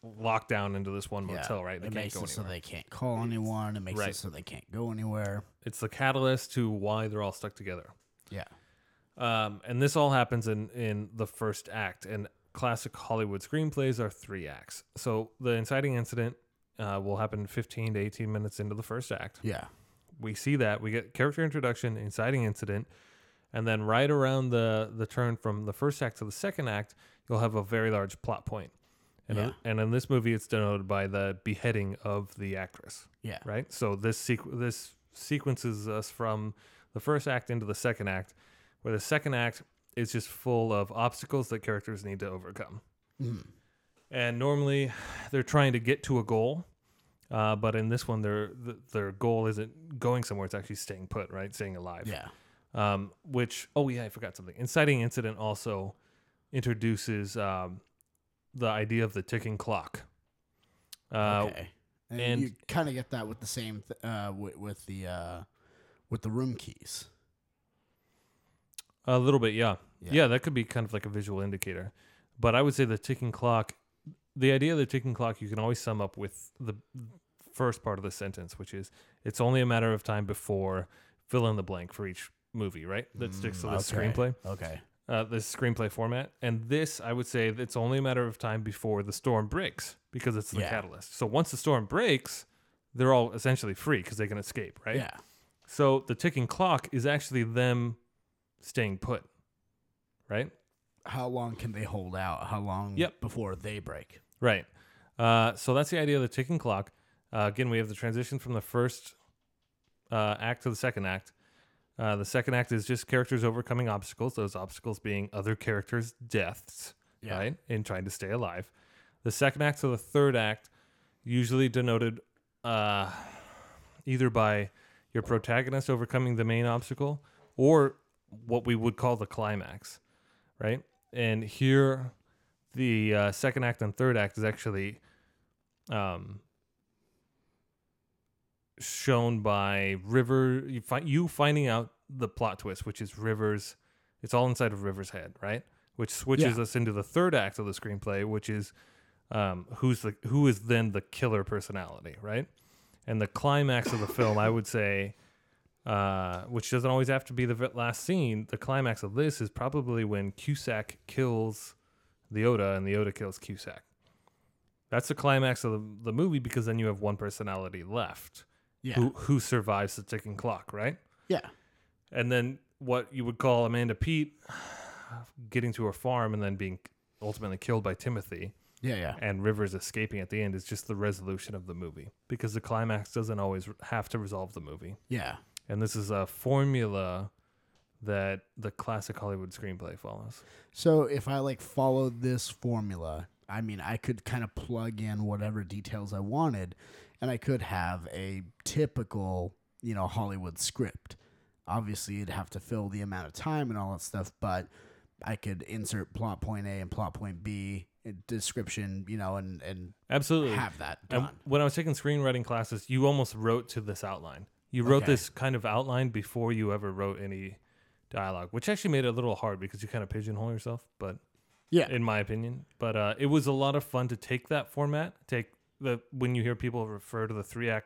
Speaker 3: locked down into this one
Speaker 1: Yeah.
Speaker 3: motel, right? They
Speaker 1: it
Speaker 3: can't
Speaker 1: makes
Speaker 3: go
Speaker 1: it so
Speaker 3: anywhere.
Speaker 1: they can't call anyone. It makes it
Speaker 3: Right.
Speaker 1: so they can't go anywhere.
Speaker 3: it's the catalyst to why they're all stuck together.
Speaker 1: Yeah.
Speaker 3: Um, and this all happens in in the first act. And classic Hollywood screenplays are three acts. So the inciting incident uh, will happen 15 to 18 minutes into the first act.
Speaker 1: Yeah.
Speaker 3: we see that we get character introduction inciting incident and then right around the the turn from the first act to the second act you'll have a very large plot point and And, uh,
Speaker 1: Yeah.
Speaker 3: and in this movie, it's denoted by the beheading of the actress.
Speaker 1: Yeah.
Speaker 3: Right. So this sequ- this sequences us from the first act into the second act, where the second act is just full of obstacles that characters need to overcome.
Speaker 1: Mhm.
Speaker 3: And normally, they're trying to get to a goal, uh, but in this one, their th- their goal isn't going somewhere; it's actually staying put, right, staying alive.
Speaker 1: Yeah.
Speaker 3: Um, which oh yeah, I forgot something. Inciting incident also introduces um, the idea of the ticking clock. Uh,
Speaker 1: okay. And,
Speaker 3: and-
Speaker 1: you kind of get that with the same th- uh, with, with the uh, with the room keys.
Speaker 3: A little bit, yeah.
Speaker 1: Yeah.
Speaker 3: yeah. that could be kind of like a visual indicator. But I would say the ticking clock, the idea of the ticking clock, you can always sum up with the first part of the sentence, which is it's only a matter of time before fill in the blank for each movie, right? That sticks to the
Speaker 1: Mm,
Speaker 3: screenplay,
Speaker 1: Okay.
Speaker 3: uh, the screenplay format. And this, I would say, it's only a matter of time before the storm breaks because it's the
Speaker 1: Yeah.
Speaker 3: catalyst. So once the storm breaks, they're all essentially free because they can escape, right?
Speaker 1: Yeah.
Speaker 3: So the ticking clock is actually them staying put, right?
Speaker 1: How long can they hold out? How long
Speaker 3: Yep.
Speaker 1: before they break?
Speaker 3: Right. Uh, so that's the idea of the ticking clock. Uh, again, we have the transition from the first uh, act to the second act. Uh, the second act is just characters overcoming obstacles, those obstacles being other characters' deaths,
Speaker 1: Yeah.
Speaker 3: right? And trying to stay alive. The second act to the third act, usually denoted uh, either by your protagonist overcoming the main obstacle or what we would call the climax, right? And here, the uh, second act and third act is actually um, shown by River. You find you finding out the plot twist, which is River's. It's all inside of River's head, right? Which switches us into the third act of the screenplay, which is um, who's the who is then the killer personality, right? And the climax of the film, I would say, uh, which doesn't always have to be the v- last scene. The climax of this is probably when Cusack kills the Oda and the Oda kills Cusack. That's the climax of the, the movie because then you have one personality left
Speaker 1: Yeah.
Speaker 3: who who survives the ticking clock, right?
Speaker 1: Yeah.
Speaker 3: And then what you would call Amanda Pete [SIGHS] getting to her farm and then being ultimately killed by Timothy
Speaker 1: Yeah. Yeah.
Speaker 3: and Rivers escaping at the end is just the resolution of the movie because the climax doesn't always have to resolve the movie.
Speaker 1: Yeah.
Speaker 3: And this is a formula that the classic Hollywood screenplay follows.
Speaker 1: So if I like followed this formula, I mean, I could kind of plug in whatever details I wanted, and I could have a typical, you know, Hollywood script. Obviously, you'd have to fill the amount of time and all that stuff, but I could insert plot point A and plot point B and description, you know, and and
Speaker 3: Absolutely.
Speaker 1: have that
Speaker 3: Mm. And
Speaker 1: done.
Speaker 3: when I was taking screenwriting classes, you almost wrote to this outline. You wrote
Speaker 1: Okay.
Speaker 3: this kind of outline before you ever wrote any dialogue, which actually made it a little hard because you kind of pigeonhole yourself, but
Speaker 1: yeah,
Speaker 3: in my opinion. But uh, it was a lot of fun to take that format, take the when you hear people refer to the three act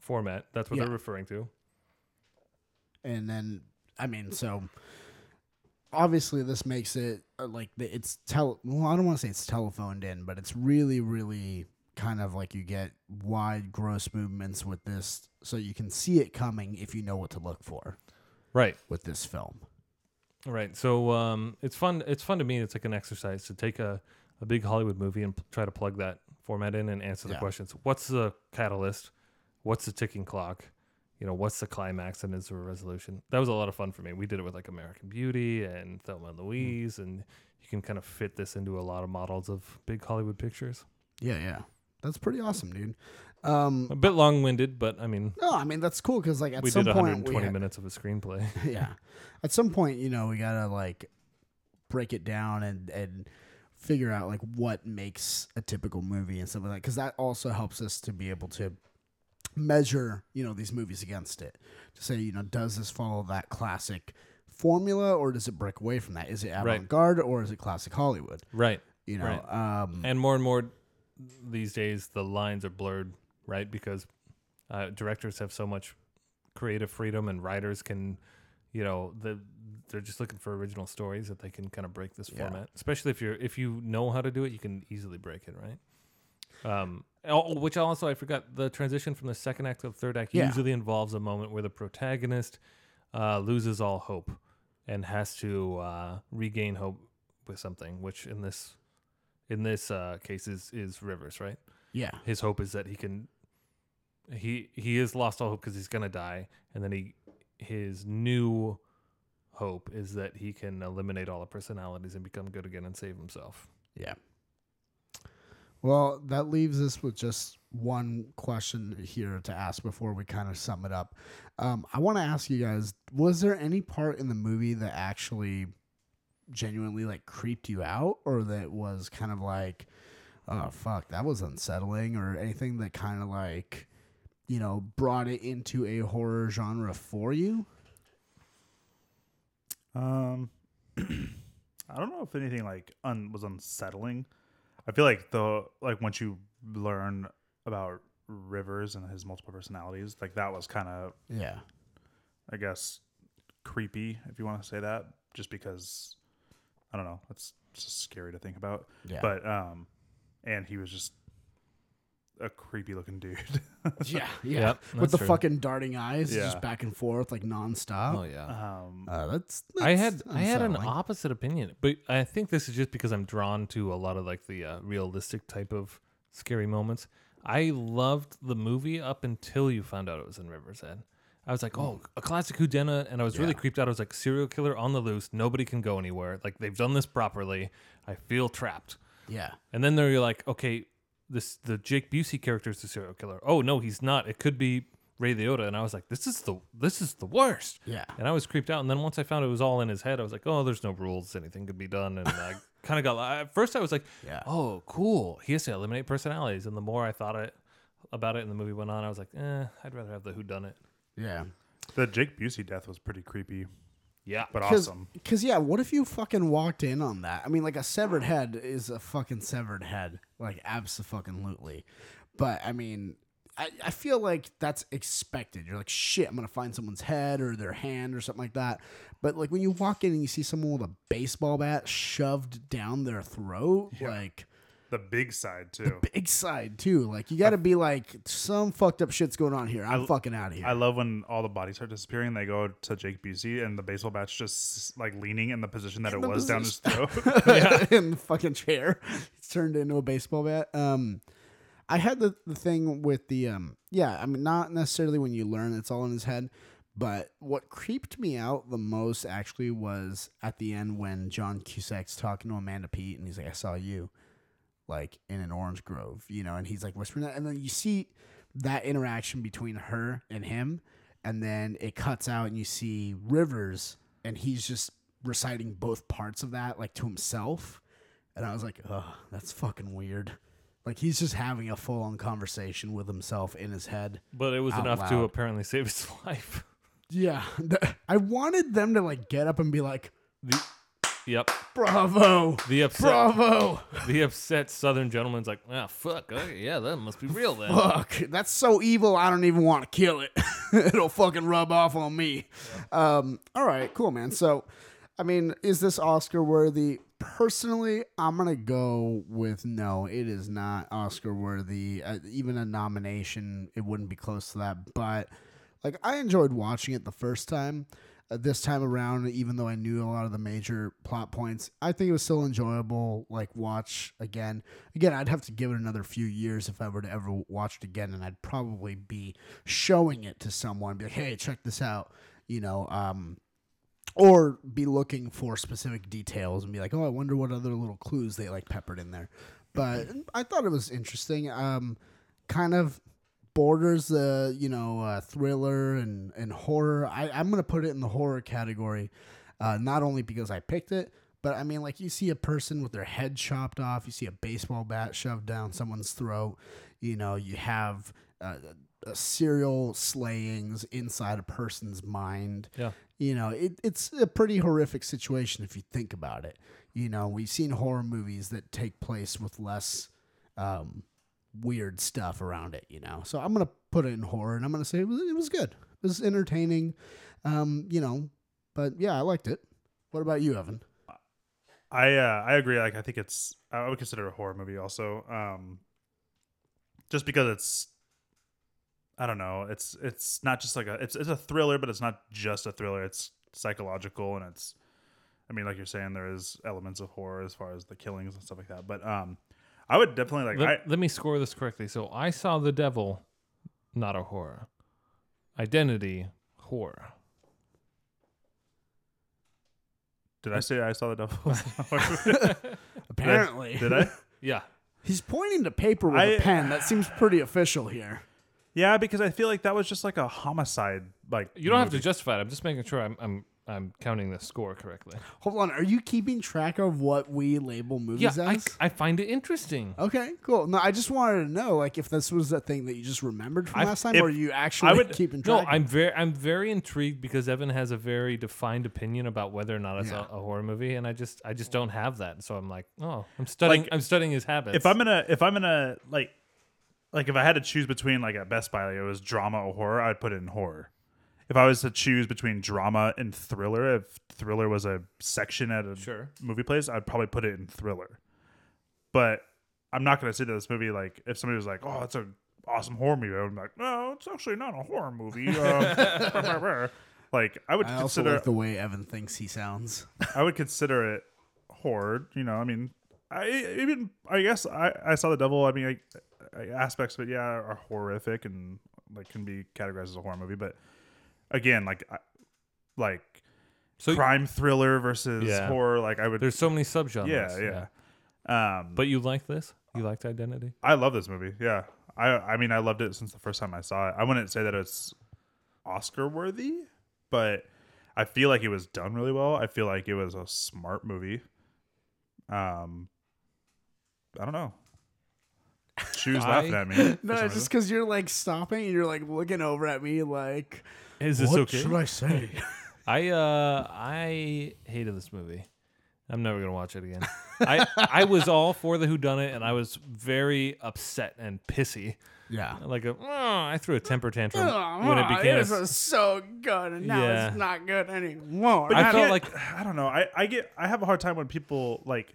Speaker 3: format, that's what
Speaker 1: Yeah.
Speaker 3: they're referring to.
Speaker 1: and then I mean, so obviously this makes it uh, like the- it's tel. Well, I don't want to say it's telephoned in, but it's really, really kind of like you get wide, gross movements with this, so you can see it coming if you know what to look for
Speaker 3: Right.
Speaker 1: with this film.
Speaker 3: Right. So um, it's fun. It's fun to me. It's like an exercise to take a, a big Hollywood movie and p- try to plug that format in and answer the
Speaker 1: Yeah.
Speaker 3: questions. What's the catalyst? What's the ticking clock? You know, what's the climax and is there a resolution? That was a lot of fun for me. We did it with like American Beauty and Thelma
Speaker 1: Hmm.
Speaker 3: and Louise, and you can kind of fit this into a lot of models of big Hollywood pictures.
Speaker 1: Yeah, yeah, that's pretty awesome, dude. Um,
Speaker 3: A bit long winded, but I mean,
Speaker 1: no, I mean that's cool because like at
Speaker 3: we
Speaker 1: some
Speaker 3: did
Speaker 1: point
Speaker 3: 120
Speaker 1: we had-
Speaker 3: minutes of a screenplay. [LAUGHS]
Speaker 1: yeah. At some point, you know, we gotta like break it down and and figure out like what makes a typical movie and stuff like that, because that also helps us to be able to measure, you know, these movies against it. To say, you know, does this follow that classic formula or does it break away from that? Is it
Speaker 3: Right.
Speaker 1: avant garde or is it classic Hollywood?
Speaker 3: right.
Speaker 1: You know,
Speaker 3: Right.
Speaker 1: um,
Speaker 3: and more and more these days the lines are blurred right because uh, directors have so much creative freedom and writers can you know the they're just looking for original stories that they can kind of break this
Speaker 1: Yeah.
Speaker 3: format especially if you're if you know how to do it you can easily break it right um oh, which also i forgot the transition from the second act to the third act
Speaker 1: Yeah.
Speaker 3: usually involves a moment where the protagonist uh, loses all hope and has to uh, regain hope with something which in this in this uh, case is is Rivers, right?
Speaker 1: Yeah.
Speaker 3: His hope is that he can. He he is lost all hope because he's gonna die, and then he his new hope is that he can eliminate all the personalities and become good again and save himself.
Speaker 1: Yeah. Well, that leaves us with just one question here to ask before we kind of sum it up. Um, I want to ask you guys: Was there any part in the movie that actually genuinely like creeped you out, or that was kind of like, "Oh fuck, that was unsettling," or anything that kind of like, you know, brought it into a horror genre for you?
Speaker 2: Um, [CLEARS THROAT] I don't know if anything like un- was unsettling. I feel like the like once you learn about Rivers and his multiple personalities, like that was kind of
Speaker 1: Yeah.
Speaker 2: I guess creepy if you want to say that, just because I don't know. It's just scary to think about.
Speaker 1: Yeah.
Speaker 2: But um, and he was just a creepy looking dude.
Speaker 1: [LAUGHS]
Speaker 2: [LAUGHS]
Speaker 3: [LAUGHS]
Speaker 1: yeah, yeah.
Speaker 3: Yep,
Speaker 1: With
Speaker 3: that's
Speaker 1: the
Speaker 3: true.
Speaker 1: fucking darting eyes,
Speaker 2: Yeah.
Speaker 1: just back and forth like nonstop.
Speaker 3: Oh yeah.
Speaker 2: um,
Speaker 1: Uh, that's,
Speaker 3: I had
Speaker 1: that's
Speaker 3: I had an
Speaker 1: unsettling.
Speaker 3: opposite opinion, but I think this is just because I'm drawn to a lot of like the uh, realistic type of scary moments. I loved the movie up until you found out it was in River's End. I was
Speaker 1: Hmm.
Speaker 3: like, oh, a classic whodunit, and I was really creeped out. I was like, serial killer on the loose, nobody can go anywhere. Like they've done this properly. I feel trapped.
Speaker 1: Yeah.
Speaker 3: And then they're like, okay, this the Jake Busey character is the serial killer. Oh no, he's not. It could be Ray Liotta. And I was like, this is the this is the worst.
Speaker 1: Yeah.
Speaker 3: And I was creeped out. And then once I found it was all in his head, I was like, oh, there's no rules. Anything could be done.
Speaker 1: [LAUGHS]
Speaker 3: And I kind of got, li- at first I was like,
Speaker 1: Yeah.
Speaker 3: oh, cool. He has to eliminate personalities. And the more I thought it, about it and the movie went on, I was like, eh, I'd rather have the who done it.
Speaker 1: Yeah.
Speaker 2: the Jake Busey death was pretty creepy,
Speaker 3: Yeah.
Speaker 2: but
Speaker 1: Cause,
Speaker 2: awesome.
Speaker 1: 'cause, yeah, what if you fucking walked in on that? I mean, like a severed head is a fucking severed head, like absolutely. But I mean, I, I feel like that's expected. You're like, shit, I'm gonna find someone's head or their hand or something like that. But like when you walk in and you see someone with a baseball bat shoved down their throat, like
Speaker 2: The big side too.
Speaker 1: big side too. Like you got to be like, some fucked up shit's going on here. I'm fucking out of here.
Speaker 2: I love when all the bodies start disappearing. They go to Jake Busey, and the baseball bat's just like leaning in the position that it was down his [LAUGHS] throat.
Speaker 1: [LAUGHS] in the fucking chair. It's turned into a baseball bat. Um, I had the, the thing with the um, yeah. I mean, not necessarily when you learn it's all in his head, but what creeped me out the most actually was at the end when John Cusack's talking to Amanda Pete, and he's like, "I saw you." like in an orange grove, you know, and he's like whispering that. And then you see that interaction between her and him. And then it cuts out and you see Rivers and he's just reciting both parts of that like to himself. And I was like, oh, that's fucking weird. Like he's just having a full on conversation with himself in his head.
Speaker 3: But it was
Speaker 1: Out
Speaker 3: enough to
Speaker 1: loud.
Speaker 3: apparently [LAUGHS] save his life.
Speaker 1: Yeah. [LAUGHS] I wanted them to like get up and be like,
Speaker 3: The, yep.
Speaker 1: bravo, [LAUGHS]
Speaker 3: The upset,
Speaker 1: bravo.
Speaker 3: the upset Southern gentleman's like, ah, fuck. oh, yeah, that must be real then.
Speaker 1: Fuck, that's so evil. I don't even want to kill it. [LAUGHS] It'll fucking rub off on me. Um, all right, cool, man. So, I mean, is this Oscar worthy? Personally, I'm gonna go with no. It is not Oscar worthy. Uh, even a nomination, it wouldn't be close to that. But like, I enjoyed watching it the first time. Uh, this time around, even though I knew a lot of the major plot points, I think it was still enjoyable. Like watch again. Again, I'd have to give it another few years if I were to ever watch it again, and I'd probably be showing it to someone, be like, "Hey, check this out," you know, um, or be looking for specific details and be like, "Oh, I wonder what other little clues they like peppered in there." But I thought it was interesting. Um, kind of borders the you know uh, thriller and and horror. I, I'm gonna put it in the horror category, uh, not only because I picked it, but I mean like you see a person with their head chopped off, you see a baseball bat shoved down someone's throat, you know you have uh, uh, serial slayings inside a person's mind.
Speaker 3: Yeah.
Speaker 1: You know, it, it's a pretty horrific situation if you think about it. You know, we've seen horror movies that take place with less um, weird stuff around it, you know. So I'm gonna put it in horror, and I'm gonna say it was, it was good. It was entertaining, um, you know. But yeah, I liked it. What about you, Evan?
Speaker 2: I uh, I agree. Like I think it's I would consider it a horror movie also. Um, just because it's I don't know. It's it's not just like a it's it's a thriller, but it's not just a thriller. It's psychological and it's I mean, like you're saying, there is elements of horror as far as the killings and stuff like that. But um, I would definitely like.
Speaker 3: let,
Speaker 2: I,
Speaker 3: let me score this correctly. So I saw the devil, not a horror. Identity horror.
Speaker 2: did I say I saw the devil? [LAUGHS]
Speaker 1: Apparently,
Speaker 2: did I?
Speaker 3: Yeah.
Speaker 1: he's pointing to paper with a
Speaker 2: I-
Speaker 1: pen. That seems pretty official here.
Speaker 2: Yeah, because I feel like that was just like a homicide. Like
Speaker 3: You don't have to justify it. I'm just making sure I'm I'm I'm counting the score correctly.
Speaker 1: Hold on, are you keeping track of what we label movies
Speaker 3: Yeah,
Speaker 1: as?
Speaker 3: I, I find it interesting.
Speaker 2: Uh,
Speaker 1: Okay, cool. No, I just wanted to know, like, if this was a thing that you just remembered from
Speaker 3: I-
Speaker 1: last time,
Speaker 2: if-
Speaker 1: or you actually
Speaker 2: I would-
Speaker 1: keeping
Speaker 3: No,
Speaker 1: track.
Speaker 3: I'm very I'm very intrigued because Evan has a very defined opinion about whether or not it's
Speaker 1: Yeah.
Speaker 3: a, a horror movie, and I just I just don't have that. So I'm like, oh, I'm studying I'm studying his habits.
Speaker 2: If I'm gonna, if I'm gonna like, like if I had to choose between like at Best Buy, like it was drama or horror, I'd put it in horror. If I was to choose between drama and thriller, if thriller was a section at a
Speaker 3: Sure.
Speaker 2: movie place, I'd probably put it in thriller. But I'm not gonna say that this movie, like, if somebody was like, "Oh, it's a awesome horror movie," I'm like, "No, it's actually not a horror
Speaker 3: [LAUGHS]
Speaker 2: movie." Um, [LAUGHS] like, I would
Speaker 1: I also
Speaker 2: consider
Speaker 1: like the way Evan thinks he sounds.
Speaker 2: I would consider it horror. You know, I mean, I even I guess I, I saw the devil. I mean, I, I, aspects of it, yeah, are horrific and like can be categorized as a horror movie. But again, like I, like
Speaker 3: so
Speaker 2: crime thriller versus
Speaker 3: Yeah.
Speaker 2: horror. Like I would,
Speaker 3: there's so many subgenres.
Speaker 2: yeah, yeah. Um, but
Speaker 3: But you like this? You liked Identity?
Speaker 2: I love this movie. Yeah, I I mean, I loved it since the first time I saw it. I wouldn't say that it's Oscar worthy, but I feel like it was done really well. I feel like it was a smart movie. Um, I don't know. Choose
Speaker 3: I-
Speaker 2: laughing
Speaker 3: [LAUGHS]
Speaker 2: at me.
Speaker 1: [LAUGHS] No,
Speaker 2: for some
Speaker 1: it's just
Speaker 2: reason.
Speaker 1: because you're like stopping and you're like looking over at me, like,
Speaker 3: Is
Speaker 1: what should I say?
Speaker 3: [LAUGHS] I uh I hated this movie. I'm never gonna watch it again.
Speaker 2: [LAUGHS]
Speaker 3: I I was all for the whodunit, and I was very upset and pissy.
Speaker 1: yeah.
Speaker 3: Like a, "Oh," I threw a temper tantrum
Speaker 1: Oh,
Speaker 3: when it became. a
Speaker 1: this
Speaker 3: s-
Speaker 1: is so good, and now
Speaker 3: Yeah.
Speaker 1: it's not good anymore.
Speaker 2: You
Speaker 3: I felt
Speaker 2: can't-
Speaker 3: like
Speaker 2: I don't know. I I get I have a hard time when people like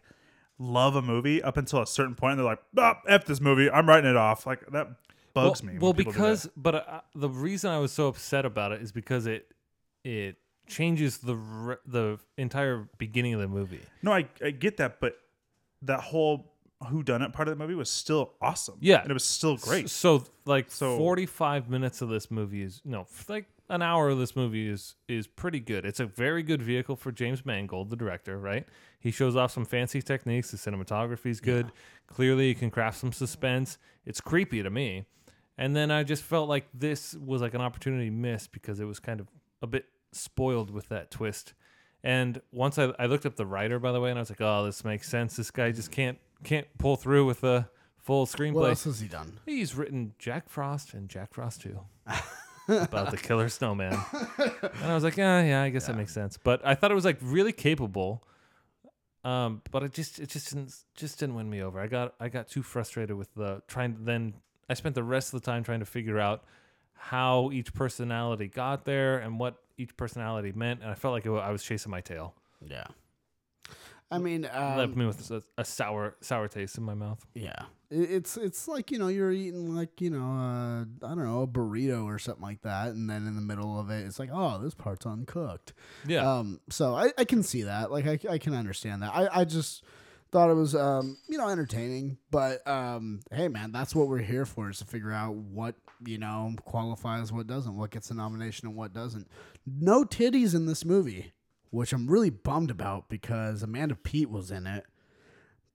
Speaker 2: love a movie up until a certain point and they're like, oh, "F this movie, I'm writing it off." Like that bugs
Speaker 3: well,
Speaker 2: me. when
Speaker 3: Well,
Speaker 2: people do that.
Speaker 3: because but uh, the reason I was so upset about it is because it it changes the re- the entire beginning of the movie.
Speaker 2: No, I, I get that, but that whole who done it part of the movie was still awesome.
Speaker 3: Yeah.
Speaker 2: And it was still great.
Speaker 3: S- So like
Speaker 2: So-
Speaker 3: 45 minutes of this movie is no, f- like an hour of this movie is is pretty good. It's a very good vehicle for James Mangold, the director, right? He shows off some fancy techniques, the cinematography's good. Clearly he can craft some suspense. It's creepy to me. And then I just felt like this was like an opportunity missed because it was kind of a bit spoiled with that twist. And once I, I looked up the writer, by the way, and I was like, "Oh, this makes sense. This guy just can't can't pull through with a full screenplay."
Speaker 1: what else has he done?
Speaker 3: He's written Jack Frost and Jack Frost 2 [LAUGHS] about the killer snowman. And I was like, yeah, yeah, I guess that makes sense. But I thought it was like really capable. Um, but it just it just didn't just didn't win me over. I got I got too frustrated with the trying to then I spent the rest of the time trying to figure out how each personality got there and what each personality meant, and I felt like it, wa- I was chasing my tail.
Speaker 1: Yeah. I mean,
Speaker 3: It
Speaker 1: um,
Speaker 3: left me with a, a sour sour taste in my mouth.
Speaker 1: Yeah. It- It's it's like, you know, you're eating like, you know, uh, I don't know, a burrito or something like that and then in the middle of it it's like, oh, this part's uncooked.
Speaker 3: Yeah,
Speaker 1: Um so I, I can see that. Like I, I can understand that. I, I just thought it was um, you know, entertaining, but um hey man, that's what we're here for is to figure out what, you know, qualifies what doesn't, what gets a nomination and what doesn't. No titties in this movie, which I'm really bummed about because Amanda Pete was in it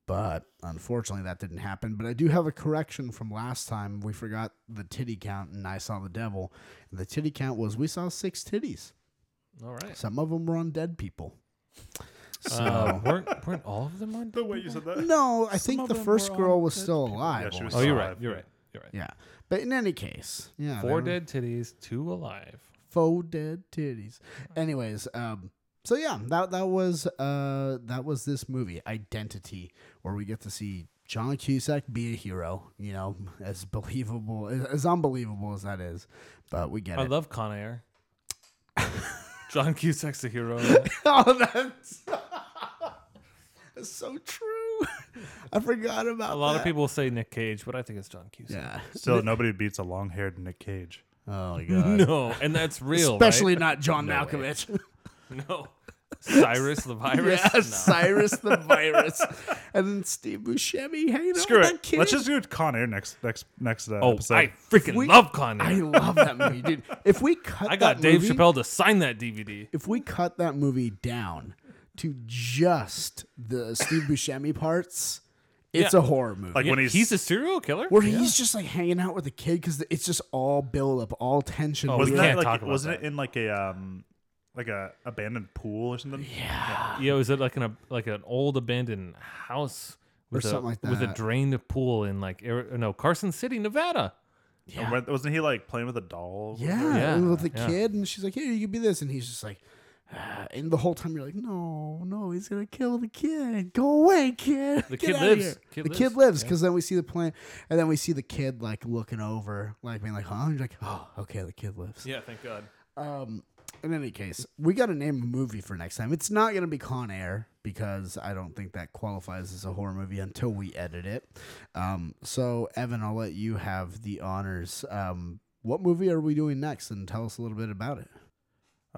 Speaker 1: but unfortunately that didn't happen. But I do have a correction from last time. We forgot the titty count, and I saw the devil. And the titty count was we saw six titties.
Speaker 3: all right.
Speaker 1: Some of them were on dead people. So
Speaker 3: Uh, weren't weren't all of them on?
Speaker 2: the way you said that.
Speaker 1: no, I
Speaker 2: Some
Speaker 1: think
Speaker 2: of
Speaker 1: the
Speaker 2: them
Speaker 1: first
Speaker 2: were
Speaker 1: girl
Speaker 2: on
Speaker 1: was
Speaker 2: dead
Speaker 1: still
Speaker 2: people.
Speaker 1: alive.
Speaker 2: Yeah, she
Speaker 1: when
Speaker 2: was
Speaker 1: I
Speaker 2: still
Speaker 3: Oh,
Speaker 1: saw
Speaker 3: you're
Speaker 1: it.
Speaker 2: alive.
Speaker 3: right. You're right. You're right.
Speaker 1: Yeah, but in any case, yeah, they
Speaker 3: Four
Speaker 1: were
Speaker 3: dead titties, two alive.
Speaker 1: faux dead titties. Anyways, um. So yeah, that that was uh that was this movie Identity, where we get to see John Cusack be a hero. You know, as believable as, as unbelievable as that is, but we get
Speaker 3: I
Speaker 1: it.
Speaker 3: love Con Air. [LAUGHS] John Cusack's a hero.
Speaker 1: [LAUGHS] oh, that's, [LAUGHS] that's so true. [LAUGHS] I forgot about
Speaker 3: A lot of
Speaker 1: that.
Speaker 3: people say Nick Cage, but I think it's John Cusack.
Speaker 1: Yeah.
Speaker 2: [LAUGHS] Still, nobody beats a long haired Nick Cage.
Speaker 1: Oh my god.
Speaker 3: [LAUGHS] No, and that's real.
Speaker 1: Especially not John
Speaker 3: No way.
Speaker 1: Malkovich. [LAUGHS]
Speaker 3: right? no. Cyrus the virus.
Speaker 1: Yeah,
Speaker 3: No.
Speaker 1: Cyrus the virus, and then Steve Buscemi hanging out
Speaker 2: Screw
Speaker 1: with
Speaker 2: it.
Speaker 1: that kid.
Speaker 2: Let's just do Con Air next next next uh,
Speaker 3: Oh,
Speaker 2: episode.
Speaker 3: I freaking
Speaker 1: we-
Speaker 3: love Con
Speaker 1: I
Speaker 3: Air.
Speaker 1: love that movie, dude. If we cut,
Speaker 3: I, got
Speaker 1: that
Speaker 3: Dave
Speaker 1: movie,
Speaker 3: Chappelle to sign that DVD.
Speaker 1: If we cut that movie down to just the Steve Buscemi parts, it's
Speaker 3: Yeah.
Speaker 1: a horror movie.
Speaker 2: like when
Speaker 3: Yeah,
Speaker 2: he's,
Speaker 3: he's a serial killer.
Speaker 1: where he's just like hanging out with the kid because it's just all build up, all tension.
Speaker 3: Oh, we
Speaker 2: wasn't
Speaker 1: build
Speaker 2: that
Speaker 1: up.
Speaker 3: can't
Speaker 2: like
Speaker 3: talk about
Speaker 2: wasn't
Speaker 3: that.
Speaker 2: it in like a um like a abandoned pool or something? Yeah.
Speaker 3: Yeah, was it like an like an old abandoned house with a,
Speaker 1: something like
Speaker 3: with a
Speaker 1: that.
Speaker 3: drained pool in like Ari- no Carson City, Nevada?
Speaker 1: Yeah.
Speaker 2: And wasn't he like playing with a doll?
Speaker 1: Yeah,
Speaker 3: Yeah,
Speaker 1: and with the
Speaker 3: yeah.
Speaker 1: kid, and she's like, "Here, you can be this," and he's just like, ah. and the whole time you're like, "No, no, he's gonna kill the kid. Go away, kid.
Speaker 3: The
Speaker 1: Get
Speaker 3: kid
Speaker 1: outta
Speaker 3: lives.
Speaker 1: here."
Speaker 3: Kid
Speaker 1: the
Speaker 3: lives.
Speaker 1: kid lives because then we see the plant, and then we see the kid like looking over, like being like, "Huh?" And you're like, "Oh, okay, the kid lives."
Speaker 3: Yeah, thank God.
Speaker 1: Um, in any case, we got to name a movie for next time. It's not gonna be Con Air because I don't think that qualifies as a horror movie until we edit it. Um, so Evan, I'll let you have the honors. Um. What movie are we doing next? And tell us a little bit about it.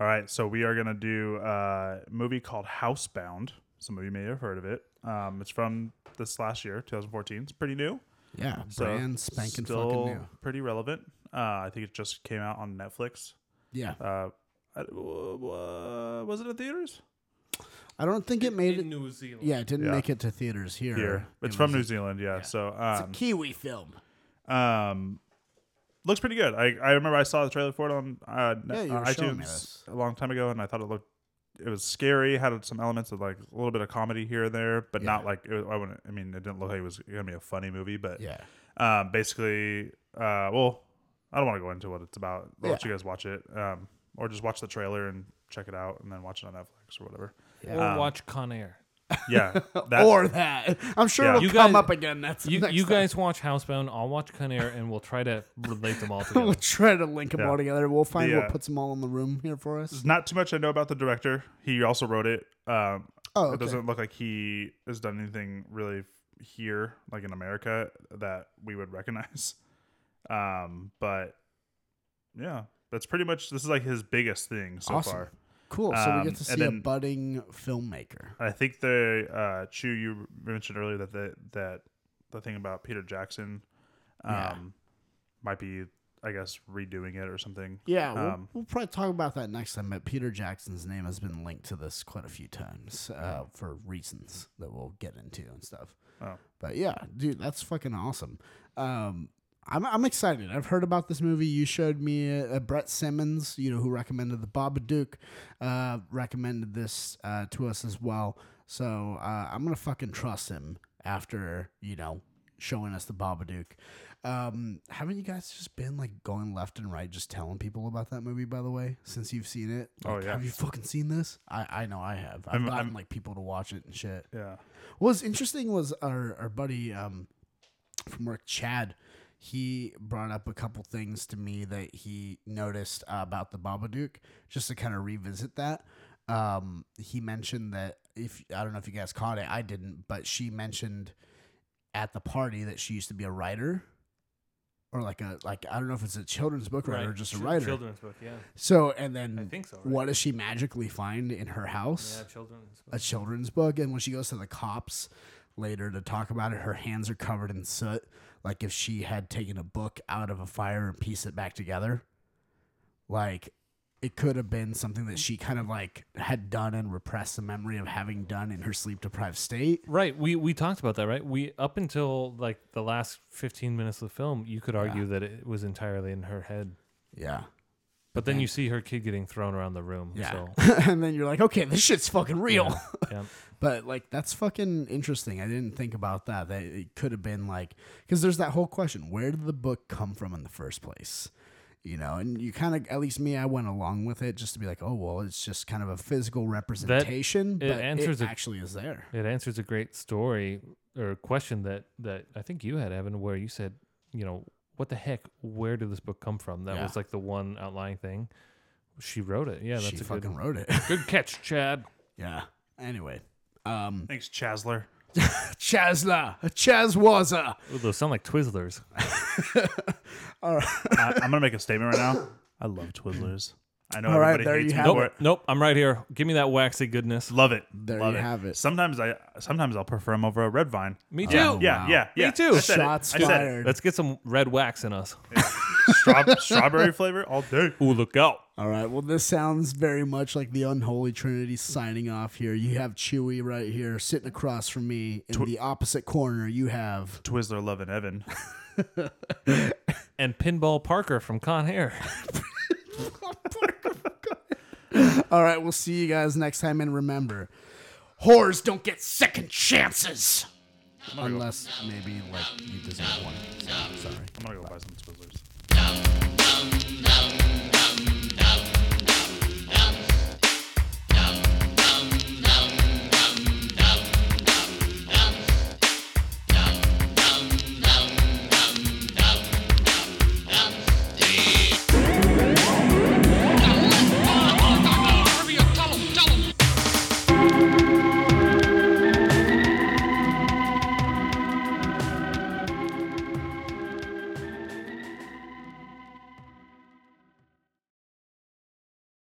Speaker 2: All right, so we are gonna do uh, a movie called Housebound. Some of you may have heard of it. Um, it's from this last year, 2014. It's pretty new.
Speaker 1: Yeah,
Speaker 2: So
Speaker 1: brand spanking
Speaker 2: still
Speaker 1: fucking new.
Speaker 2: Pretty relevant. Uh, I think it just came out on Netflix.
Speaker 1: Yeah,
Speaker 2: Uh, I- w- w- was it in theaters?
Speaker 1: I don't think it made it.
Speaker 3: New Zealand.
Speaker 1: Yeah, it didn't
Speaker 2: Yeah.
Speaker 1: make it to theaters here.
Speaker 2: Here, it's
Speaker 1: It
Speaker 2: from New
Speaker 1: was-
Speaker 2: Zealand. Yeah. So
Speaker 1: It's
Speaker 2: um,
Speaker 1: a Kiwi film.
Speaker 2: um, looks pretty good. I, I remember I saw the trailer for it on uh,
Speaker 1: Yeah, you were showing me
Speaker 2: iTunes
Speaker 1: this.
Speaker 2: a long time ago, and I thought it looked it was scary. Had some elements of like a little bit of comedy here and there, but not like it was, I wouldn't. I mean, it didn't look like it was gonna be a funny movie, but
Speaker 1: Yeah,
Speaker 2: um, basically, uh, well, I don't want to go into what it's about. I'll let
Speaker 1: Yeah.
Speaker 2: you guys watch it, um, or just watch the trailer and check it out, and then watch it on Netflix or whatever.
Speaker 3: Or
Speaker 1: Um,
Speaker 3: watch Con Air.
Speaker 1: [LAUGHS]
Speaker 2: Yeah, that,
Speaker 1: or that. [LAUGHS] I'm sure
Speaker 2: Yeah.
Speaker 1: it'll
Speaker 3: You
Speaker 1: come
Speaker 3: guys-
Speaker 1: up again. That's
Speaker 3: You,
Speaker 1: next
Speaker 3: you
Speaker 1: time.
Speaker 3: guys watch Housebound. I'll watch Con Air, and we'll try to relate them all
Speaker 1: [LAUGHS] We'll
Speaker 3: together.
Speaker 1: try to link them
Speaker 2: Yeah. Mm-hmm.
Speaker 1: all together. We'll find
Speaker 2: The,
Speaker 1: what
Speaker 2: uh,
Speaker 1: puts them all in the room here for us.
Speaker 2: There's not too much I know about the director. He also wrote it. Um,
Speaker 1: Oh,
Speaker 2: It
Speaker 1: okay.
Speaker 2: doesn't look like he has done anything really here, like in America, that we would recognize. [LAUGHS] Um, but yeah, that's pretty much this is like his biggest thing so
Speaker 1: Awesome.
Speaker 2: far.
Speaker 1: Cool. So we
Speaker 2: um,
Speaker 1: get to
Speaker 2: and
Speaker 1: see a
Speaker 2: then-
Speaker 1: budding filmmaker.
Speaker 2: I think the uh, Chu you mentioned earlier that the, that the thing about Peter Jackson, um,
Speaker 1: Yeah.
Speaker 2: might be I guess redoing it or something.
Speaker 1: Yeah, we'll,
Speaker 2: Um,
Speaker 1: we'll probably talk about that next time. But Peter Jackson's name has been linked to this quite a few times uh, for reasons that we'll get into and stuff.
Speaker 2: Oh.
Speaker 1: But yeah, dude, that's fucking awesome. Um, I'm, I'm excited. I've heard about this movie. You showed me uh, uh, Brett Simmons, you know, who recommended The Babadook, uh, recommended this uh, to us as well. So uh, I'm gonna fucking trust him after you know showing us The Babadook. Um, haven't you guys just been like going left and right, just telling people about that movie? By the way, since you've seen it,
Speaker 2: Oh,
Speaker 1: Like,
Speaker 2: yeah.
Speaker 1: have you fucking seen this? I I know I have. I've
Speaker 2: I'm-
Speaker 1: gotten
Speaker 2: I'm-
Speaker 1: like people to watch it and shit.
Speaker 2: Yeah.
Speaker 1: What was interesting was our, our buddy um, from work, Chad, he brought up a couple things to me that he noticed uh, about the Babadook, just to kind of revisit that. Um, he mentioned that if I don't know if you guys caught it, I didn't, but she mentioned at the party that she used to be a writer. Or like a like I don't know if it's a children's book writer or just a
Speaker 3: Ch-
Speaker 1: writer.
Speaker 3: Children's book. Yeah.
Speaker 1: So and then
Speaker 3: I think so, right?
Speaker 1: what does she magically find in her house?
Speaker 3: Yeah. Children's book.
Speaker 1: a children's book and when she goes to the cops later to talk about it her hands are covered in soot like if she had taken a book out of a fire and pieced it back together like it could have been something that she kind of like had done and repressed the memory of having done in her sleep deprived state
Speaker 3: Right. We we talked about that, right? We up until like the last 15 minutes of the film, you could argue that it was entirely in her head.
Speaker 1: yeah
Speaker 3: But then you see her kid getting thrown around the room.
Speaker 1: yeah [LAUGHS]
Speaker 3: So
Speaker 1: and then you're like okay this shit's fucking real
Speaker 3: yeah.
Speaker 1: But like that's fucking interesting. I didn't think about that. That it could have been like because there's that whole question: where did the book come from in the first place? You know, and you kind of at least me, I went along with it just to be like, oh well, it's just kind of a physical representation,
Speaker 3: it
Speaker 1: but
Speaker 3: answers
Speaker 1: it
Speaker 3: a-
Speaker 1: actually is there.
Speaker 3: It answers a great story or question that that I think you had, Evan, where you said, you know, what the heck? Where did this book come from? That
Speaker 1: Yeah.
Speaker 3: was like the one outlying thing. She wrote it. Yeah, that's
Speaker 1: she
Speaker 3: a
Speaker 1: fucking
Speaker 3: good
Speaker 1: wrote it. [LAUGHS]
Speaker 3: good catch, Chad.
Speaker 1: yeah. Anyway, um,
Speaker 2: Thanks, Chasler.
Speaker 1: Chasla, Chaswaza.
Speaker 3: Ooh, those sound like Twizzlers.
Speaker 1: [LAUGHS]
Speaker 2: I, I'm gonna make a statement right now. I love Twizzlers. I know
Speaker 1: All right,
Speaker 2: everybody
Speaker 1: there
Speaker 2: hates
Speaker 1: you
Speaker 2: me
Speaker 1: have
Speaker 2: for
Speaker 1: it.
Speaker 2: it.
Speaker 3: Nope, I'm right here. Give me that waxy goodness.
Speaker 2: Love it.
Speaker 1: There
Speaker 2: Love
Speaker 1: you
Speaker 2: it.
Speaker 1: have it.
Speaker 2: Sometimes I sometimes I'll prefer them over a red vine.
Speaker 3: Me too.
Speaker 1: Yeah,
Speaker 2: Yeah,
Speaker 1: Wow.
Speaker 2: yeah,
Speaker 3: Me
Speaker 2: yeah.
Speaker 3: too.
Speaker 2: I said it.
Speaker 1: Shots
Speaker 2: I said it.
Speaker 1: fired.
Speaker 3: Let's get some red wax in us.
Speaker 1: [LAUGHS]
Speaker 2: Straw- strawberry flavor all day.
Speaker 3: Ooh, look out.
Speaker 1: All right. Well, this sounds very much like the unholy trinity signing off here. You have Chewy right here sitting across from me in the opposite corner. You have
Speaker 2: Twizzler, love and Evan.
Speaker 3: And Pinball Parker from Con Air.
Speaker 1: All right, we'll see you guys next time. And remember, whores don't get second chances. Unless maybe like you deserve one. So, sorry.
Speaker 2: I'm gonna go buy some Twizzlers.
Speaker 4: Nom, nom, nom, nom.